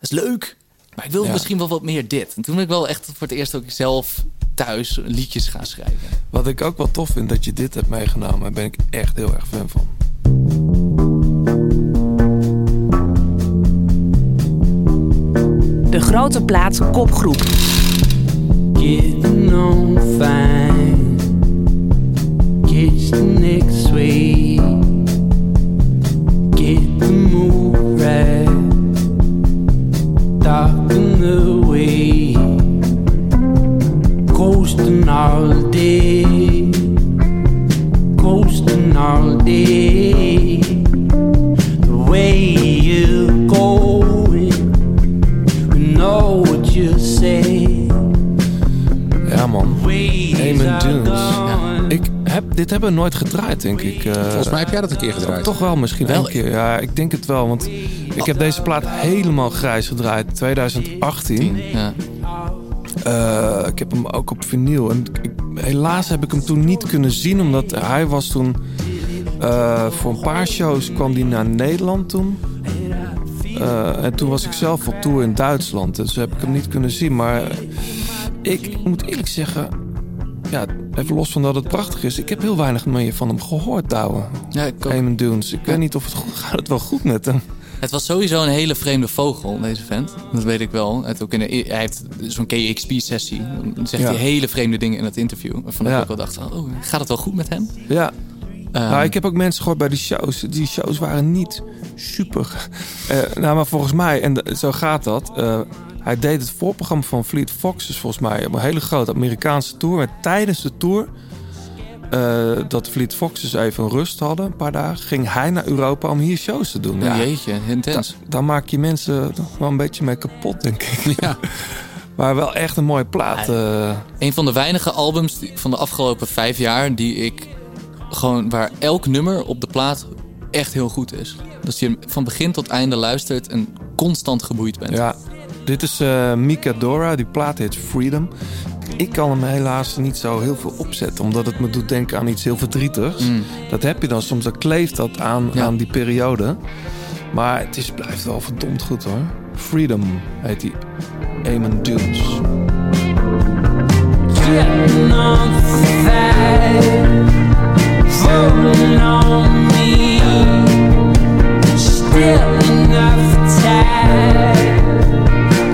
Speaker 8: dat is leuk. Maar ik wil misschien wel wat meer dit. En toen ben ik wel echt voor het eerst ook zelf thuis liedjes gaan schrijven.
Speaker 1: Wat ik ook wel tof vind dat je dit hebt meegenomen. Daar ben ik echt heel erg fan van.
Speaker 7: De grote plaats kopgroep.
Speaker 13: Getting on fine. Catch the next wave. Get the mood right. Darken the way. Coasting all day. Coasting all day. The way you going. We know what you say.
Speaker 1: Ja, man. Damon Dunes. Ik heb, dit hebben we nooit gedraaid, denk ik. Eh,
Speaker 3: Volgens mij heb jij dat een keer gedraaid.
Speaker 1: Toch wel, misschien wel
Speaker 3: Wel.
Speaker 1: een keer. Ja, ik denk het wel. Want ik heb deze plaat helemaal grijs gedraaid. 2018. Eh, ik heb hem ook op vinyl. En ik- helaas heb ik hem toen niet kunnen zien. Omdat hij was toen... eh, voor een paar shows kwam hij naar Nederland toen. Eh, en toen was ik zelf op tour in Duitsland. Dus heb ik hem niet kunnen zien. Maar ik moet eerlijk zeggen... Ja, even los van dat het prachtig is. Ik heb heel weinig meer van hem gehoord, Douwe.
Speaker 8: Ja, ik ook.
Speaker 1: Eamon Dunes. Ik weet niet of het goed (laughs) gaat. Het wel goed met hem.
Speaker 8: Het was sowieso een hele vreemde vogel, deze vent. Dat weet ik wel. Hij heeft, ook in een- hij heeft zo'n KXP-sessie. Dan zegt
Speaker 1: Ja.
Speaker 8: hij hele vreemde dingen in het interview. Waarvan
Speaker 1: Ja.
Speaker 8: ik ook wel dacht, oh, gaat het wel goed met hem?
Speaker 1: Ja.
Speaker 8: Ehm,
Speaker 1: nou, ik heb ook mensen gehoord bij die shows. Die shows waren niet super. Eh, nou, maar volgens mij, en d- zo gaat dat. eh, hij deed het voorprogramma van Fleet Foxes volgens mij. Op een hele grote Amerikaanse tour. Maar tijdens de tour, eh, dat Fleet Foxes even een rust hadden, een paar dagen, ging hij naar Europa om hier shows te doen.
Speaker 8: Ja. nou, Jeetje, intens.
Speaker 1: Da- daar maak je mensen toch wel een beetje mee kapot, denk ik. Ja. (laughs) maar wel echt een mooie plaat. eh.
Speaker 8: Een van de weinige albums die- van de afgelopen vijf jaar die ik gewoon waar elk nummer op de plaat echt heel goed is. Dat je hem van begin tot einde luistert en constant geboeid bent.
Speaker 1: Ja, dit is eh Mika Dora. Die plaat heet Freedom. Ik kan hem helaas niet zo heel veel opzetten, omdat het me doet denken aan iets heel verdrietigs.
Speaker 8: Mm.
Speaker 1: Dat heb je dan soms, dan kleeft dat aan, aan die periode. Maar het is, blijft wel verdomd goed hoor. Freedom heet die Eamon Dunes.
Speaker 13: Getting on fire, falling on me. Still enough time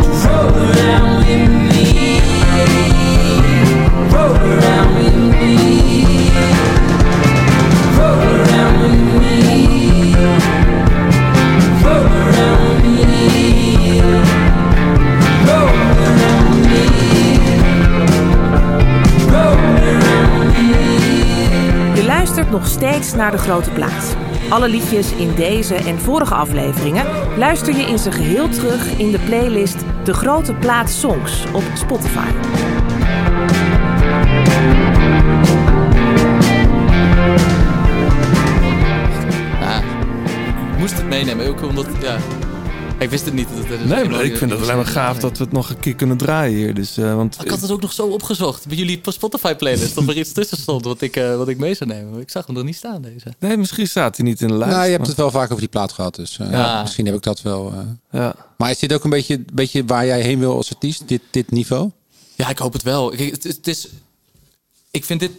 Speaker 13: to roll around with me, roll around with me, roll around with me, roll around me, roll around me.
Speaker 7: Je luistert nog steeds naar De Grote Plaats. Alle liedjes in deze en vorige afleveringen luister je in zijn geheel terug in de playlist De Grote Plaats Songs op Spotify.
Speaker 8: Ja, ik moest het meenemen, ook omdat... Ja, ik wist het niet. Dat het
Speaker 1: Nee, maar ik vind het alleen maar gaaf dat we het nog een keer kunnen draaien hier. Dus, eh, want,
Speaker 8: Ik had het ook nog zo opgezocht bij jullie Spotify-playlist. Of er iets tussen stond wat ik, eh, wat ik mee zou nemen. Ik zag hem nog niet staan, deze.
Speaker 1: Nee, misschien staat hij niet in de lijst.
Speaker 3: Nou, je hebt
Speaker 1: maar-
Speaker 3: het wel vaak over die plaat gehad, dus eh,
Speaker 1: Ja.
Speaker 3: misschien heb ik dat wel. eh.
Speaker 1: Ja.
Speaker 3: Maar is dit ook een beetje, beetje waar jij heen wil als artiest, dit, dit niveau?
Speaker 8: Ja, ik hoop het wel. Kijk, het, het is ik vind dit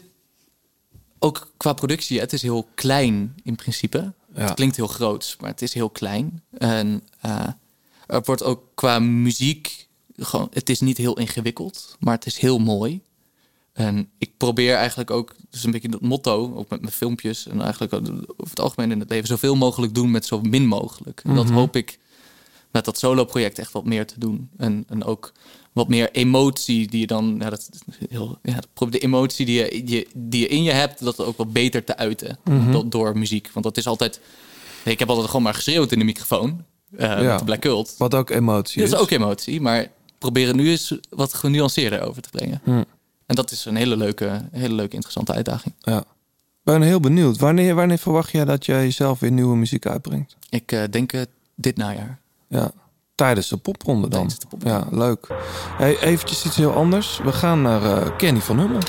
Speaker 8: ook qua productie, het is heel klein in principe. Het klinkt heel groot, maar het is heel klein. En eh, er wordt ook qua muziek gewoon, het is niet heel ingewikkeld, maar het is heel mooi. En ik probeer eigenlijk ook, dus een beetje dat motto, ook met mijn filmpjes en eigenlijk ook over het algemeen in het leven, zoveel mogelijk doen met zo min mogelijk. En
Speaker 14: Mhm.
Speaker 8: Dat hoop ik met dat solo-project echt wat meer te doen. En, en ook wat meer emotie die je dan, ja, dat is heel, ja, dat probeer- de emotie die je, je- die je in je hebt, dat ook wat beter te uiten
Speaker 1: Mhm.
Speaker 8: do- door muziek. Want dat is altijd, nee, ik heb altijd gewoon maar geschreeuwd in de microfoon. eh,
Speaker 1: Ja.
Speaker 8: met de Black Cult.
Speaker 1: Wat ook emotie
Speaker 8: Dat is
Speaker 1: is.
Speaker 8: ook emotie, maar proberen nu eens wat genuanceerder over te brengen.
Speaker 1: Hm.
Speaker 8: En dat is een hele leuke, hele leuke interessante uitdaging.
Speaker 1: Ja. Ik ben heel benieuwd. Wanneer, wanneer verwacht jij dat jij jezelf weer nieuwe muziek uitbrengt?
Speaker 8: Ik eh, denk eh, dit najaar.
Speaker 1: Ja. Tijdens de popronde dan.
Speaker 8: Tijdens de
Speaker 1: Ja, leuk. Hey, eventjes iets heel anders. We gaan naar eh, Kenny van Hummel.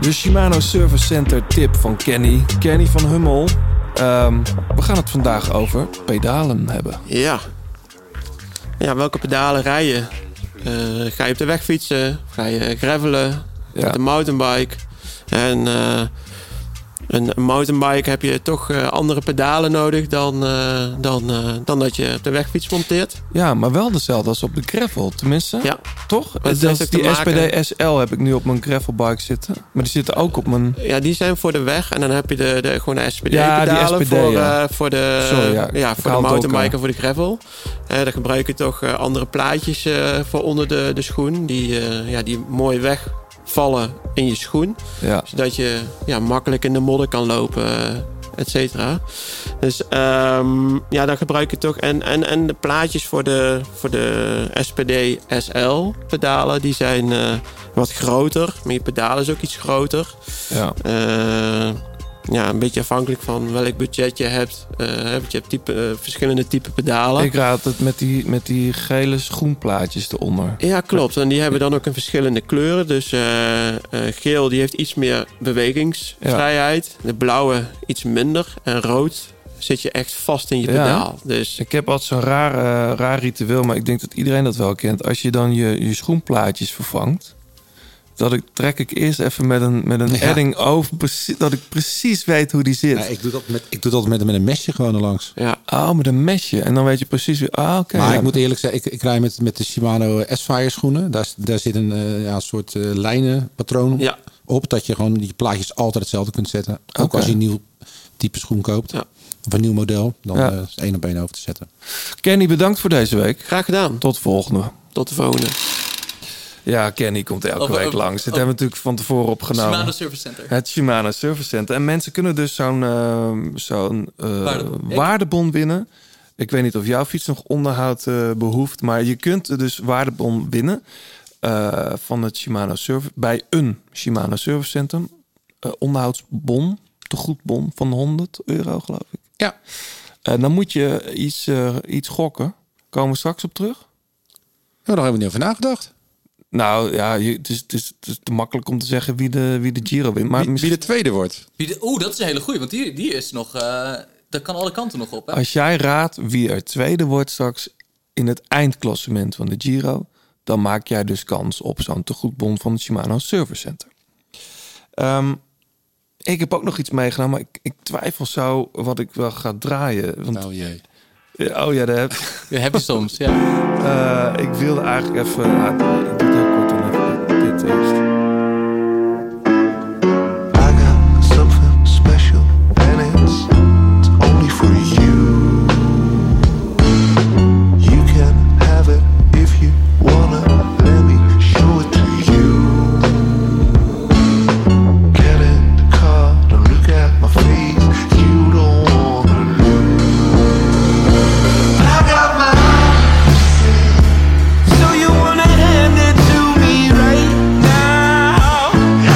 Speaker 1: De Shimano Service Center tip van Kenny. Kenny van Hummel. Ehm, we gaan het vandaag over pedalen hebben.
Speaker 15: Ja. Ja, welke pedalen rij je? Eh, ga je op de weg fietsen? Ga je gravelen? Met een mountainbike? En eh, een een mountainbike heb je toch eh, andere pedalen nodig dan, eh, dan, eh, dan dat je op de wegfiets monteert.
Speaker 1: Ja, maar wel dezelfde als op de gravel, tenminste.
Speaker 15: Ja.
Speaker 1: Toch?
Speaker 15: Dat
Speaker 1: Dat
Speaker 15: heeft
Speaker 1: is
Speaker 15: ook te
Speaker 1: die
Speaker 15: maken-
Speaker 1: SPD SL heb ik nu op mijn gravelbike zitten. Maar die zitten ook op mijn...
Speaker 15: Ja, die zijn voor de weg. En dan heb je de, de, gewoon de
Speaker 1: Ja, die
Speaker 15: SPD-pedalen
Speaker 1: SPD,
Speaker 15: voor,
Speaker 1: ja.
Speaker 15: eh, voor de,
Speaker 1: Sorry, ja,
Speaker 15: ja,
Speaker 1: ik haal het
Speaker 15: voor de
Speaker 1: door
Speaker 15: mountainbike
Speaker 1: elkaar.
Speaker 15: en voor de gravel. Eh daar gebruik je toch eh, andere plaatjes eh, voor onder de, de schoen. Die, eh, ja, die mooi wegvallen in je schoen.
Speaker 1: Ja.
Speaker 15: Zodat je ja, makkelijk in de modder kan lopen, eh, et cetera. Dus ehm, ja, dan gebruik je toch... En, en, en de plaatjes voor de, voor de SPD SL-pedalen, die zijn eh, wat groter. Maar je pedalen is ook iets groter.
Speaker 1: Ja.
Speaker 15: Eh, ja, een beetje afhankelijk van welk budget je hebt. Eh, want je hebt type, eh, verschillende type pedalen.
Speaker 1: Ik raad het met die, met die gele schoenplaatjes eronder.
Speaker 15: Ja, klopt. En die hebben dan ook een verschillende kleuren. Dus eh, eh, geel die heeft iets meer bewegingsvrijheid. De blauwe iets minder. En rood zit je echt vast in je pedaal. Dus...
Speaker 1: Ik heb altijd zo'n raar, eh, raar ritueel, maar ik denk dat iedereen dat wel kent. Als je dan je, je schoenplaatjes vervangt, dat ik, trek ik eerst even met een, met een
Speaker 3: Ja.
Speaker 1: edding over, precie- dat ik precies weet hoe die zit.
Speaker 3: Ja, ik doe dat met, ik doe dat met, met een mesje gewoon erlangs.
Speaker 15: Ja.
Speaker 1: Oh, met een mesje. En dan weet je precies weer, ah, oké.
Speaker 3: maar
Speaker 1: ja.
Speaker 3: ik moet eerlijk zeggen, ik, ik rij met, met de Shimano S-Fire schoenen. Daar, is- daar zit een eh, ja, soort eh, lijnenpatroon op. Dat je gewoon die plaatjes altijd hetzelfde kunt zetten. Ook
Speaker 1: Oké.
Speaker 3: als je een nieuw type schoen koopt. Of een nieuw model. Dan
Speaker 1: Ja.
Speaker 3: eh, is het één op één over te zetten.
Speaker 1: Kenny, bedankt voor deze week.
Speaker 15: Graag gedaan.
Speaker 1: Tot volgende.
Speaker 15: Tot de volgende.
Speaker 1: Ja, Kenny komt elke
Speaker 8: Of-
Speaker 3: eh,
Speaker 1: week
Speaker 8: of-
Speaker 1: langs. Dit
Speaker 8: of-
Speaker 1: hebben we natuurlijk van tevoren opgenomen.
Speaker 8: Shimano Service Center.
Speaker 1: Het Shimano Service Center. En mensen kunnen dus zo'n eh, zo'n eh,
Speaker 8: Waardebon.
Speaker 1: waardebon winnen. Ik weet niet of jouw fiets nog onderhoud eh, behoeft. Maar je kunt er dus waardebon winnen. eh, van het Shimano Service. Bij een Shimano Service Center. Eh, onderhoudsbon. De goedbon van 100 euro, geloof ik. Eh,
Speaker 3: Ja.
Speaker 1: dan moet je iets, eh, iets gokken. Komen we straks op terug?
Speaker 3: Ja, daar hebben we niet over nagedacht.
Speaker 1: Nou ja, je- het is, het, is, het is te makkelijk om te zeggen wie de, wie de Giro wint. Maar misschien-
Speaker 3: de tweede wordt.
Speaker 8: Wie de- Oeh, dat is een hele goeie, want die, die is nog... eh dat kan alle kanten nog op, hè?
Speaker 1: Als jij raadt wie er tweede wordt straks in het eindklassement van de Giro, dan maak jij dus kans op zo'n tegoedbon van het Shimano Service Center. Ehm, ik heb ook nog iets meegenomen, maar ik, ik twijfel zo wat ik wel ga draaien. Want,
Speaker 3: oh jee.
Speaker 1: Oh ja, dat heb,
Speaker 8: dat heb je soms, ja.
Speaker 1: Eh, ik wilde eigenlijk even... nou, ik doe het heel kort en even dit eerst.
Speaker 16: something special, and it's, it's only for you. You can have it if you wanna. Let me show it to you. Get in the car and look at my face. You don't wanna lose. I got my. So you wanna hand it to me right now?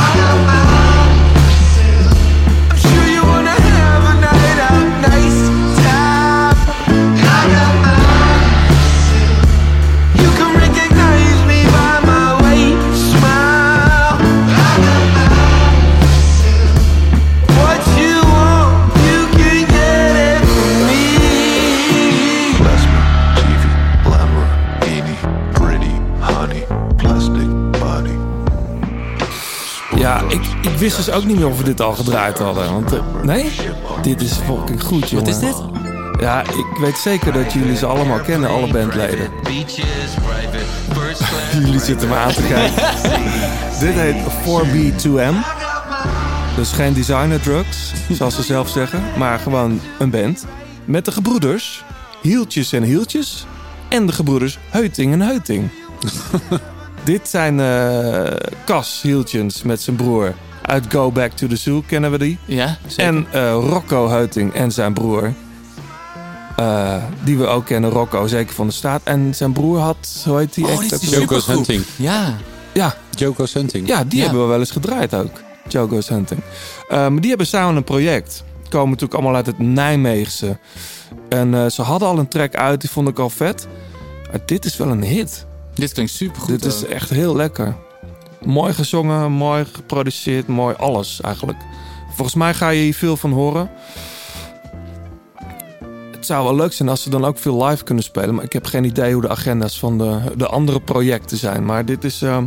Speaker 1: Ja, ik, ik wist dus ook niet meer of we dit al gedraaid hadden. Want, eh, nee? Dit is fucking goed, jongen.
Speaker 8: is dit?
Speaker 1: Ja, ik weet zeker dat jullie ze allemaal kennen, alle bandleden. (laughs) jullie zitten me aan te
Speaker 8: (laughs)
Speaker 1: kijken. dit heet 4B2M. Dus geen designer drugs, zoals ze zelf zeggen. Maar gewoon een band. Met de gebroeders Hieltjes en Hieltjes. En de gebroeders Heuting en Heuting. Dit zijn eh, Cas Hieltjens met zijn broer. Uit Go Back to the Zoo kennen we die.
Speaker 8: Ja, zeker.
Speaker 1: En eh, Rocco Heuting en zijn broer. Eh, die we ook kennen, Rocco, zeker van de staat. En zijn broer had, hoe heet die?
Speaker 8: Oh,
Speaker 1: echt
Speaker 8: dit is
Speaker 1: ook
Speaker 8: die
Speaker 1: weer?
Speaker 8: supergroep. Ja.
Speaker 1: Ja.
Speaker 3: eh, Joko's Hunting.
Speaker 1: Ja, die hebben we wel eens gedraaid ook. Jogo's Hunting. Eh, Maar die hebben samen een project. Komen natuurlijk allemaal uit het Nijmeegse. En eh, ze hadden al een track uit, die vond ik al vet. Maar dit is wel een hit.
Speaker 8: Dit klinkt supergoed. eh.
Speaker 1: Dit is
Speaker 8: ook.
Speaker 1: echt heel lekker. Mooi gezongen, mooi geproduceerd, mooi alles eigenlijk. Volgens mij ga je hier veel van horen. Het zou wel leuk zijn als ze dan ook veel live kunnen spelen. Maar ik heb geen idee hoe de agenda's van de, de andere projecten zijn. Maar dit is ehm,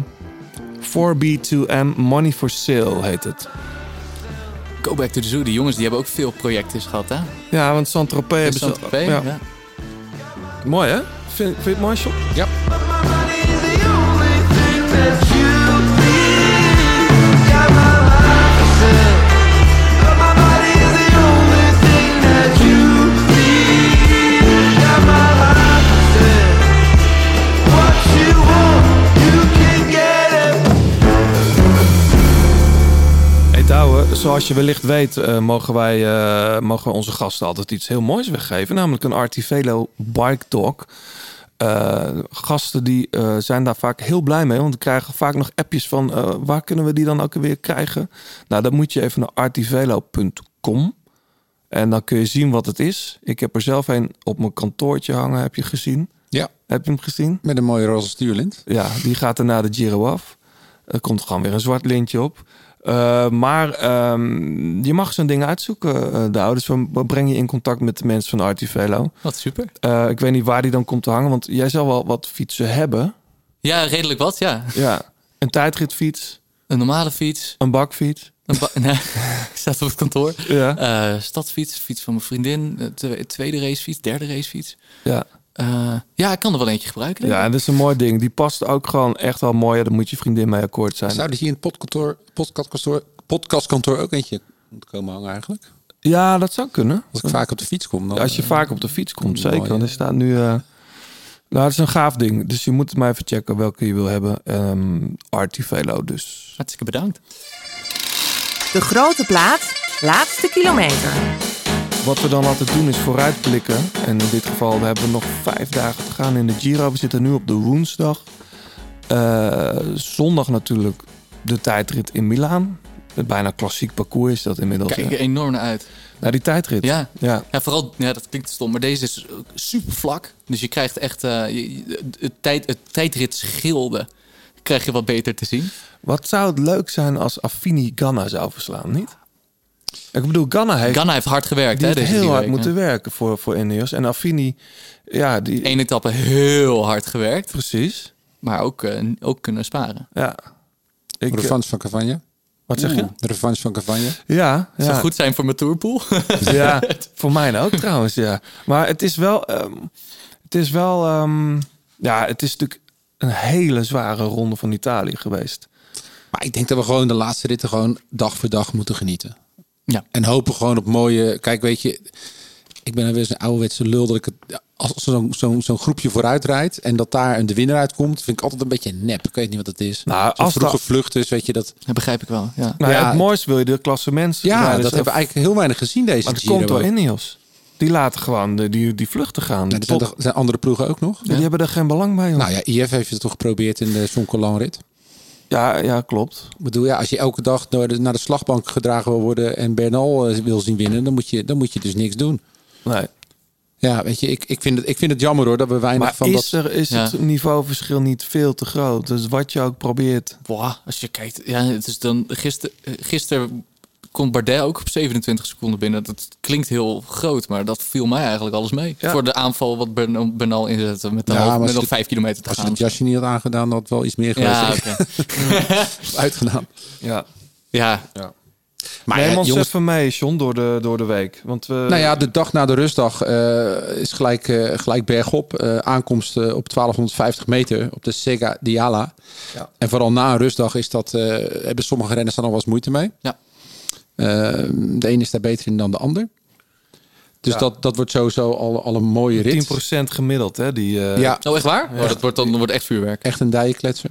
Speaker 1: 4B2M Money for Sale heet het.
Speaker 8: Go Back to the Zoo. Die jongens die hebben ook veel projecten gehad, hè?
Speaker 1: Ja, want Saint-Tropez hebben ze...
Speaker 8: Saint-Tropez, ja.
Speaker 1: Mooi hè? Vind, vind je het mooi, Sean?
Speaker 3: Ja.
Speaker 1: Hey Douwe, zoals je wellicht weet, eh, mogen wij eh, mogen onze gasten altijd iets heel moois weggeven. Namelijk een Artivelo Bike Talk. Eh, gasten die eh, zijn daar vaak heel blij mee. Want we krijgen vaak nog appjes van eh, waar kunnen we die dan ook weer krijgen. Nou, dan moet je even naar artivelo.com. En dan kun je zien wat het is. Ik heb er zelf een op mijn kantoortje hangen, heb je gezien.
Speaker 3: Ja.
Speaker 1: Heb je hem gezien?
Speaker 3: Met een mooie roze stuurlint.
Speaker 1: Ja, die gaat er na de Giro af. Er komt gewoon weer een zwart lintje op. Eh, maar ehm, je mag zo'n ding uitzoeken, eh, de ouders. We brengen je in contact met de mensen van Artivelo.
Speaker 8: Wat super.
Speaker 1: Eh, ik weet niet waar die dan komt te hangen, want jij zal wel wat fietsen hebben.
Speaker 8: Ja, redelijk wat, ja.
Speaker 1: Ja, een tijdritfiets.
Speaker 8: Een normale fiets.
Speaker 1: Een bakfiets.
Speaker 8: Een ba- (laughs) nee, ik zat op het kantoor.
Speaker 1: Ja.
Speaker 8: Eh, stadsfiets, fiets van mijn vriendin. eh, twe- Tweede racefiets, derde racefiets.
Speaker 1: Ja.
Speaker 8: Eh, ja, ik kan er wel eentje gebruiken.
Speaker 1: Ja, en dat is een mooi ding. Die past ook gewoon echt wel mooi. Ja, Daar moet je vriendin mee akkoord zijn.
Speaker 3: Zouden hier in het podcastkantoor, podcastkantoor, podcastkantoor ook eentje moeten komen hangen eigenlijk?
Speaker 1: Ja, dat zou kunnen.
Speaker 3: Als ik vaak op de fiets kom. Dan,
Speaker 1: Ja, als je
Speaker 3: eh,
Speaker 1: vaak op de fiets komt,
Speaker 3: mooi,
Speaker 1: zeker. Want er staat nu... eh, nou, het is een gaaf ding. Dus je moet het maar even checken welke je wil hebben. Ehm Artivelo dus.
Speaker 8: Hartstikke bedankt.
Speaker 7: De grote plaat, laatste kilometer.
Speaker 1: Wat we dan altijd doen is vooruitblikken. En in dit geval hebben we nog vijf dagen te gaan in de Giro. We zitten nu op de woensdag. Eh, zondag natuurlijk de tijdrit in Milaan. Het bijna klassiek parcours is dat inmiddels.
Speaker 8: Kijk
Speaker 1: hè?
Speaker 8: er enorm naar uit.
Speaker 1: Naar die tijdrit.
Speaker 8: Ja.
Speaker 1: ja.
Speaker 8: Ja, vooral, ja, dat klinkt stom, maar deze is ook super vlak. Dus je krijgt echt eh, je- je- het, tijd, het tijdritschilde krijg je wat beter te zien.
Speaker 1: Wat zou het leuk zijn als Affini Ganna zou verslaan, niet? Ik bedoel, Ganna heeft...
Speaker 8: Ganna heeft hard gewerkt,
Speaker 1: die
Speaker 8: hè,
Speaker 1: heeft
Speaker 8: deze
Speaker 1: heel
Speaker 8: drie
Speaker 1: hard
Speaker 8: weken.
Speaker 1: moeten werken voor, voor Ineos. En Affini, ja, die...
Speaker 8: Eén etappe heel hard gewerkt.
Speaker 1: Precies.
Speaker 8: Maar ook, eh, ook kunnen sparen.
Speaker 1: Ja. Ik,
Speaker 3: revanche van Cavagna.
Speaker 1: Wat zeg je? Oeh.
Speaker 3: De revanche van Cavagna.
Speaker 1: ja,
Speaker 8: Het zou
Speaker 1: ja.
Speaker 8: goed zijn voor mijn tourpool.
Speaker 3: (laughs)
Speaker 8: (laughs)
Speaker 1: ja, voor mij ook trouwens, ja. Maar het is wel... ehm, het is wel... ehm, ja, het is natuurlijk een hele zware ronde van Italië geweest.
Speaker 3: Maar ik denk dat we gewoon de laatste ritten gewoon dag voor dag moeten genieten.
Speaker 8: Ja.
Speaker 3: En hopen gewoon op mooie... Kijk, weet je... Ik ben weer eens een ouderwetse lul dat ik het... Als zo'n zo'n zo'n groepje vooruit rijdt en dat daar een de winnaar uitkomt, vind ik altijd een beetje nep. Ik weet niet wat het is.
Speaker 1: Nou,
Speaker 3: Zo'n
Speaker 1: als
Speaker 3: vroege
Speaker 1: dat-
Speaker 3: vlucht is, weet je dat.
Speaker 8: Dat begrijp ik wel. Ja.
Speaker 1: Nou ja,
Speaker 3: Ja,
Speaker 1: het mooiste wil je de klasse mensen. dus
Speaker 3: Ja, dat hebben we eigenlijk heel weinig gezien deze
Speaker 1: Maar het
Speaker 3: Giro
Speaker 1: komt door
Speaker 3: ook.
Speaker 1: Ineos. Die laten gewoon de, die, die vluchten gaan.
Speaker 3: Nou, er zijn,
Speaker 1: Tot-
Speaker 3: toch- er zijn andere ploegen ook nog.
Speaker 1: Die hebben er geen belang bij. Joh.
Speaker 3: Nou ja, IF heeft het toch geprobeerd in de Sonkolan-rit.
Speaker 1: Ja, ja, klopt.
Speaker 3: Ik bedoel, ja, als je elke dag naar de, naar de slagbank gedragen wil worden en Bernal eh, wil zien winnen, dan moet je, dan moet je dus niks doen.
Speaker 1: Nee.
Speaker 3: Ja, weet je, ik, ik, vind, het, ik vind het jammer hoor dat we weinig
Speaker 1: Maar
Speaker 3: van
Speaker 1: is,
Speaker 3: dat.
Speaker 1: er, is het niveauverschil niet veel te groot? Dus wat je ook probeert.
Speaker 8: Boah, als je kijkt. Ja, het is dan gister, eh, gisteren komt Bardet ook op 27 seconden binnen. Dat klinkt heel groot, maar dat viel mij eigenlijk alles mee.
Speaker 3: Ja.
Speaker 8: Voor de aanval wat Bern- Bernal inzette met, de
Speaker 3: Ja,
Speaker 8: half-
Speaker 3: maar als
Speaker 8: met nog
Speaker 3: je-
Speaker 8: vijf kilometer te
Speaker 3: Als je
Speaker 8: gaan.
Speaker 3: het jasje niet had aangedaan, dan had het wel iets meer geweest.
Speaker 8: Ja, oké.
Speaker 3: (laughs) Uitgedaan.
Speaker 1: Ja.
Speaker 8: Ja.
Speaker 1: Maar
Speaker 3: Maar
Speaker 1: Neem
Speaker 3: Ah ja,
Speaker 1: ons
Speaker 3: jongens-
Speaker 1: even mee, John, door de, door de week. Want we...
Speaker 3: Nou ja, de dag na de rustdag eh, is gelijk, eh, gelijk bergop. Eh, aankomst eh, op 1250 meter op de Sega Diala.
Speaker 1: Ja.
Speaker 3: En vooral na een rustdag is dat, eh, hebben sommige renners daar nog wel eens moeite mee.
Speaker 8: Ja.
Speaker 3: Eh, de een is daar beter in dan de ander. Dus
Speaker 1: Ja.
Speaker 3: dat, dat wordt sowieso al, al een mooie rit.
Speaker 1: 10% gemiddeld, hè? Die, eh,
Speaker 3: Ja.
Speaker 8: Oh, echt waar?
Speaker 1: Ja.
Speaker 8: Oh, dat wordt dan dat wordt echt vuurwerk.
Speaker 3: Echt een dijenkletser.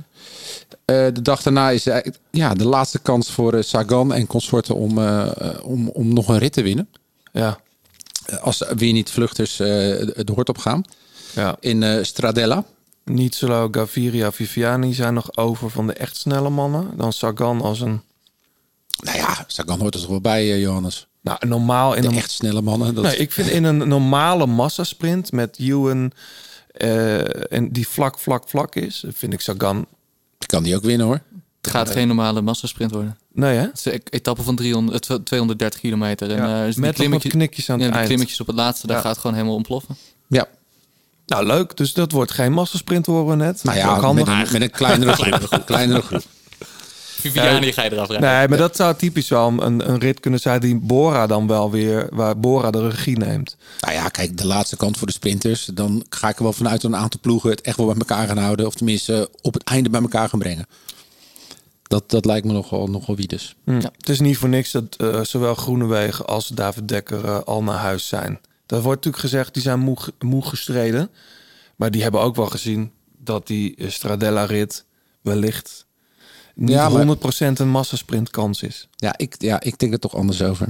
Speaker 3: Eh, de dag daarna is eigenlijk, ja, de laatste kans voor eh, Sagan en consorten om, eh, eh, om, om nog een rit te winnen.
Speaker 1: Ja.
Speaker 3: Eh, Als er weer niet vluchters eh, de, de hoort op gaan.
Speaker 1: Ja.
Speaker 3: In eh, Stradella.
Speaker 1: Nietzelo, Gaviria, Viviani zijn nog over van de echt snelle mannen. Dan Sagan als een...
Speaker 3: Nou ja, Sagan hoort er toch wel bij, eh, Johannes.
Speaker 1: Nou, normaal in
Speaker 3: de
Speaker 1: een...
Speaker 3: echt snelle mannen. Dat...
Speaker 1: Nee, ik vind in een normale massasprint met Ewan... eh, en die vlak, vlak, vlak is, vind ik Sagan...
Speaker 3: Kan die ook winnen, hoor.
Speaker 8: Het gaat geen normale massasprint worden.
Speaker 1: Nee, hè?
Speaker 8: Het is een e- etappe van 300, eh, tw- 230 kilometer. En,
Speaker 1: Ja,
Speaker 8: eh, dus die
Speaker 1: met nog wat
Speaker 8: klimmetjes-
Speaker 1: knikjes aan het
Speaker 8: ja, die
Speaker 1: eind.
Speaker 8: klimmetjes op het laatste, daar
Speaker 1: Ja.
Speaker 8: gaat het gewoon helemaal ontploffen.
Speaker 3: Ja.
Speaker 1: Nou, leuk. Dus dat wordt geen massasprint, horen we net.
Speaker 3: Nou
Speaker 1: Ook
Speaker 3: ja, met,
Speaker 1: handig.
Speaker 3: een- met een
Speaker 1: (laughs)
Speaker 3: kleinere groep. kleinere groep.
Speaker 8: Viviani ga je eraf rijden.
Speaker 1: Nee, maar dat zou typisch wel een, een rit kunnen zijn die Bora dan wel weer, waar Bora de regie neemt.
Speaker 3: Nou ja, kijk, de laatste kant voor de sprinters. Dan ga ik er wel vanuit dat een aantal ploegen het echt wel bij elkaar gaan houden. Of tenminste eh, op het einde bij elkaar gaan brengen. Dat, dat lijkt me nogal, nogal wie dus.
Speaker 1: Ja. Het is niet voor niks dat eh, zowel Groenewegen als David Dekker eh, al naar huis zijn. Daar wordt natuurlijk gezegd, die zijn moe, ge- moe gestreden. Maar die hebben ook wel gezien dat die eh, Stradella-rit wellicht niet
Speaker 3: Ja,
Speaker 1: 100%
Speaker 3: maar-
Speaker 1: een massassprintkans is.
Speaker 3: Ja ik, ja, ik denk er toch anders over.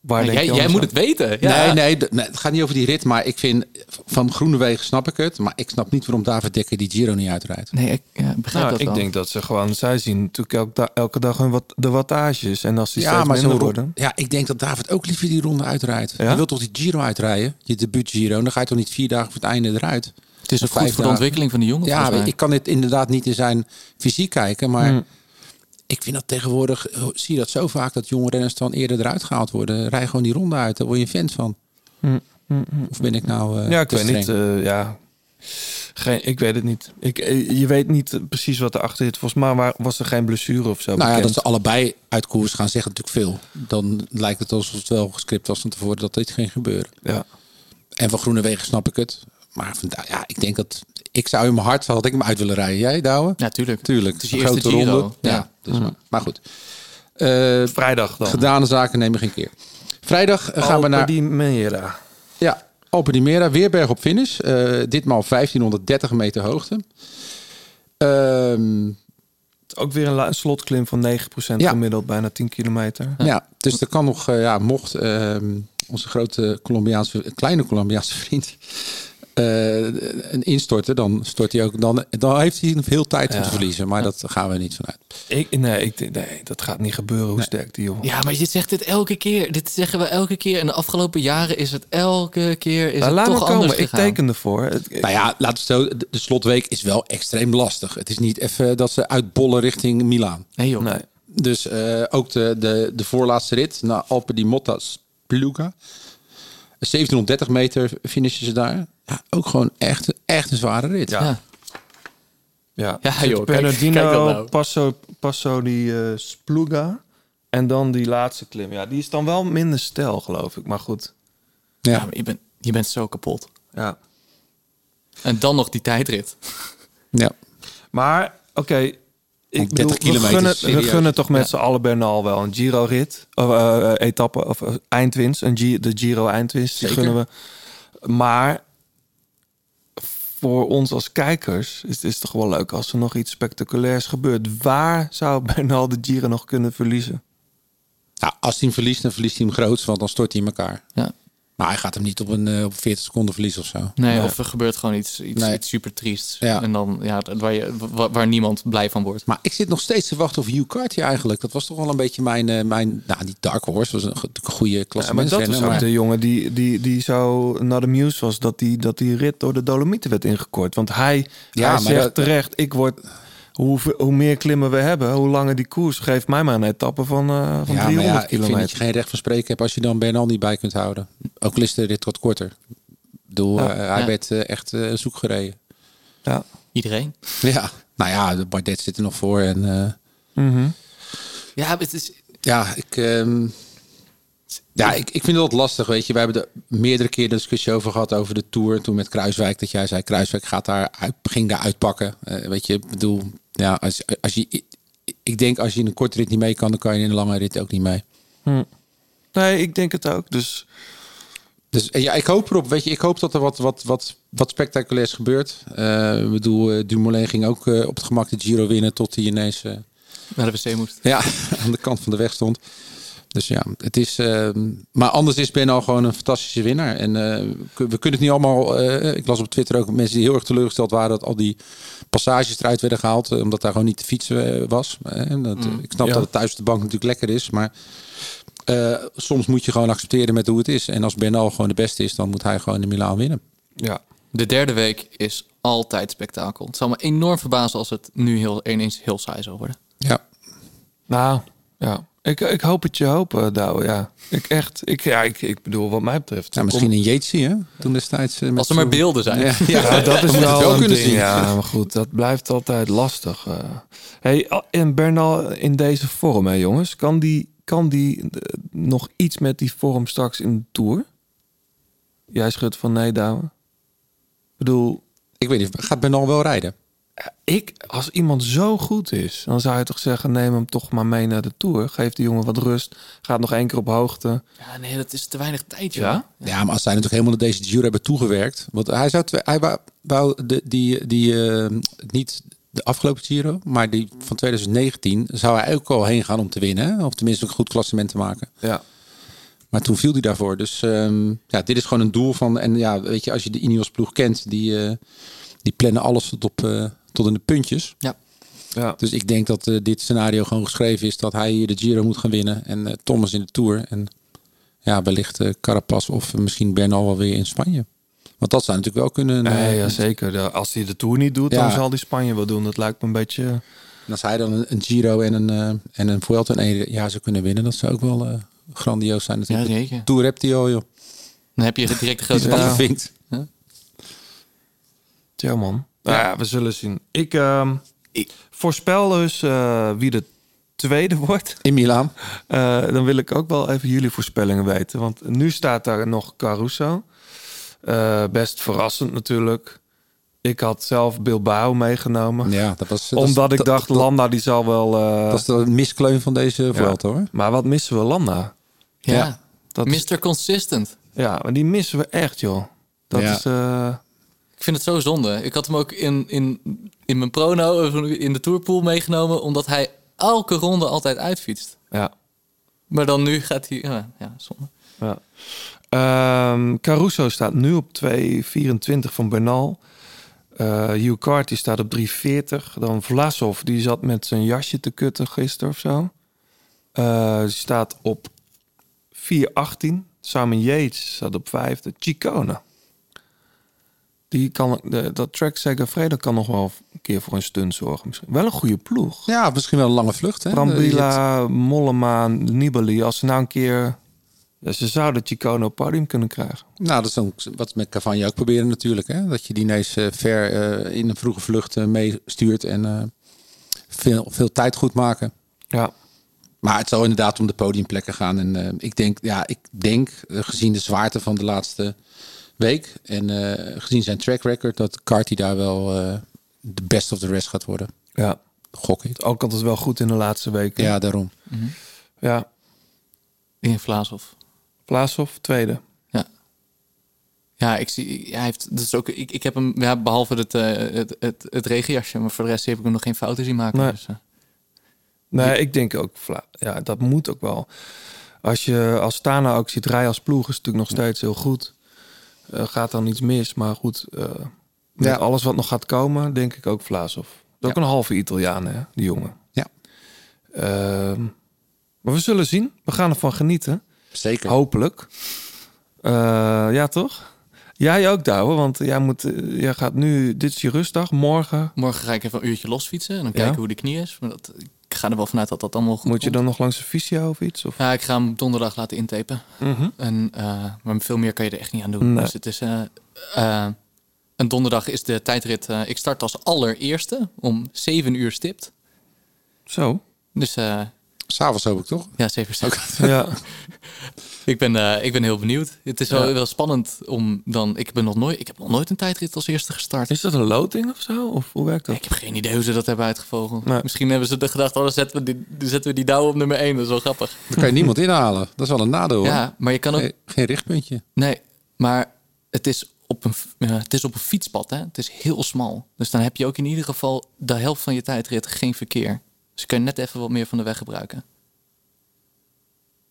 Speaker 1: Waar denk
Speaker 8: jij,
Speaker 1: je
Speaker 8: jij
Speaker 1: anders
Speaker 8: moet
Speaker 1: aan?
Speaker 8: het weten. Ja.
Speaker 3: Nee, nee, d- nee, het gaat niet over die rit. Maar ik vind, van Groenewegen snap ik het. Maar ik snap niet waarom David Dekker die Giro niet uitrijdt.
Speaker 8: Nee, ik ja, begrijp
Speaker 1: Nou,
Speaker 8: dat
Speaker 1: ik
Speaker 8: wel.
Speaker 1: denk dat ze gewoon, zij zien natuurlijk elke, da- elke dag hun wat, de wattages. En als die
Speaker 3: Ja,
Speaker 1: steeds
Speaker 3: maar
Speaker 1: minder
Speaker 3: zo
Speaker 1: worden.
Speaker 3: Ja, ik denk dat David ook liever die ronde uitrijdt.
Speaker 1: Ja?
Speaker 3: Je wilt toch die Giro uitrijden? Je debuut Giro. Dan ga je toch niet vier dagen voor het einde eruit?
Speaker 8: Het is ook
Speaker 3: Of vijf
Speaker 8: goed voor de
Speaker 3: dagen.
Speaker 8: ontwikkeling van de jongen.
Speaker 3: Ja,
Speaker 8: volgens mij.
Speaker 3: ik kan dit inderdaad niet in zijn fysiek kijken. Maar
Speaker 1: Hmm.
Speaker 3: ik vind dat tegenwoordig, eh, zie je dat zo vaak, dat jonge renners dan eerder eruit gehaald worden. Rij gewoon die ronde uit, daar word je een fan van.
Speaker 1: Hm, hm, hm.
Speaker 3: Of ben ik nou eh,
Speaker 1: ja, ik
Speaker 3: te
Speaker 1: weet
Speaker 3: streng?
Speaker 1: niet. eh, ja. Geen, ik weet het niet. Ik, eh, je weet niet precies wat erachter zit. Volgens mij wa- was er geen blessure of zo.
Speaker 3: nou ja, dat
Speaker 1: bekend.
Speaker 3: ze allebei uit koers gaan zeggen natuurlijk veel. Dan lijkt het alsof het wel gescript was van tevoren dat dit ging gebeuren.
Speaker 1: Ja.
Speaker 3: En van Groenewegen snap ik het. Maar van, Da- ja, ik denk dat... Ik zou in mijn hart, had ik hem uit willen rijden. Jij, Douwe?
Speaker 8: Ja, tuurlijk.
Speaker 3: Tuurlijk.
Speaker 8: Het is je eerste Giro.
Speaker 3: Ja,
Speaker 8: Ja. Mhm.
Speaker 3: dus maar, maar goed. Eh,
Speaker 1: Vrijdag dan.
Speaker 3: Gedane zaken nemen geen keer. Vrijdag eh, gaan we naar...
Speaker 1: die Mera.
Speaker 3: Ja, Alpe di Mera, weer berg op finish. Eh, ditmaal 1530 meter hoogte. Ehm,
Speaker 1: Ook weer een, la- een slotklim van 9%
Speaker 3: Ja.
Speaker 1: gemiddeld, bijna 10 kilometer.
Speaker 3: ja. dus er kan nog, eh, ja, mocht ehm, onze grote Colombiaanse, kleine Colombiaanse vriend eh, een instorten, dan stort hij ook. Dan, dan heeft hij veel tijd om
Speaker 1: Ja.
Speaker 3: te verliezen, maar dat gaan we niet vanuit.
Speaker 1: Ik, nee, ik, denk- nee, dat gaat niet gebeuren hoe sterk die jongen.
Speaker 8: Ja, maar je zegt dit elke keer. Dit zeggen we elke keer. En de afgelopen jaren is het elke keer is
Speaker 1: Nou,
Speaker 8: het
Speaker 1: laat
Speaker 8: toch
Speaker 1: maar
Speaker 8: anders
Speaker 1: komen. Ik
Speaker 8: gegaan.
Speaker 1: teken ervoor. Het-
Speaker 3: Nou ja, laten we het zo. De de slotweek is wel extreem lastig. Het is niet even dat ze uitbollen richting Milaan.
Speaker 8: Nee joh.
Speaker 1: Nee.
Speaker 3: Dus eh, ook de, de, de voorlaatste rit naar Alpe di Motta Spluga. 1730 meter finishen ze daar. Ja, ook gewoon echt, echt een zware rit.
Speaker 1: Ja.
Speaker 8: Ja.
Speaker 1: Ja,
Speaker 8: Ja,
Speaker 1: Zit
Speaker 8: joh, kijk- kijk dat
Speaker 1: Bernardino,
Speaker 8: nou.
Speaker 1: Passo, Passo die eh, Spluga. En dan die laatste klim. Ja, die is dan wel minder stijl, geloof ik. Maar goed,
Speaker 3: Ja.
Speaker 8: Ja, maar je, bent, je bent zo kapot.
Speaker 1: ja.
Speaker 8: En dan nog die tijdrit.
Speaker 3: Ja.
Speaker 1: Maar, oké. Ik
Speaker 3: 30
Speaker 1: bedoel, we
Speaker 3: kilometer,
Speaker 1: gunnen, we
Speaker 3: serieus.
Speaker 1: gunnen toch met
Speaker 8: Ja.
Speaker 1: z'n allen Bernal wel een Giro-rit. Of eh, eh, etappe, of eh, eindwinst. Een Gi- de Giro-eindwinst, die
Speaker 3: Zeker.
Speaker 1: gunnen we. Maar voor ons als kijkers is het is toch wel leuk... als er nog iets spectaculairs gebeurt. Waar zou Bernal de Giro nog kunnen verliezen?
Speaker 3: Nou, als hij hem verliest, dan verliest hij hem groots, want dan stort hij in elkaar.
Speaker 8: Ja.
Speaker 3: Maar hij gaat hem niet op een eh, op 40 seconden verliezen of zo.
Speaker 8: Nee, of er gebeurt gewoon iets, iets,
Speaker 3: Nee.
Speaker 8: iets super triests.
Speaker 3: Ja.
Speaker 8: En dan, ja, dat- waar, je, wa- waar, niemand blij van wordt.
Speaker 3: Maar ik zit nog steeds te wachten op Hugh Carty eigenlijk. Dat was toch wel een beetje mijn, eh, mijn nou die dark horse was een, go- een goede klasse
Speaker 1: Ja, maar dat was ook de jongen die, die, die zo naar de muse was... dat die, dat die rit door de Dolomieten werd ingekort. Want hij,
Speaker 3: Ja,
Speaker 1: hij
Speaker 3: maar
Speaker 1: zegt
Speaker 3: dat-
Speaker 1: terecht, ik word... Hoe, ve- hoe meer klimmen we hebben, hoe langer die koers... geeft mij maar een etappe van, eh van
Speaker 3: ja, maar
Speaker 1: 300
Speaker 3: ja, ik vind dat je
Speaker 1: kilometer.
Speaker 3: geen recht van spreken hebt als je dan Bernal niet bij kunt houden. Ook al is de rit wat korter. Ik bedoel,
Speaker 1: Ja.
Speaker 3: eh, hij
Speaker 8: Ja.
Speaker 3: werd eh, echt eh, zoekgereden.
Speaker 1: Ja.
Speaker 8: Iedereen.
Speaker 3: Ja, nou ja, de Bardet zit er nog voor. En, eh,
Speaker 1: Mhm.
Speaker 8: Ja, het is...
Speaker 3: Ja, ik, ehm, ja ik, ik vind dat lastig, weet je. We hebben er meerdere keren discussie over gehad over de Tour. Toen met Kruiswijk, dat jij zei, Kruiswijk gaat daar, uit- ging daar uitpakken. Eh, weet je, ik bedoel, ja, als, als je, ik, ik denk als je in een korte rit niet mee kan, dan kan je in een lange rit ook niet mee.
Speaker 1: Nee, ik denk het ook. Dus
Speaker 3: Dus eh, ja, ik hoop erop. Weet je, ik hoop dat er wat, wat, wat, wat spectaculairs gebeurt. Eh, ik bedoel, eh, Dumoulin ging ook eh, op het gemak de Giro winnen tot hij ineens eh,
Speaker 8: Naar de wc moest.
Speaker 3: ja, (laughs) aan de kant van de weg stond. Dus ja, het is. eh, maar anders is Ben al gewoon een fantastische winnaar. En eh, we kunnen het niet allemaal. eh, ik las op Twitter ook mensen die heel erg teleurgesteld waren dat al die passages eruit werden gehaald. eh, omdat daar gewoon niet te fietsen eh, was. Eh, en dat,
Speaker 1: Mm,
Speaker 3: ik snap
Speaker 1: ja.
Speaker 3: dat het thuis op de bank natuurlijk lekker is. Maar eh, soms moet je gewoon accepteren met hoe het is. En als Ben al gewoon de beste is, dan moet hij gewoon de Milaan winnen.
Speaker 1: Ja.
Speaker 8: De derde week is altijd spektakel. Het zal me enorm verbazen als het nu heel, ineens heel saai zou worden.
Speaker 1: Nou, ja. Ik, ik hoop het je hopen, Douwe. Ja. Ik echt. Ik, ja, ik, ik bedoel, wat mij betreft.
Speaker 3: Nou, misschien
Speaker 1: kom-
Speaker 3: in Jeetsie, hè? Toen destijds. eh, met
Speaker 1: Als er maar
Speaker 3: Sjoerd.
Speaker 1: beelden zijn.
Speaker 8: (laughs)
Speaker 3: Ja,
Speaker 1: Ja, dat is
Speaker 3: we moeten
Speaker 1: wel,
Speaker 3: het
Speaker 1: een
Speaker 3: kunnen
Speaker 1: ding,
Speaker 3: zien.
Speaker 1: Ja, maar goed, dat blijft altijd lastig. eh. Hey, al- en Bernal in deze vorm, hè, jongens. Kan die, kan die eh, nog iets met die vorm straks in de Tour? Jij schudt van nee, Douwe. Ik bedoel...
Speaker 3: Ik weet niet, gaat Bernal wel rijden?
Speaker 1: Ik, als iemand zo goed is, dan zou je toch zeggen... neem hem toch maar mee naar de Tour. Geef die jongen wat rust. Gaat nog één keer op hoogte.
Speaker 8: Ja, nee, dat is te weinig tijd,
Speaker 1: Ja?
Speaker 3: Ja, maar als zij natuurlijk helemaal naar deze Giro hebben toegewerkt. Want hij zou twee, hij wou, wou de, die, die eh, niet de afgelopen Giro, maar die van 2019 zou hij ook al heen gaan om te winnen. hè? Of tenminste een goed klassement te maken.
Speaker 1: Ja.
Speaker 3: Maar toen viel hij daarvoor. Dus ehm, ja, dit is gewoon een doel van. En ja, weet je, als je de Ineos ploeg kent, die, eh, die plannen alles tot, op, eh, tot in de puntjes.
Speaker 8: Ja.
Speaker 1: Ja.
Speaker 3: Dus ik denk dat eh, dit scenario gewoon geschreven is dat hij hier de Giro moet gaan winnen en eh, Thomas in de Tour. En ja, wellicht eh, Carapaz of misschien Bernal wel weer in Spanje. Want dat zou natuurlijk wel kunnen. eh,
Speaker 1: Nee, ja, zeker. De- Als hij de Tour niet doet,
Speaker 3: Ja.
Speaker 1: dan zal hij Spanje wel doen. Dat lijkt me een beetje...
Speaker 3: En als hij dan een, een Giro en een, eh, en een Vuelta in één jaar zou kunnen winnen, dat zou ook wel eh, grandioos zijn natuurlijk.
Speaker 8: Ja, zeker.
Speaker 3: Tour hebt hij al, joh.
Speaker 8: Dan heb je direct de grote
Speaker 3: Ja.
Speaker 8: kans.
Speaker 3: Vinkt.
Speaker 8: (laughs) Ja.
Speaker 1: Ja, man. Nou ja, we zullen zien. Ik, ehm, voorspel dus eh, wie de tweede (laughs) wordt. Eh,
Speaker 3: In Milaan.
Speaker 1: dan wil ik ook wel even jullie voorspellingen weten. Want nu staat daar nog Caruso. Eh, best verrassend natuurlijk. Ik had zelf Bilbao meegenomen.
Speaker 3: Ja, dat was... dat
Speaker 1: Omdat
Speaker 3: is-
Speaker 1: ik
Speaker 3: dat-
Speaker 1: dacht,
Speaker 3: dat-
Speaker 1: Landa die zal wel... eh,
Speaker 3: Dat is de miskleun van deze Vuelta,
Speaker 1: ja.
Speaker 3: hoor.
Speaker 1: Maar wat missen we Landa?
Speaker 8: Ja.
Speaker 1: Dat is-
Speaker 8: Mr. Consistent.
Speaker 1: ja, maar die missen we echt, joh. Dat
Speaker 8: Ja.
Speaker 1: is... eh,
Speaker 8: Ik vind het zo zonde. Ik had hem ook in, in, in mijn prono, eh, in de tourpool meegenomen, omdat hij elke ronde altijd uitfietst.
Speaker 1: ja.
Speaker 8: Maar dan nu gaat hij... Ja, ja zonde.
Speaker 1: Ja. Ehm, Caruso staat nu op 2,24 van Bernal. Eh Hugh Carty staat op 3,40. Dan Vlasov, die zat met zijn jasje te kutten gisteren of zo. Eh, die staat op 4,18. Simon Yates staat op 5. Chicone. Die kan, de, dat track Segafredo kan nog wel een keer voor een stunt zorgen. Misschien. Wel een goede ploeg.
Speaker 3: Ja, misschien wel een lange vlucht, hè?
Speaker 1: Brambila, Mollema, Nibali. Als ze nou een keer... Ja, ze zouden Chicone op podium kunnen krijgen.
Speaker 3: Nou, dat is ook wat we met Cavagna ook proberen natuurlijk. Hè? Dat je die ineens eh, ver eh, in een vroege vlucht eh, meestuurt en eh, veel, veel tijd goed maken.
Speaker 1: Ja.
Speaker 3: Maar het zal inderdaad om de podiumplekken gaan. En eh, ik denk, ja, ik denk eh, gezien de zwaarte van de laatste week en eh, gezien zijn track record, dat Carty daar wel eh, de best of the rest gaat worden.
Speaker 1: Ja.
Speaker 3: Gok ik.
Speaker 1: Ook altijd wel goed in de laatste weken.
Speaker 3: Ja, daarom.
Speaker 1: Ja.
Speaker 8: In Vlaashof.
Speaker 1: Vlaashof, tweede.
Speaker 8: Ja, ik zie, hij heeft, dat is ook, ik, ik heb hem, ja, behalve het, eh, het, het, het regenjasje, maar voor de rest heb ik hem nog geen fouten zien maken.
Speaker 1: Nee.
Speaker 8: Dus, eh,
Speaker 1: Nee, ik denk ook. Vla- Ja, dat moet ook wel. Als je als Tana ook ziet rijden als ploeg, is het natuurlijk nog steeds heel goed. Eh, gaat dan iets mis, maar goed. eh, met
Speaker 3: Ja.
Speaker 1: alles wat nog gaat komen, denk ik ook Vlaashof. Dat is ook een halve Italiaan, hè, die jongen.
Speaker 3: Ja.
Speaker 1: Ehm, maar we zullen zien. We gaan ervan genieten.
Speaker 3: Zeker.
Speaker 1: Hopelijk. Eh, ja, toch? Jij ook, Douwe, want jij, moet, eh, jij gaat nu... Dit is je rustdag, morgen.
Speaker 8: morgen ga ik even een uurtje losfietsen en dan
Speaker 1: Ja.
Speaker 8: kijken hoe de knie is. Maar dat, ik ga er wel vanuit dat dat allemaal goed
Speaker 1: Moet je
Speaker 8: komt.
Speaker 1: dan nog langs de fysio of iets? Of?
Speaker 8: Ja, ik ga hem donderdag laten intapen.
Speaker 1: Mhm.
Speaker 8: En, eh, maar veel meer kan je er echt niet aan doen.
Speaker 1: Nee.
Speaker 8: Dus het is... eh, eh, en donderdag is de tijdrit... eh, ik
Speaker 3: (laughs)
Speaker 8: start als allereerste om 7 uur stipt.
Speaker 1: Zo.
Speaker 8: Dus eh,
Speaker 3: S'avonds hoop ik toch?
Speaker 8: Ja, zeker. zeker.
Speaker 1: Ja.
Speaker 8: ik, ben, eh, ik ben heel benieuwd. Het is wel,
Speaker 1: Ja.
Speaker 8: wel spannend om dan... Ik, ben nog nooit, ik heb nog nooit een tijdrit als eerste gestart.
Speaker 1: Is dat een loting of zo? Of hoe werkt dat?
Speaker 8: Ik heb geen idee hoe ze dat hebben uitgevogeld.
Speaker 1: Nee.
Speaker 8: Misschien hebben ze de gedacht, oh, dan zetten we die, dan zetten we die douw op nummer 1. Dat is wel grappig.
Speaker 3: Dan kan je niemand inhalen. Dat is wel een nadeel. hoor.
Speaker 8: Ja, maar je kan ook-
Speaker 3: Geen, geen richtpuntje.
Speaker 8: Nee, maar het is op een, f- ja, het is op een fietspad. Hè? Het is heel smal. Dus dan heb je ook in ieder geval de helft van je tijdrit geen verkeer. Dus kun je net even wat meer van de weg gebruiken.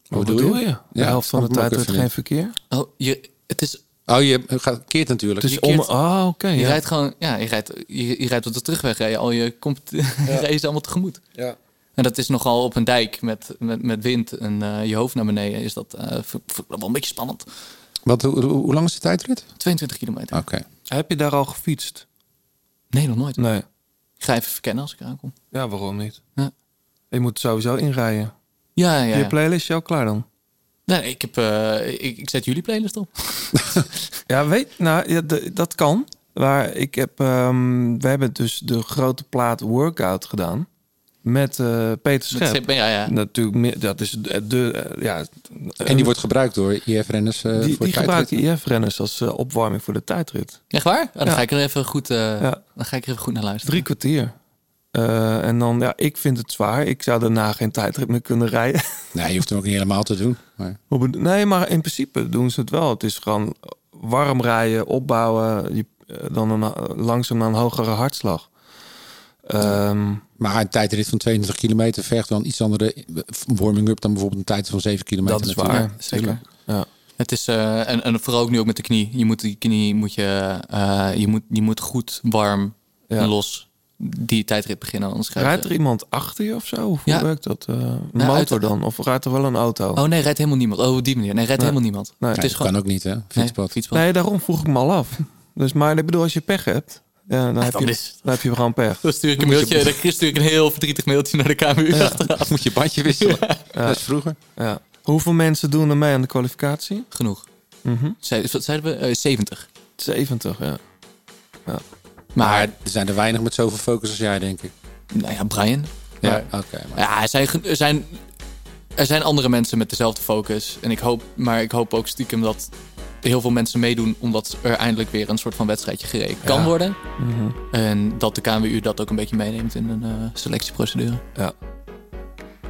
Speaker 1: Wat bedoel je? De helft van de tijd wordt geen verkeer?
Speaker 8: Oh, je, het is...
Speaker 3: Oh, je gaat, keert natuurlijk.
Speaker 1: Dus om, oh, oké.
Speaker 8: je
Speaker 1: ja.
Speaker 8: rijdt gewoon, ja, je rijdt, je, je rijdt op de terugweg, rij je al je (laughs) compt- race allemaal tegemoet.
Speaker 3: Ja.
Speaker 8: En dat is nogal op een dijk met, met, met wind en eh, je hoofd naar beneden. Is dat eh, v- v- wel een beetje spannend.
Speaker 3: Want hoe, hoe- hoe lang is de tijdrit?
Speaker 8: 22 kilometer.
Speaker 3: Oké.
Speaker 1: Heb je daar al gefietst?
Speaker 8: Nee, nog nooit.
Speaker 1: Nee.
Speaker 8: Ik ga even verkennen als ik aankom.
Speaker 1: Ja, waarom niet?
Speaker 8: Ja.
Speaker 1: Je moet sowieso inrijden.
Speaker 8: Ja, ja,
Speaker 1: Je
Speaker 8: ja.
Speaker 1: playlist is al klaar dan?
Speaker 8: Nee, ik, heb, eh, ik, ik zet jullie playlist op.
Speaker 1: Ja, weet, nou, ja, de- dat kan. Maar ik heb, ehm, we hebben dus de grote plaat workout gedaan. Met eh, Peter Schep.
Speaker 8: Met Schep, ja, ja.
Speaker 1: Natuurlijk, meer- dat is de, de, eh, ja.
Speaker 3: En die wordt gebruikt door IF-renners eh,
Speaker 1: die,
Speaker 3: voor
Speaker 1: die gebruikt
Speaker 3: tijdritten?
Speaker 1: IF-renners als eh, opwarming voor de tijdrit.
Speaker 8: Echt waar? Ah, dan,
Speaker 1: Ja.
Speaker 8: ga ik er even goed, eh,
Speaker 1: Ja.
Speaker 8: dan ga ik er even goed naar luisteren.
Speaker 1: Drie kwartier. Eh, en dan, ja, ik vind het zwaar. Ik zou daarna geen tijdrit meer kunnen rijden. (laughs)
Speaker 3: Nee, je hoeft hem ook niet helemaal te doen. Maar...
Speaker 1: Hoe bedo- Nee, maar in principe doen ze het wel. Het is gewoon warm rijden, opbouwen, je, eh, dan een, langzaam naar een hogere hartslag. Ehm,
Speaker 3: Maar een tijdrit van 22 kilometer vergt wel een iets andere eh, warming-up dan bijvoorbeeld een tijdrit van 7 kilometer.
Speaker 1: dat is
Speaker 3: natuurlijk.
Speaker 1: waar.
Speaker 8: Zeker.
Speaker 1: Ja.
Speaker 8: Het is, eh, en, en vooral ook nu ook met de knie. Je moet die knie moet je, eh, je, moet, je moet goed warm
Speaker 1: Ja.
Speaker 8: en los die tijdrit beginnen. Anders ga je-
Speaker 1: Rijdt er iemand achter je of zo? Of
Speaker 8: eh, Ja.
Speaker 1: Hoe werkt dat? Eh, een
Speaker 8: Nou,
Speaker 1: motor
Speaker 8: uit-
Speaker 1: dan? Of rijdt er wel een auto?
Speaker 8: Oh nee, rijdt helemaal niemand. Oh, op die manier. Nee, rijdt
Speaker 1: Nee.
Speaker 8: helemaal niemand.
Speaker 1: Nee.
Speaker 8: Het
Speaker 1: Nee,
Speaker 8: is
Speaker 1: dat
Speaker 8: gewoon...
Speaker 3: Kan ook niet, hè? Fietspad.
Speaker 8: Nee, (laughs) fietspad.
Speaker 1: Nee, daarom vroeg ik me al af. Dus, maar ik bedoel, als je pech hebt, ja, dan, heb
Speaker 8: dan
Speaker 1: je,
Speaker 8: is-
Speaker 1: dan heb je gewoon pech.
Speaker 8: Dan stuur ik een
Speaker 1: Moet je-
Speaker 8: mailtje, dan stuur ik een heel verdrietig mailtje naar de KMU achteraf.
Speaker 3: Moet je bandje wisselen. Dat is vroeger.
Speaker 1: Eh, Ja. Hoeveel mensen doen er mee aan de kwalificatie?
Speaker 8: Genoeg.
Speaker 1: Mhm.
Speaker 8: Zei- Wat zeiden we? Eh, 70.
Speaker 1: 70, ja. ja.
Speaker 3: (laughs)
Speaker 8: Maar,
Speaker 3: Er zijn er weinig met zoveel focus als jij, denk ik.
Speaker 8: nou ja, Brian.
Speaker 3: Ja,
Speaker 8: Maar-
Speaker 3: oké. maar-
Speaker 8: Ja, er zijn, er, zijn, er zijn andere mensen met dezelfde focus. En ik hoop, maar ik hoop ook stiekem dat heel veel mensen meedoen... omdat er eindelijk weer een soort van wedstrijdje gereden kan
Speaker 1: Ja.
Speaker 8: worden.
Speaker 1: Mhm.
Speaker 8: En dat de KNWU dat ook een beetje meeneemt in een eh, selectieprocedure.
Speaker 1: Ja.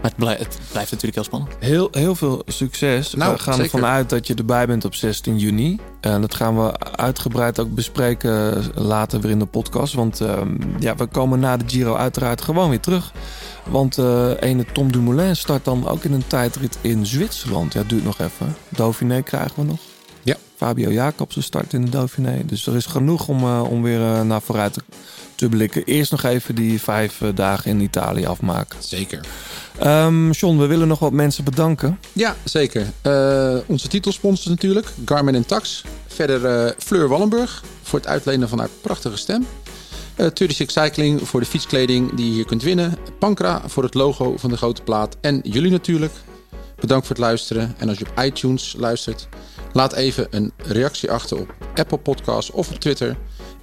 Speaker 8: Maar het, blij- het blijft natuurlijk heel spannend.
Speaker 1: Heel, heel veel succes.
Speaker 8: Nou,
Speaker 1: we gaan
Speaker 8: zeker.
Speaker 1: ervan uit dat je erbij bent op 16 juni. En dat gaan we uitgebreid ook bespreken later weer in de podcast. Want ehm, ja, we komen na de Giro uiteraard gewoon weer terug. Want eh ene Tom Dumoulin start dan ook in een tijdrit in Zwitserland. Ja, duurt nog even. Dauphiné krijgen we nog.
Speaker 3: Ja.
Speaker 1: Fabio Jacobsen start in de Dauphiné. Dus er is genoeg om, eh, om weer eh, naar vooruit te, te blikken. Eerst nog even die vijf eh, dagen in Italië afmaken.
Speaker 3: Zeker.
Speaker 1: Ehm John, we willen nog wat mensen bedanken.
Speaker 3: Ja, zeker. Eh, onze titelsponsors natuurlijk, Garmin en Tax. Verder eh, Fleur Wallenburg voor het uitlenen van haar prachtige stem. Eh 36 Cycling voor de fietskleding die je hier kunt winnen. Pancra voor het logo van de grote plaat. En jullie natuurlijk. Bedankt voor het luisteren. En als je op iTunes luistert, laat even een reactie achter op Apple Podcasts of op Twitter.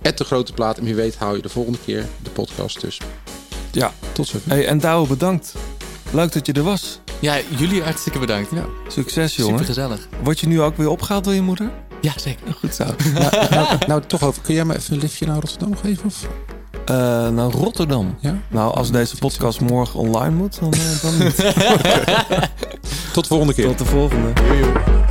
Speaker 3: At de grote plaat. En wie weet hou je de volgende keer de podcast dus.
Speaker 1: Ja.
Speaker 3: Tot zover.
Speaker 1: Hey, en Douwe, bedankt. Leuk dat je er was.
Speaker 8: Ja, jullie hartstikke bedankt.
Speaker 3: Ja.
Speaker 1: Succes, jongen.
Speaker 8: Super gezellig.
Speaker 1: Word je nu ook weer opgehaald door je moeder?
Speaker 8: Ja, zeker.
Speaker 1: Goed zo.
Speaker 3: nou, nou, nou, toch over. Kun jij me even een liftje naar Rotterdam geven? Of?
Speaker 1: Eh, nou, Rotterdam.
Speaker 3: Ja.
Speaker 1: Nou, als deze podcast (laughs) morgen online moet, dan, eh, dan niet.
Speaker 3: Tot de volgende keer.
Speaker 1: Tot de volgende.